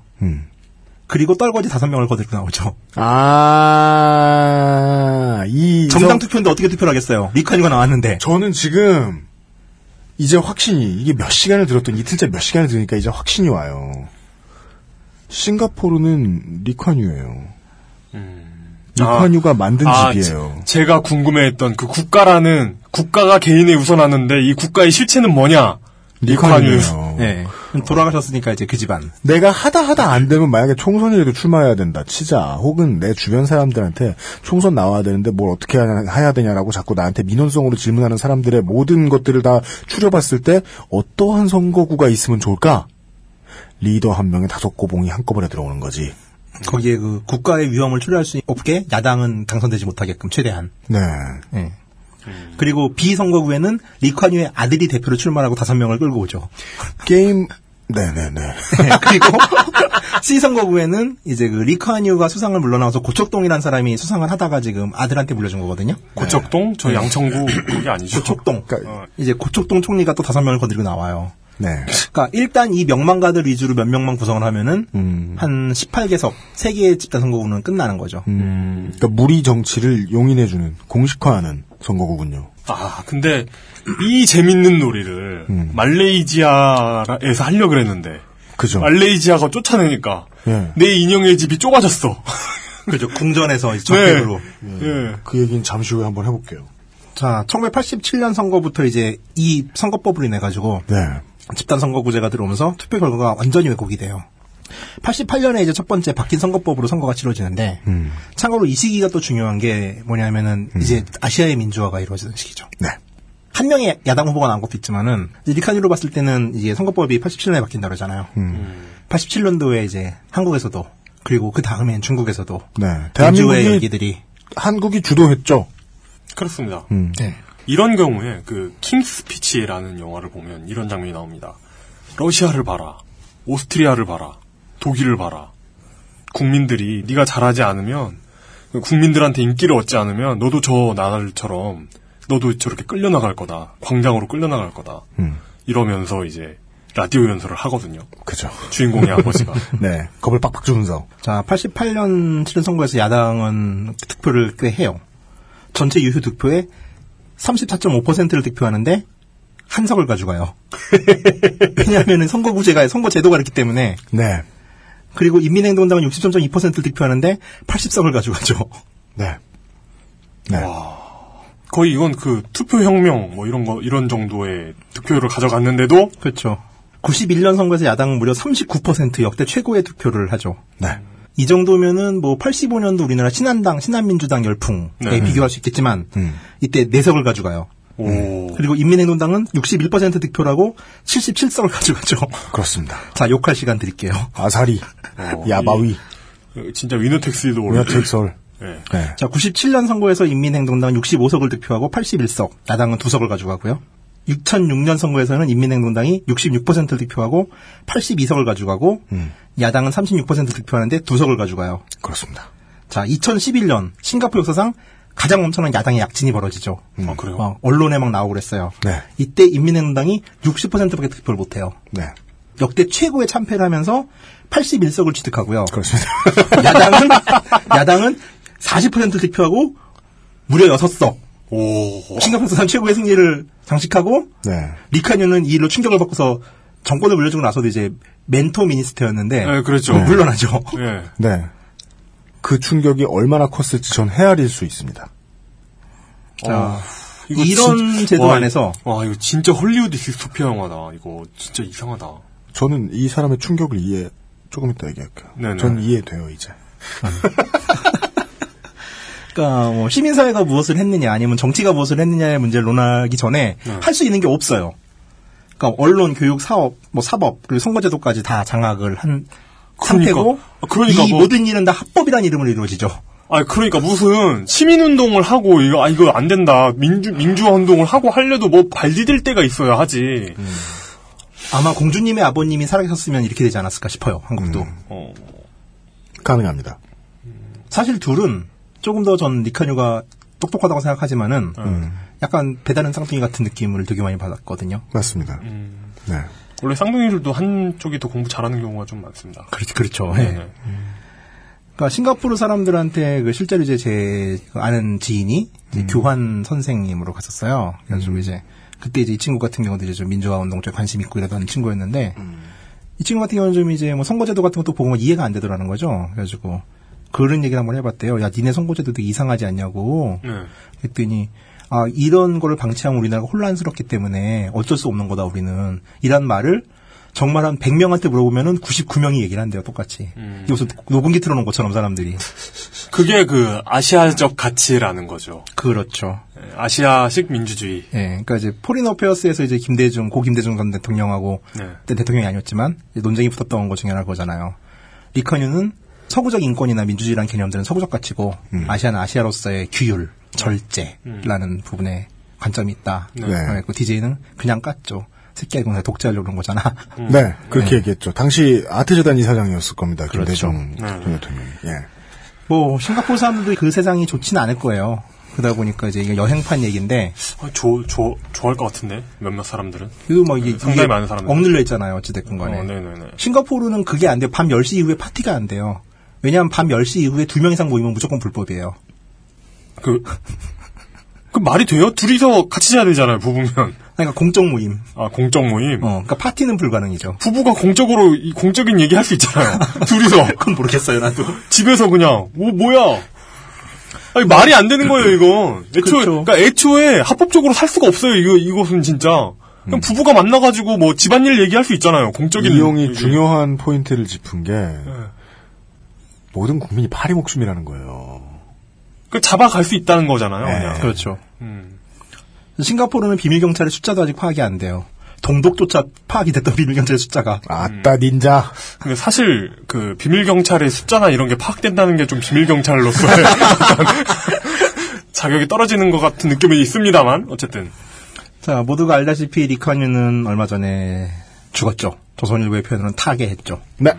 Speaker 6: 그리고 떨거지 다섯 명을 거들고 나오죠.
Speaker 3: 아, 이
Speaker 6: 정당 투표인데 어떻게 투표를 하겠어요? 리카뉴가 나왔는데.
Speaker 3: 저는 지금 이제 확신이 이게 몇 시간을 들었더니 이틀째 몇 시간을 들으니까 이제 확신이 와요. 싱가포르는 리카뉴예요. 이관유가 만든
Speaker 2: 음. 아,
Speaker 3: 집이에요.
Speaker 2: 제- 제가 궁금해했던 그 국가라는 국가가 개인에 우선하는데 이 국가의 실체는 뭐냐? 이관유.
Speaker 3: 네. 돌아가셨으니까 이제 그 집안. 내가 하다 하다 안 되면 만약에 총선이라도 출마해야 된다 치자. 혹은 내 주변 사람들한테 총선 나와야 되는데 뭘 어떻게 하냐- 해야 되냐라고 자꾸 나한테 민원성으로 질문하는 사람들의 모든 것들을 다 추려봤을 때 어떠한 선거구가 있으면 좋을까? 리더 한 명의 다섯 고봉이 한꺼번에 들어오는 거지.
Speaker 6: 거기에 그 국가의 위험을 초래할 수 없게 야당은 당선되지 못하게끔 최대한.
Speaker 3: 네.
Speaker 6: 예. 그리고 비선거구에는 리콴유의 아들이 대표로 출마하고 다섯 명을 끌고 오죠.
Speaker 3: 게임 네네네.
Speaker 6: [laughs] 그리고 C 선거구에는 이제 그 리콴유가 수상을 물러나와서 고척동이라는 사람이 수상을 하다가 지금 아들한테 물려준 거거든요.
Speaker 2: 고척동?
Speaker 3: 네.
Speaker 2: 저
Speaker 3: [coughs]
Speaker 2: 양천구 그게 아니죠.
Speaker 6: 고척동. 이제 고척동 총리가 또 다섯 명을 거느리고 나와요.
Speaker 3: 네.
Speaker 6: 그러니까 일단 이 명망가들 위주로 몇 명만 구성을 하면은 한 18개석, 3개의 집단 선거구는 끝나는 거죠.
Speaker 3: 음, 그러니까 무리 정치를 용인해주는 공식화하는 선거구군요.
Speaker 2: 아, 근데 이 재밌는 놀이를
Speaker 3: 음.
Speaker 2: 말레이시아에서 하려고 그랬는데.
Speaker 3: 그죠.
Speaker 2: 말레이시아가 쫓아내니까
Speaker 3: 예.
Speaker 2: 내 인형의 집이 좁아졌어. 네.
Speaker 6: 그죠. 궁전에서
Speaker 2: 정책으로.
Speaker 6: 네.
Speaker 3: 그 얘기는 잠시 후에 한번 해볼게요.
Speaker 6: 자, 1987년 선거부터 이제 이 선거법으로 인해 가지고 집단 선거구제가 들어오면서 투표 결과가 완전히 왜곡이 돼요. 88년에 이제 첫 번째 바뀐 선거법으로 선거가 치러지는데
Speaker 3: 음.
Speaker 6: 참고로 이 시기가 또 중요한 게 뭐냐면은 이제 아시아의 민주화가 이루어지는 시기죠.
Speaker 3: 네.
Speaker 6: 한 명의 야당 후보가 나온 것도 있지만은 이제 리카니로 봤을 때는 이제 선거법이 87년에 바뀐다 그러잖아요.
Speaker 3: 음.
Speaker 6: 87년도에 이제 한국에서도 그리고 그 다음엔 중국에서도
Speaker 3: 네.
Speaker 6: 민주의
Speaker 3: 대한민국이
Speaker 6: 열기들이
Speaker 3: 한국이 주도했죠.
Speaker 2: 그렇습니다.
Speaker 3: 음.
Speaker 2: 이런 경우에 그 킹스피치라는 영화를 보면 이런 장면이 나옵니다. 러시아를 봐라, 오스트리아를 봐라, 독일을 봐라. 국민들이 네가 잘하지 않으면 국민들한테 인기를 얻지 않으면 너도 저 나라처럼 너도 저렇게 끌려나갈 거다. 광장으로 끌려나갈 거다. 이러면서 이제 라디오 연설을 하거든요.
Speaker 3: 그죠.
Speaker 2: 주인공의 [laughs] 아버지가.
Speaker 3: 네. 겁을 빡빡 주면서.
Speaker 6: 자, 88년 치른 선거에서 야당은 득표를 꽤 해요. 전체 유효 득표의 34.5%를 득표하는데 한 석을 가져가요. [laughs] 왜냐하면 선거구제가 선거 제도가 있기 때문에
Speaker 3: 네.
Speaker 6: 그리고 인민행동당은 63.2%를 득표하는데 80석을 가져가죠. [laughs]
Speaker 3: 네.
Speaker 2: 거의 이건 그 투표 혁명 뭐 이런 거 이런 정도의 득표율을 가져갔는데도
Speaker 6: 그렇죠. 91년 선거에서 야당은 무려 39% 역대 최고의 득표를 하죠.
Speaker 3: 네.
Speaker 6: 이 정도면은 뭐 85년도 우리나라 신한당, 신한민주당 열풍에
Speaker 3: 네.
Speaker 6: 비교할 수 있겠지만
Speaker 3: 음.
Speaker 6: 이때 네 내석을 가져가요.
Speaker 2: 음.
Speaker 6: 그리고 인민행동당은 61% 득표라고 77석을 가져가죠.
Speaker 3: 그렇습니다.
Speaker 6: 자, 욕할 시간 드릴게요.
Speaker 3: 아사리, 야마위.
Speaker 2: 진짜 위너텍스도
Speaker 3: 위너텍설.
Speaker 2: 네.
Speaker 6: 자, 97년 선거에서 인민행동당 65석을 득표하고 81석, 야당은 2석을 가져가고요. 2006년 선거에서는 인민행동당이 66%를 득표하고 82석을 가져가고
Speaker 3: 음.
Speaker 6: 야당은 36% 득표하는데 2석을 가져가요.
Speaker 3: 그렇습니다.
Speaker 6: 자, 2011년 싱가포르 역사상 가장 엄청난 야당의 약진이 벌어지죠.
Speaker 3: 아, 그래요?
Speaker 6: 막 언론에 막 나오고 그랬어요.
Speaker 3: 네.
Speaker 6: 이때 인민행당이 60%밖에 득표를 못해요.
Speaker 3: 네.
Speaker 6: 역대 최고의 참패를 하면서 81석을 취득하고요.
Speaker 2: 그렇죠.
Speaker 3: 그렇습니다.
Speaker 6: 야당은 야당은 40% 득표하고 무려 6석.
Speaker 2: 오.
Speaker 6: 싱가포르 사상 최고의 승리를 장식하고
Speaker 3: 네.
Speaker 6: 리카뉴는 이 일로 충격을 받고서 정권을 물려주고 나서도 이제 멘토 미니스트였는데
Speaker 2: 네, 그렇죠.
Speaker 6: 물러나죠.
Speaker 2: 예.
Speaker 3: 네. 그 충격이 얼마나 컸을지 전 헤아릴 수 있습니다.
Speaker 6: 자, 이런 제도 안에서
Speaker 2: 와 이거 진짜 헐리우드 디스토피아 영화다. 이거 진짜 이상하다.
Speaker 3: 저는 이 사람의 충격을 이해, 조금 이따 얘기할게요.
Speaker 2: 네네.
Speaker 3: 전 이해돼요, 이제.
Speaker 6: 그러니까 뭐 시민사회가 무엇을 했느냐 아니면 정치가 무엇을 했느냐의 문제를 논하기 전에
Speaker 2: 네.
Speaker 6: 할 수 있는 게 없어요. 그러니까 언론, 교육, 사업, 뭐 사법 그리고 선거제도까지 다 장악을 한 상태고
Speaker 2: 아, 그러니까
Speaker 6: 이
Speaker 2: 뭐-
Speaker 6: 모든 일은 다 합법이라는 이름으로 이루어지죠.
Speaker 2: 아 그러니까 무슨 시민 운동을 하고 이거 아 이거 안 된다. 민주 민주화 운동을 하고 하려도 뭐 발디딜 때가 있어야 하지.
Speaker 6: 음. 아마 공주님의 아버님이 살아계셨으면 이렇게 되지 않았을까 싶어요. 한국도.
Speaker 2: 음.
Speaker 3: 가능합니다.
Speaker 6: 사실 둘은 조금 더 전 리카뉴가 똑똑하다고 생각하지만은
Speaker 2: 음.
Speaker 6: 약간 배다른 쌍둥이 같은 느낌을 되게 많이 받았거든요.
Speaker 3: 맞습니다. 네.
Speaker 2: 원래 쌍둥이들도 한쪽이 더 공부 잘하는 경우가 좀 많습니다.
Speaker 6: 그렇죠. 그렇죠. 예.
Speaker 2: 네.
Speaker 6: 그러니까 싱가포르 사람들한테 그 실제로 이제 제 아는 지인이 이제 교환 선생님으로 갔었어요. 그래가지고 이제 그때 이제 이 친구 같은 경우도 이제 좀 민주화 운동 쪽에 관심 있고 이러던
Speaker 2: 음.
Speaker 6: 그 친구였는데 이 친구 같은 경우는 좀 이제 뭐 선거제도 같은 것도 보고 뭐 이해가 안 되더라는 거죠. 그래가지고 그런 얘기를 한번 해봤대요. 야, 니네 선거제도 되게 이상하지 않냐고. 그랬더니 아 이런 거를 방치하면 우리나라가 혼란스럽기 때문에 어쩔 수 없는 거다 우리는 이란 말을 정말 한 100명한테 물어보면은 99명이 얘기를 한대요 똑같이
Speaker 2: 음.
Speaker 6: 이게 무슨 녹음기 틀어놓은 것처럼 사람들이
Speaker 2: 그게 그 아시아적 가치라는 거죠.
Speaker 6: 그렇죠.
Speaker 2: 예, 아시아식 민주주의.
Speaker 6: 예, 그러니까 이제 포린 어페어스에서 이제 김대중 고 김대중 전 대통령하고
Speaker 2: 네.
Speaker 6: 그때 대통령이 아니었지만 이제 논쟁이 붙었던 것 중에 하나 그거잖아요. 리커뉴는 서구적 인권이나 민주주의라는 개념들은 서구적 가치고 아시아는 아시아로서의 규율,
Speaker 2: 음.
Speaker 6: 절제라는 부분에 관점이 있다.
Speaker 3: 네.
Speaker 6: 그리고 DJ는 그냥 깠죠. 새끼 이건 독재하려고 그런 거잖아.
Speaker 2: 음.
Speaker 3: 네, 그렇게
Speaker 6: 네.
Speaker 3: 얘기했죠. 당시 아트재단 이사장이었을 겁니다. 김대중
Speaker 6: 그렇죠.
Speaker 3: 전 대통령이. 예.
Speaker 6: [laughs] 뭐 싱가포르 사람들도 그 세상이 좋지는 않을 거예요. 그러다 보니까 이제 이게 여행판 얘기인데
Speaker 2: 아, 좋, 좋, 좋아할 것 같은데, 몇몇 사람들은.
Speaker 6: 이거 뭐 이게
Speaker 2: 네, 상당히
Speaker 6: 이게
Speaker 2: 많은 사람들.
Speaker 6: 억눌려 있잖아요. 어찌됐건 간에.
Speaker 2: 어, 네네네.
Speaker 6: 싱가포르는 그게 안 돼요. 밤 10시 이후에 파티가 안 돼요. 왜냐하면 밤 10시 이후에 두 명 이상 모이면 무조건 불법이에요.
Speaker 2: 그, 그 말이 돼요? 둘이서 같이 자야 되잖아요, 부부면.
Speaker 6: 그러니까 공적 모임.
Speaker 2: 아, 공적 모임?
Speaker 6: 어, 그러니까 파티는 불가능이죠.
Speaker 2: 부부가 공적으로, 이 공적인 얘기 할 수 있잖아요. 둘이서.
Speaker 6: 그건 모르겠어요, 나도.
Speaker 2: 집에서 그냥, 오, 뭐야. 아니, 말이 안 되는 거예요, 이건. 애초에, 그러니까 애초에 합법적으로 살 수가 없어요, 이거, 이것은 진짜. 그냥 부부가 만나가지고 뭐 집안일 얘기할 수 있잖아요, 공적인. 그
Speaker 3: 이용이
Speaker 2: 얘기.
Speaker 3: 중요한 포인트를 짚은 게 모든 국민이 파리 목숨이라는 거예요.
Speaker 2: 그 잡아갈 수 있다는 거잖아요,
Speaker 6: 네,
Speaker 2: 그냥.
Speaker 6: 그렇죠.
Speaker 2: 음.
Speaker 6: 싱가포르는 비밀경찰의 숫자도 아직 파악이 안 돼요. 동독조차 파악이 됐던 [laughs] 비밀경찰의 숫자가.
Speaker 3: 아따, 닌자.
Speaker 2: 근데 사실 그 비밀 경찰의 숫자나 이런 게 파악된다는 게 좀 비밀 경찰로서의 [laughs] 약간 자격이 떨어지는 것 같은 느낌이 있습니다만 어쨌든
Speaker 6: 자, 모두가 알다시피 리카뉴는 얼마 전에 죽었죠. 조선일보의 표현으로는 타계했죠.
Speaker 3: 네.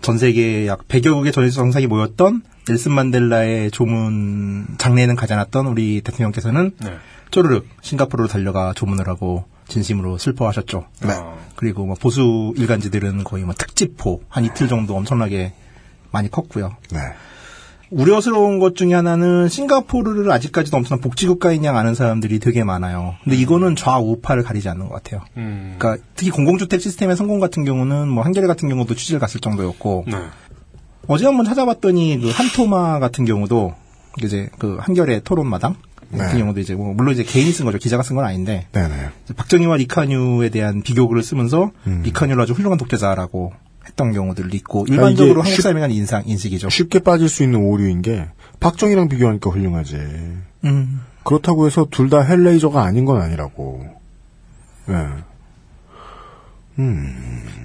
Speaker 6: 전 세계 약 100여 국의 전위수 정상이 모였던 넬슨 만델라의 조문 장례에는 가지 않았던 우리 대통령께서는 쪼르륵 싱가포르로 달려가 조문을 하고 진심으로 슬퍼하셨죠. 그리고 뭐 보수 일간지들은 거의 뭐 특집포 한 이틀 정도 엄청나게 많이 컸고요.
Speaker 3: 네.
Speaker 6: 우려스러운 것 중에 하나는 싱가포르를 아직까지도 엄청난 복지국가인 양 아는 사람들이 되게 많아요. 근데
Speaker 3: 음.
Speaker 6: 이거는 좌우파를 가리지 않는 것 같아요. 그러니까 특히 공공주택 시스템의 성공 같은 경우는 뭐 한겨레 같은 경우도 취재를 갔을 정도였고
Speaker 3: 네.
Speaker 6: 어제 한번 찾아봤더니 그 한토마 같은 경우도 이제 그 한겨레 토론마당 같은
Speaker 3: 네.
Speaker 6: 경우도 이제 뭐 물론 이제 개인이 쓴 거죠 기자가 쓴 건 아닌데
Speaker 3: 네네.
Speaker 6: 이제 박정희와 리카뉴에 대한 비교글을 쓰면서
Speaker 3: 음.
Speaker 6: 리카뉴를 아주 훌륭한 독재자라고 했던 경우들이 있고
Speaker 3: 그러니까 이게
Speaker 6: 일반적으로 한국
Speaker 3: 쉽-
Speaker 6: 사람에 대한 인상 인식이죠.
Speaker 3: 쉽게 빠질 수 있는 오류인 게 박정희랑 비교하니까 훌륭하지.
Speaker 6: 음.
Speaker 3: 그렇다고 해서 둘 다 헬레이저가 아닌 건 아니라고. 네.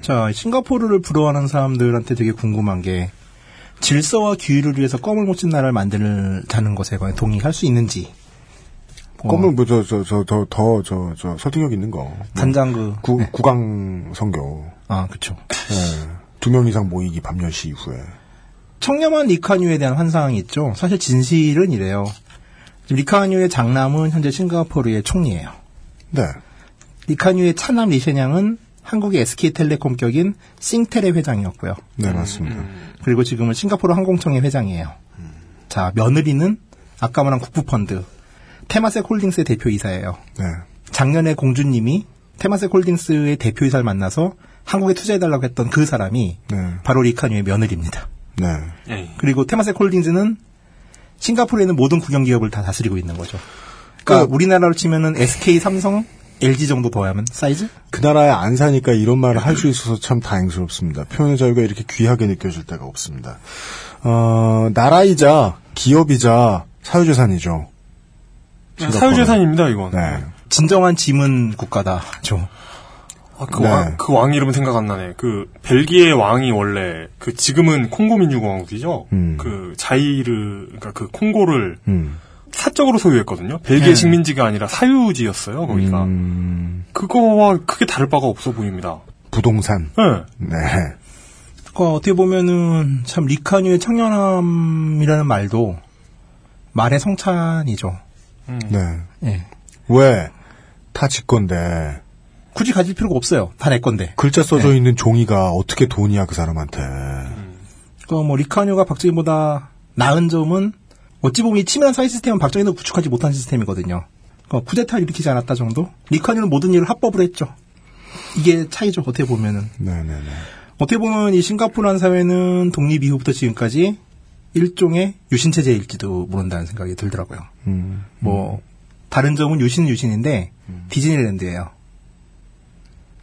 Speaker 6: 자, 싱가포르를 부러워하는 사람들한테 되게 궁금한 게 질서와 규율을 위해서 껌을 못 친 나라를 만들자는 것에 관해 동의할 수 있는지. 어,
Speaker 3: 껌을 뭐 저 저 저 더 더 저 저 설득력 있는 거. 뭐
Speaker 6: 단장 그
Speaker 3: 구, 구강 선교.
Speaker 6: 아, 그렇죠.
Speaker 3: 두 명 이상 모이기 밤 10시 이후에.
Speaker 6: 청렴한 리카뉴에 대한 환상이 있죠. 사실 진실은 이래요. 지금 리카뉴의 장남은 현재 싱가포르의 총리예요.
Speaker 3: 네.
Speaker 6: 리카뉴의 차남 리셰냥은 한국의 SK텔레콤격인 싱텔의 회장이었고요.
Speaker 3: 네, 맞습니다.
Speaker 6: 그리고 지금은 싱가포르 항공청의 회장이에요. 자, 며느리는 아까 말한 국부펀드, 테마셋 홀딩스의 대표이사예요.
Speaker 3: 네.
Speaker 6: 작년에 공주님이 테마셋 홀딩스의 대표이사를 만나서 한국에 투자해달라고 했던 그 사람이
Speaker 3: 네.
Speaker 6: 바로 리카뉴의 며느리입니다.
Speaker 3: 네.
Speaker 6: 그리고 테마셋 홀딩스는 싱가포르에 있는 모든 국영기업을 다 다스리고 있는 거죠. 그러니까 우리나라로 치면은 SK, 삼성, LG 정도 더 하면 사이즈?
Speaker 3: 그 나라에 안 사니까 이런 말을 할 수 있어서 참 다행스럽습니다. 표현의 자유가 이렇게 귀하게 느껴질 때가 없습니다. 어, 나라이자 기업이자 사유재산이죠. 싱가포르는.
Speaker 2: 사유재산입니다 이건.
Speaker 3: 네.
Speaker 6: 진정한 짐은 국가다죠.
Speaker 2: 아, 그,
Speaker 6: 네.
Speaker 2: 왕, 그 왕 이름 생각 안 나네. 그 벨기에 왕이 원래 그 지금은 콩고민주공화국이죠.
Speaker 3: 음.
Speaker 2: 그 자이르 그러니까 그 콩고를
Speaker 3: 음.
Speaker 2: 사적으로 소유했거든요. 벨기에
Speaker 3: 네.
Speaker 2: 식민지가 아니라 사유지였어요. 거기가
Speaker 6: 음.
Speaker 2: 그거와 크게 다를 바가 없어 보입니다.
Speaker 3: 부동산.
Speaker 2: 네.
Speaker 3: 네.
Speaker 6: 그러니까 어떻게 보면은 참 리카뉴의 청년함이라는 말도 말의 성찬이죠.
Speaker 3: 네.
Speaker 6: 예.
Speaker 3: 왜? 다 지 건데.
Speaker 6: 굳이 가질 필요가 없어요. 다 내 건데.
Speaker 3: 글자 써져 있는 종이가 어떻게 돈이야, 그 사람한테.
Speaker 6: 그러니까 뭐 리카뉴가 박정희보다 나은 점은 어찌 보면 이 치밀한 사회 시스템은 박정희도 구축하지 못한 시스템이거든요. 그러니까 쿠데타를 일으키지 않았다 정도? 리카뉴는 모든 일을 합법으로 했죠. 이게 차이죠. 어떻게 보면은.
Speaker 3: 네네네.
Speaker 6: 어떻게 보면 이 싱가포르라는 사회는 독립 이후부터 지금까지 일종의 유신체제일지도 모른다는 생각이 들더라고요.
Speaker 3: 음.
Speaker 6: 뭐, 다른 점은 유신 유신인데, 디즈니랜드예요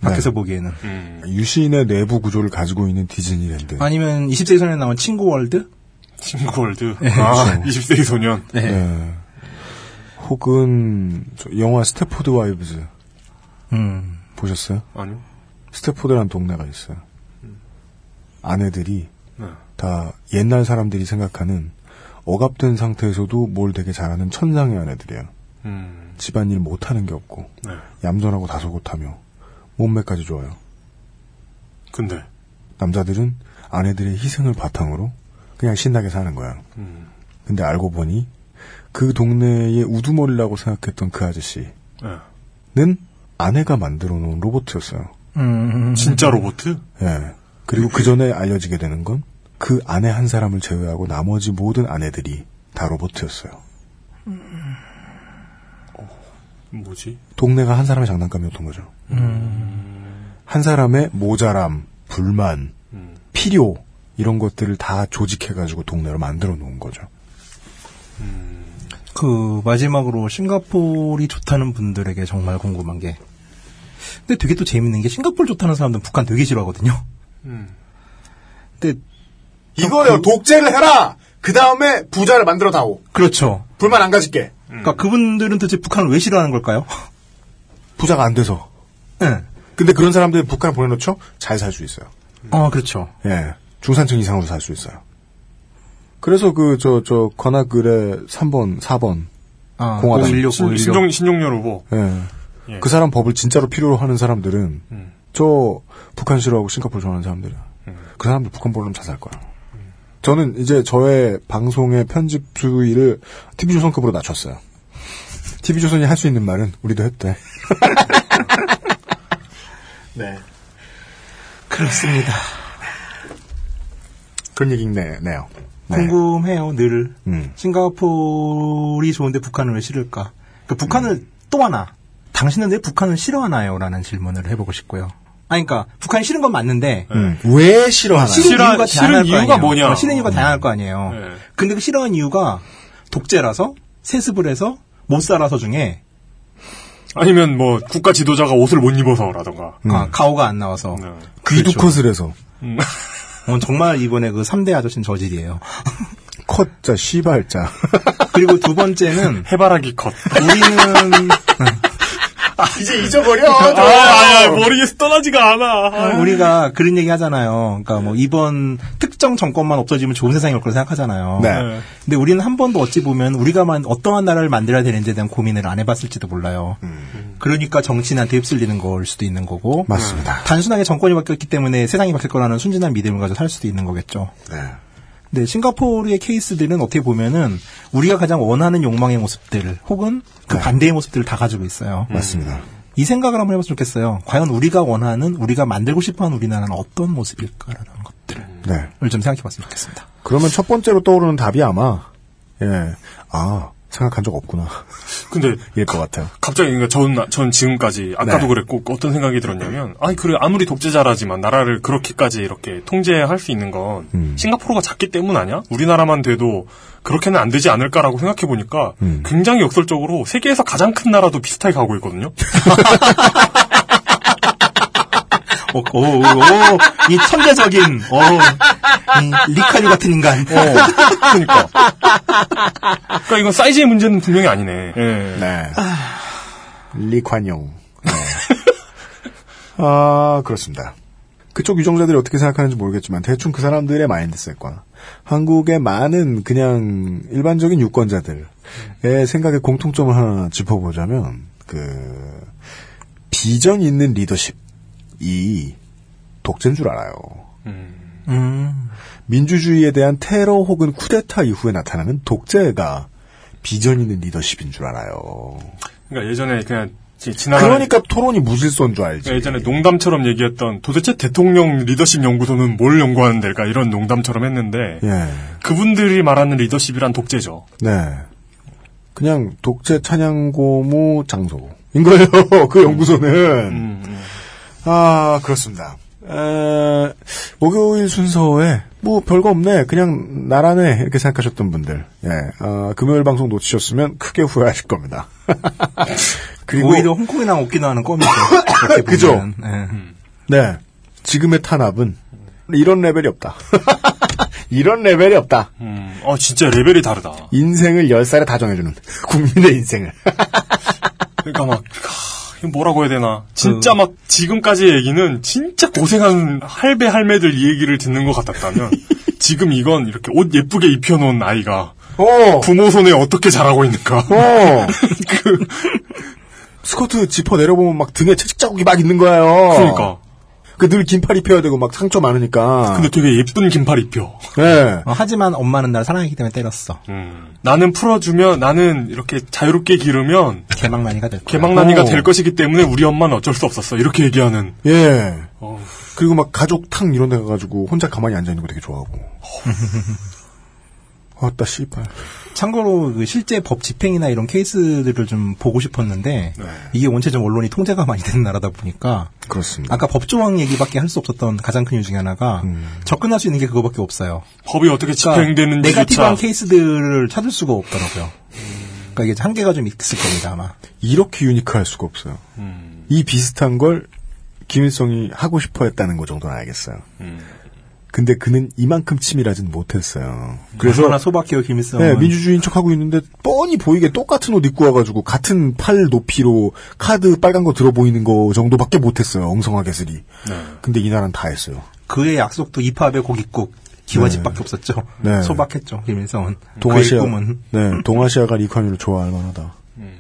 Speaker 3: 네.
Speaker 6: 밖에서 보기에는.
Speaker 3: 음. 유신의 내부 구조를 가지고 있는 디즈니랜드.
Speaker 6: 아니면 20세기 소년에 나온 친구월드?
Speaker 2: 친구월드.
Speaker 6: 네.
Speaker 2: 아, [laughs]
Speaker 6: 그렇죠.
Speaker 2: 20세기 소년.
Speaker 6: 네.
Speaker 3: 네. 혹은 저 영화 스태포드 와이브즈
Speaker 6: 음.
Speaker 3: 보셨어요?
Speaker 2: 아니요.
Speaker 3: 스태포드라는 동네가 있어요. 아내들이
Speaker 2: 네.
Speaker 3: 다 옛날 사람들이 생각하는 억압된 상태에서도 뭘 되게 잘하는 천상의 아내들이에요.
Speaker 2: 음.
Speaker 3: 집안일 못하는 게 없고
Speaker 2: 네.
Speaker 3: 얌전하고 다소곳하며 몸매까지 좋아요.
Speaker 2: 근데
Speaker 3: 남자들은 아내들의 희생을 바탕으로 그냥 신나게 사는 거야.
Speaker 2: 음.
Speaker 3: 근데 알고 보니 그 동네의 우두머리라고 생각했던 그 아저씨는
Speaker 2: 네.
Speaker 3: 아내가 만들어 놓은 로봇이었어요.
Speaker 6: 음.
Speaker 2: 진짜 로보트?
Speaker 3: 예. 그리고 그 전에 알려지게 되는 건 그 아내 한 사람을 제외하고 나머지 모든 아내들이 다 로봇이었어요.
Speaker 2: 뭐지?
Speaker 3: 동네가 한 사람의 장난감이었던 거죠. 한 사람의 모자람, 불만, 필요 이런 것들을 다 조직해가지고 동네로 만들어 놓은 거죠.
Speaker 6: 그 마지막으로 싱가포르이 좋다는 분들에게 정말 궁금한 게 근데 되게 또 재밌는 게 싱가포르 좋다는 사람들은 북한 되게 싫어하거든요.
Speaker 3: 음.
Speaker 6: 근데
Speaker 14: 이거요 독재를 해라. 그 다음에 부자를 만들어 다오.
Speaker 6: 그렇죠.
Speaker 14: 불만 안 가질게.
Speaker 6: 그러니까 그분들은 도대체 북한을 왜 싫어하는 걸까요?
Speaker 3: 부자가 안 돼서.
Speaker 6: 예.
Speaker 3: 근데 그런 사람들 북한에 보내놓죠? 잘 살 수 있어요.
Speaker 6: 어 그렇죠.
Speaker 3: 예. 중산층 이상으로 살 수 있어요. 그래서 그, 저, 저, 관악글의 3번, 4번.
Speaker 6: 아,
Speaker 3: 공화당.
Speaker 2: 신- 신종 신종렬 후보.
Speaker 3: 예.
Speaker 2: 예.
Speaker 3: 그 사람 법을 진짜로 필요로 하는 사람들은,
Speaker 6: 음.
Speaker 3: 저, 북한 싫어하고 싱가포르 좋아하는 사람들이야. 그 사람들 북한 보려면 자살 거야. 저는 이제 저의 방송의 편집 주의를 TV조선급으로 낮췄어요. TV조선이 할 수 있는 말은 우리도
Speaker 6: [laughs]
Speaker 3: 했대.
Speaker 14: 네.
Speaker 6: 그렇습니다.
Speaker 3: 그런 얘기네요.
Speaker 6: 궁금해요 늘. 싱가포르이 좋은데 북한을 왜 싫을까? 그러니까 북한을 또 하나. 당신은 왜 북한을 싫어하나요? 라는 질문을 해보고 싶고요. 아니, 그러니까, 북한이 싫은 건 맞는데,
Speaker 3: 음.
Speaker 6: 아,
Speaker 3: 왜 싫어하나요?
Speaker 6: 네. 싫은
Speaker 2: 싫어-
Speaker 6: 이유가
Speaker 2: 싫은
Speaker 6: 다양할
Speaker 2: 이유가
Speaker 6: 거 아니에요.
Speaker 2: 뭐냐?
Speaker 6: 어, 싫은 이유가 다양할 거 아니에요.
Speaker 2: 네.
Speaker 6: 근데 그 싫어하는 이유가 독재라서, 세습을 해서, 못 살아서 중에,
Speaker 2: 아니면 뭐 국가 지도자가 옷을 못 입어서라던가.
Speaker 6: 아, 가오가 안 나와서.
Speaker 3: 귀두
Speaker 6: 그렇죠.
Speaker 3: 컷을 해서.
Speaker 6: 어, 정말 이번에 그 3대 아저씨는 저질이에요. [laughs]
Speaker 3: 컷자, 씨발자.
Speaker 6: 그리고 두 번째는.
Speaker 2: 해바라기 컷.
Speaker 6: 우리는.
Speaker 14: 이제 잊어버려.
Speaker 2: [laughs] 아, 아,
Speaker 6: 뭐.
Speaker 2: 아, 머리에서 떠나지가
Speaker 6: 아,
Speaker 2: 않아.
Speaker 6: 우리가 그런 얘기 하잖아요. 그러니까 뭐 이번 특정 정권만 없어지면 좋은 세상이 올 거라 생각하잖아요.
Speaker 3: 네.
Speaker 6: 근데 우리는 한 번도 어찌 보면 우리가만 어떠한 나라를 만들어야 되는지에 대한 고민을 안 해봤을지도 몰라요. 그러니까 정치인한테 휩쓸리는 걸 수도 있는 거고.
Speaker 3: 음. 맞습니다.
Speaker 6: 단순하게 정권이 바뀌었기 때문에 세상이 바뀔 거라는 순진한 믿음을 가지고 살 수도 있는 거겠죠. 네, 싱가포르의 케이스들은 어떻게 보면은 우리가 가장 원하는 욕망의 모습들 혹은 그 반대의 모습들을 다 가지고 있어요.
Speaker 3: 네. 음. 맞습니다.
Speaker 6: 이 생각을 한번 해봤으면 좋겠어요. 과연 우리가 원하는, 우리가 만들고 싶어하는 우리나라는 어떤 모습일까라는
Speaker 3: 네.
Speaker 6: 것을 좀 생각해봤으면 좋겠습니다.
Speaker 3: 그러면 첫 번째로 떠오르는 답이 아마 예. 아, 생각한 적 없구나. [laughs]
Speaker 2: 근데
Speaker 3: 일 것 같아요.
Speaker 2: 갑자기 그러니까 전, 나- 전 지금까지 아까도
Speaker 3: 네.
Speaker 2: 그랬고 어떤 생각이 들었냐면 아니 그래 아무리 독재자라지만 나라를 그렇게까지 이렇게 통제할 수 있는 건 싱가포르가 작기 때문 아니야? 우리나라만 돼도 그렇게는 안 되지 않을까라고 생각해 보니까 굉장히 역설적으로 세계에서 가장 큰 나라도 비슷하게 가고 있거든요.
Speaker 6: 오, 오, 오, 어, 이 천재적인, 오, 이 리카류 같은
Speaker 3: 어.
Speaker 6: 인간.
Speaker 2: 그러니까. 그러니까 이건 사이즈의 문제는 분명히 아니네. 예.
Speaker 3: 네. 리관용. 네. 아, 그렇습니다. 그쪽 유정자들이 어떻게 생각하는지 모르겠지만 대충 그 사람들의 마인드셋과 한국의 많은 그냥 일반적인 유권자들의 생각의 공통점을 하나 짚어보자면 그 비전 있는 리더십이 독재인 줄 알아요. 민주주의에 대한 테러 혹은 쿠데타 이후에 나타나는 독재가 비전 있는 리더십인 줄 알아요.
Speaker 2: 그러니까 예전에 그냥 지- 지나가는
Speaker 3: 그러니까 토론이 무질서인 줄 알지.
Speaker 2: 그러니까 예전에 농담처럼 얘기했던 도대체 대통령 리더십 연구소는 뭘 연구하는 데일까 이런 농담처럼 했는데
Speaker 3: 예.
Speaker 2: 그분들이 말하는 리더십이란 독재죠.
Speaker 3: 네. 그냥 독재 찬양고무 장소인 거예요. [laughs] 그 연구소는. 아, 그렇습니다. 에, 목요일 순서에 뭐 별거 없네. 그냥 나라네. 이렇게 생각하셨던 분들. 예. 어, 금요일 방송 놓치셨으면 크게 후회하실 겁니다. [laughs] 그리고 아,
Speaker 6: 오히려 홍콩이나 오키나와는 껌이죠. 이렇게 보면.
Speaker 3: 그죠?
Speaker 6: 네.
Speaker 3: 네. 지금의 탄압은 이런 레벨이 없다. [laughs] 이런 레벨이 없다.
Speaker 2: 어, 진짜 레벨이 다르다.
Speaker 3: 인생을 10살에 다 정해주는 [laughs] 국민의 인생을.
Speaker 2: 그러니까 막 하, 이거 뭐라고 해야 되나? 진짜 막 지금까지 의 얘기는 진짜 고생한 할배 할매들 이 얘기를 듣는 것 같았다면 지금 이건 이렇게 옷 예쁘게 입혀놓은 아이가 부모 손에 어떻게 자라고 있는가?
Speaker 3: 어. 그- 스커트 지퍼 내려보면 막 등에 채찍 자국이 막 있는 거예요.
Speaker 2: 그러니까.
Speaker 3: 그늘 긴팔 입혀야 되고 막 상처 많으니까.
Speaker 2: 근데 되게 예쁜 긴팔 입혀.
Speaker 3: 네.
Speaker 6: 어, 하지만 엄마는 날 사랑했기 때문에 때렸어.
Speaker 2: 나는 풀어주면 나는 이렇게 자유롭게 기르면
Speaker 6: 개망난이가 될 거야.
Speaker 2: 개망난이가
Speaker 6: 어.
Speaker 2: 될 것이기 때문에 우리 엄마는 어쩔 수 없었어. 이렇게 얘기하는.
Speaker 3: 예. 그리고 막 가족 탕 이런 데 가가지고 혼자 가만히 앉아있는 거 되게 좋아하고. 아따, 씨발.
Speaker 6: 참고로 그 실제 법 집행이나 이런 케이스들을 좀 보고 싶었는데 이게 원체 좀 언론이 통제가 많이 되는 나라다 보니까
Speaker 3: 네. 그렇습니다.
Speaker 6: 아까 법조항 얘기밖에 할 수 없었던 가장 큰 이유 중에 하나가
Speaker 3: 음.
Speaker 6: 접근할 수 있는 게 그거밖에 없어요. 그러니까
Speaker 2: 법이 어떻게 집행되는지조차. 아,
Speaker 6: 네가티브한 케이스들을 찾을 수가 없더라고요. 그러니까 이게 한계가 좀 있을 겁니다 아마.
Speaker 3: 이렇게 유니크할 수가 없어요. 이 비슷한 걸 김일성이 하고 싶어 했다는 거 정도는 알겠어요. 근데 그는 이만큼 치밀하진 못했어요. 그래서
Speaker 6: 얼마나 소박해요 김일성.
Speaker 3: 네, 민주주의인 척 하고 있는데 뻔히 보이게 똑같은 옷 입고 와가지고 같은 팔 높이로 카드 빨간 거 들어 보이는 거 정도밖에 못했어요. 엉성하게 쓰리. 근데 이 나라는 다 했어요.
Speaker 6: 그의 약속도 이파업의 고깃국 기와집밖에 없었죠.
Speaker 3: 네.
Speaker 6: 소박했죠 김일성은.
Speaker 3: 동아시아
Speaker 6: 그의 꿈은 [laughs]
Speaker 3: 네 동아시아가 리카뉴를 좋아할 만하다.
Speaker 2: 음.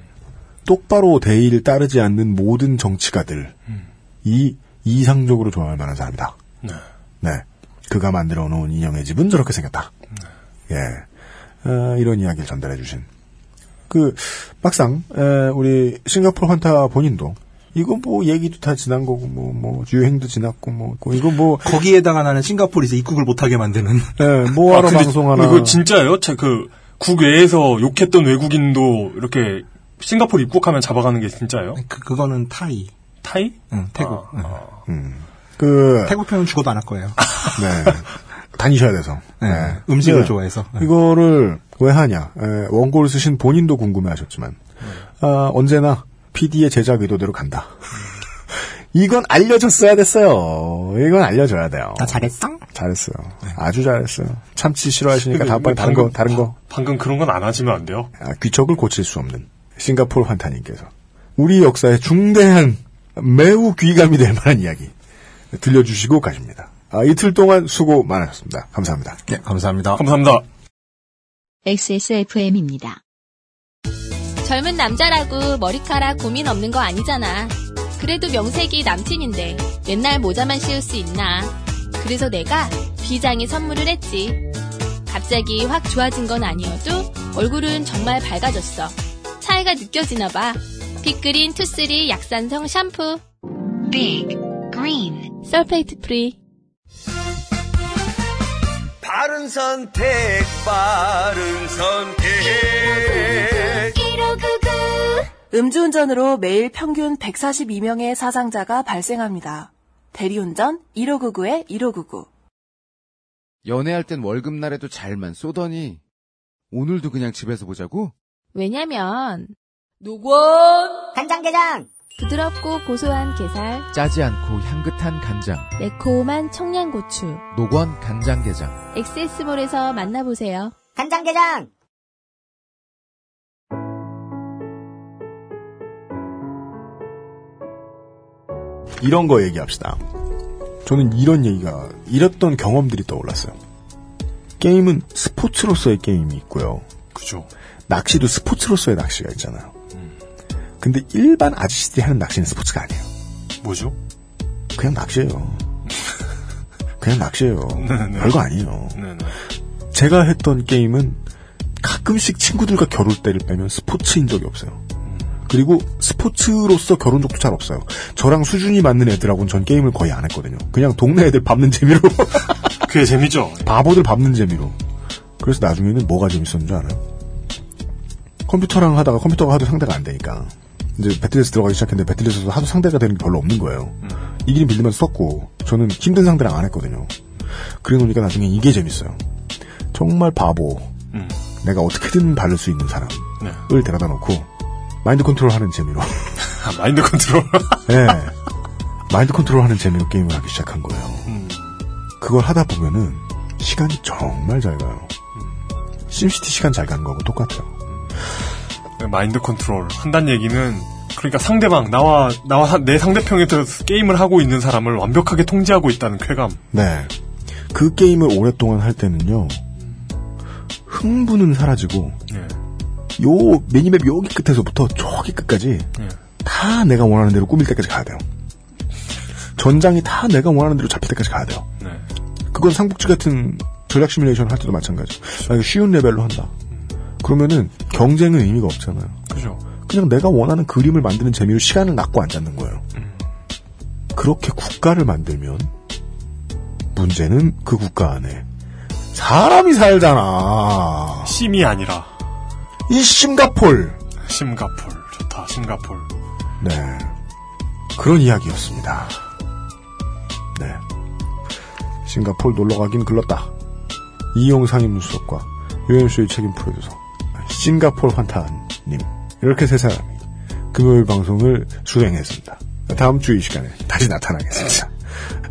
Speaker 3: 똑바로 대의를 따르지 않는 모든 정치가들 이 이상적으로 좋아할 만한 사람이다.
Speaker 2: 음. 네.
Speaker 3: 네. 그가 만들어 놓은 인형의 집은 저렇게 생겼다.
Speaker 2: 네.
Speaker 3: 예. 어, 이런 이야기를 전달해 주신. 그, 막상, 에, 우리 싱가포르 환타 본인도, 이거 뭐 얘기도 다 지난 거고, 뭐, 뭐, 유행도 지났고, 뭐, 고- 이거 뭐,
Speaker 6: 거기에 해당하는 싱가포르 이제 입국을 못하게 만드는.
Speaker 3: 예, 뭐하러 방송하나.
Speaker 2: 아, 이거 진짜예요? 제그 국외에서 욕했던 외국인도 이렇게 싱가포르 입국하면 잡아가는 게 진짜예요?
Speaker 6: 그, 그거는 타이.
Speaker 2: 타이?
Speaker 6: 응, 태국. 응.
Speaker 3: 그,
Speaker 6: 태국 편은 죽어도 안 할 거예요.
Speaker 3: 네. 다니셔야 돼서.
Speaker 6: 네. 음식을
Speaker 3: 네.
Speaker 6: 좋아해서. 네.
Speaker 3: 이거를 왜 하냐. 에, 원고를 쓰신 본인도 궁금해 하셨지만, 아, 언제나 PD의 제작 의도대로 간다. [laughs] 이건 알려줬어야 됐어요. 이건 알려줘야 돼요.
Speaker 6: 나 잘했어?
Speaker 3: 잘했어요. 아주 잘했어요. 참치
Speaker 2: 근데
Speaker 3: 싫어하시니까 그러니까 다음 번에 다른 거,
Speaker 2: 그 방금-
Speaker 3: 다른 거.
Speaker 2: 방금 그런 건 안 하시면 안 돼요.
Speaker 3: 아, 귀척을 고칠 수 없는 싱가포르 환타님께서 우리 역사에 중대한 매우 귀감이 될 만한 이야기 들려주시고 가십니다. 아, 이틀 동안 수고 많으셨습니다. 감사합니다.
Speaker 6: 네, 감사합니다.
Speaker 2: 감사합니다.
Speaker 1: XSFM입니다.
Speaker 13: 젊은 남자라고 머리카락 고민 없는 거 아니잖아. 그래도 명색이 남친인데 맨날 모자만 씌울 수 있나. 그래서 내가 비장의 선물을 했지. 갑자기 확 좋아진 건 아니어도 얼굴은 정말 밝아졌어. 차이가 느껴지나 봐. 빅그린 투쓰리 약산성 샴푸. 빅 그린 설페이트 프리.
Speaker 12: 바른 선택, 바른 선택.
Speaker 7: 음주운전으로 매일 평균 142명의 사상자가 발생합니다. 대리운전 1599-1599.
Speaker 5: 연애할 땐 월급날에도 잘만 쏘더니 오늘도 그냥 집에서 보자고?
Speaker 13: 왜냐면 노건 간장게장 부드럽고 고소한 게살
Speaker 5: 짜지 않고 향긋한 간장
Speaker 13: 매콤한 청양고추
Speaker 5: 노건 간장게장
Speaker 13: 엑세스몰에서 만나보세요. 간장게장!
Speaker 3: 이런 거 얘기합시다. 저는 이런 얘기가 이랬던 경험들이 떠올랐어요. 게임은 스포츠로서의 게임이 있고요.
Speaker 2: 그죠.
Speaker 3: 낚시도 스포츠로서의 낚시가 있잖아요. 근데 일반 아저씨들이 하는 낚시는 스포츠가 아니에요.
Speaker 2: 뭐죠?
Speaker 3: 그냥 낚시예요. 그냥 낚시예요.
Speaker 2: [laughs] 네네.
Speaker 3: 별거 아니에요.
Speaker 2: 네네.
Speaker 3: 제가 했던 게임은 가끔씩 친구들과 겨룰 때를 빼면 스포츠인 적이 없어요. 그리고 스포츠로서 겨룬 적도 잘 없어요. 저랑 수준이 맞는 애들하고는 전 게임을 거의 안 했거든요. 그냥 동네 애들 밟는 재미로. [laughs]
Speaker 2: 그게 재미죠.
Speaker 3: 바보들 밟는 재미로. 그래서 나중에는 뭐가 재밌었는 줄 알아요? 컴퓨터랑 하다가 컴퓨터가 하도 상대가 안 되니까. 이제 배틀에서 들어가기 시작했는데 배틀에서도 하도 상대가 되는 게 별로 없는 거예요. 이기는 빌드만 썼고 저는 힘든 상대랑 안 했거든요. 그래 놓으니까 나중에 이게 재밌어요. 정말 바보. 내가 어떻게든 바를 수 있는 사람을
Speaker 2: 네.
Speaker 3: 데려다 놓고 마인드 컨트롤 하는 재미로.
Speaker 2: 아, 마인드 컨트롤. [laughs]
Speaker 3: 예. 마인드 컨트롤 하는 재미로 게임을 하기 시작한 거예요.
Speaker 2: 음.
Speaker 3: 그걸 하다 보면은 시간이 정말 잘 가요.
Speaker 2: 음.
Speaker 3: 심시티 시간 잘 간 거고 똑같아요.
Speaker 2: 네, 마인드 컨트롤 한다는 얘기는 그러니까 상대방 나와 나와 내 상대편에 들어서 게임을 하고 있는 사람을 완벽하게 통제하고 있다는 쾌감.
Speaker 3: 네. 그 게임을 오랫동안 할 때는요, 흥분은 사라지고,
Speaker 2: 예.
Speaker 3: 요 미니맵 여기 끝에서부터 저기 끝까지
Speaker 2: 예.
Speaker 3: 다 내가 원하는 대로 꾸밀 때까지 가야 돼요. 전장이 다 내가 원하는 대로 잡힐 때까지 가야 돼요.
Speaker 2: 네.
Speaker 3: 그건 상북지 같은 전략 시뮬레이션 할 때도 마찬가지. 아, 이거 쉬운 레벨로 한다. 그러면은 경쟁은 의미가 없잖아요.
Speaker 2: 그죠.
Speaker 3: 그냥 내가 원하는 그림을 만드는 재미로 시간을 낚고 앉았는 거예요. 그렇게 국가를 만들면 문제는 그 국가 안에 사람이 살잖아.
Speaker 2: 심이 아니라
Speaker 3: 이 심가폴.
Speaker 2: 심가폴 좋다 심가폴.
Speaker 3: 네. 그런 이야기였습니다. 네. 싱가폴 놀러 가긴 글렀다. 이용 상임수석과 유현수의 책임 프로듀서, 싱가폴 환타님. 이렇게 세 사람이 금요일 방송을 수행했습니다. 다음 주 이 시간에 다시 나타나겠습니다.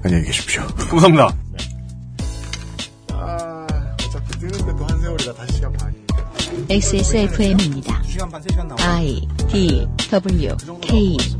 Speaker 3: 안녕히 계십시오.
Speaker 2: 감사합니다.
Speaker 3: 아, 어차피 뜨는데 또 한 세월이가 다시 시간 반이.
Speaker 1: XSFM입니다. I D W K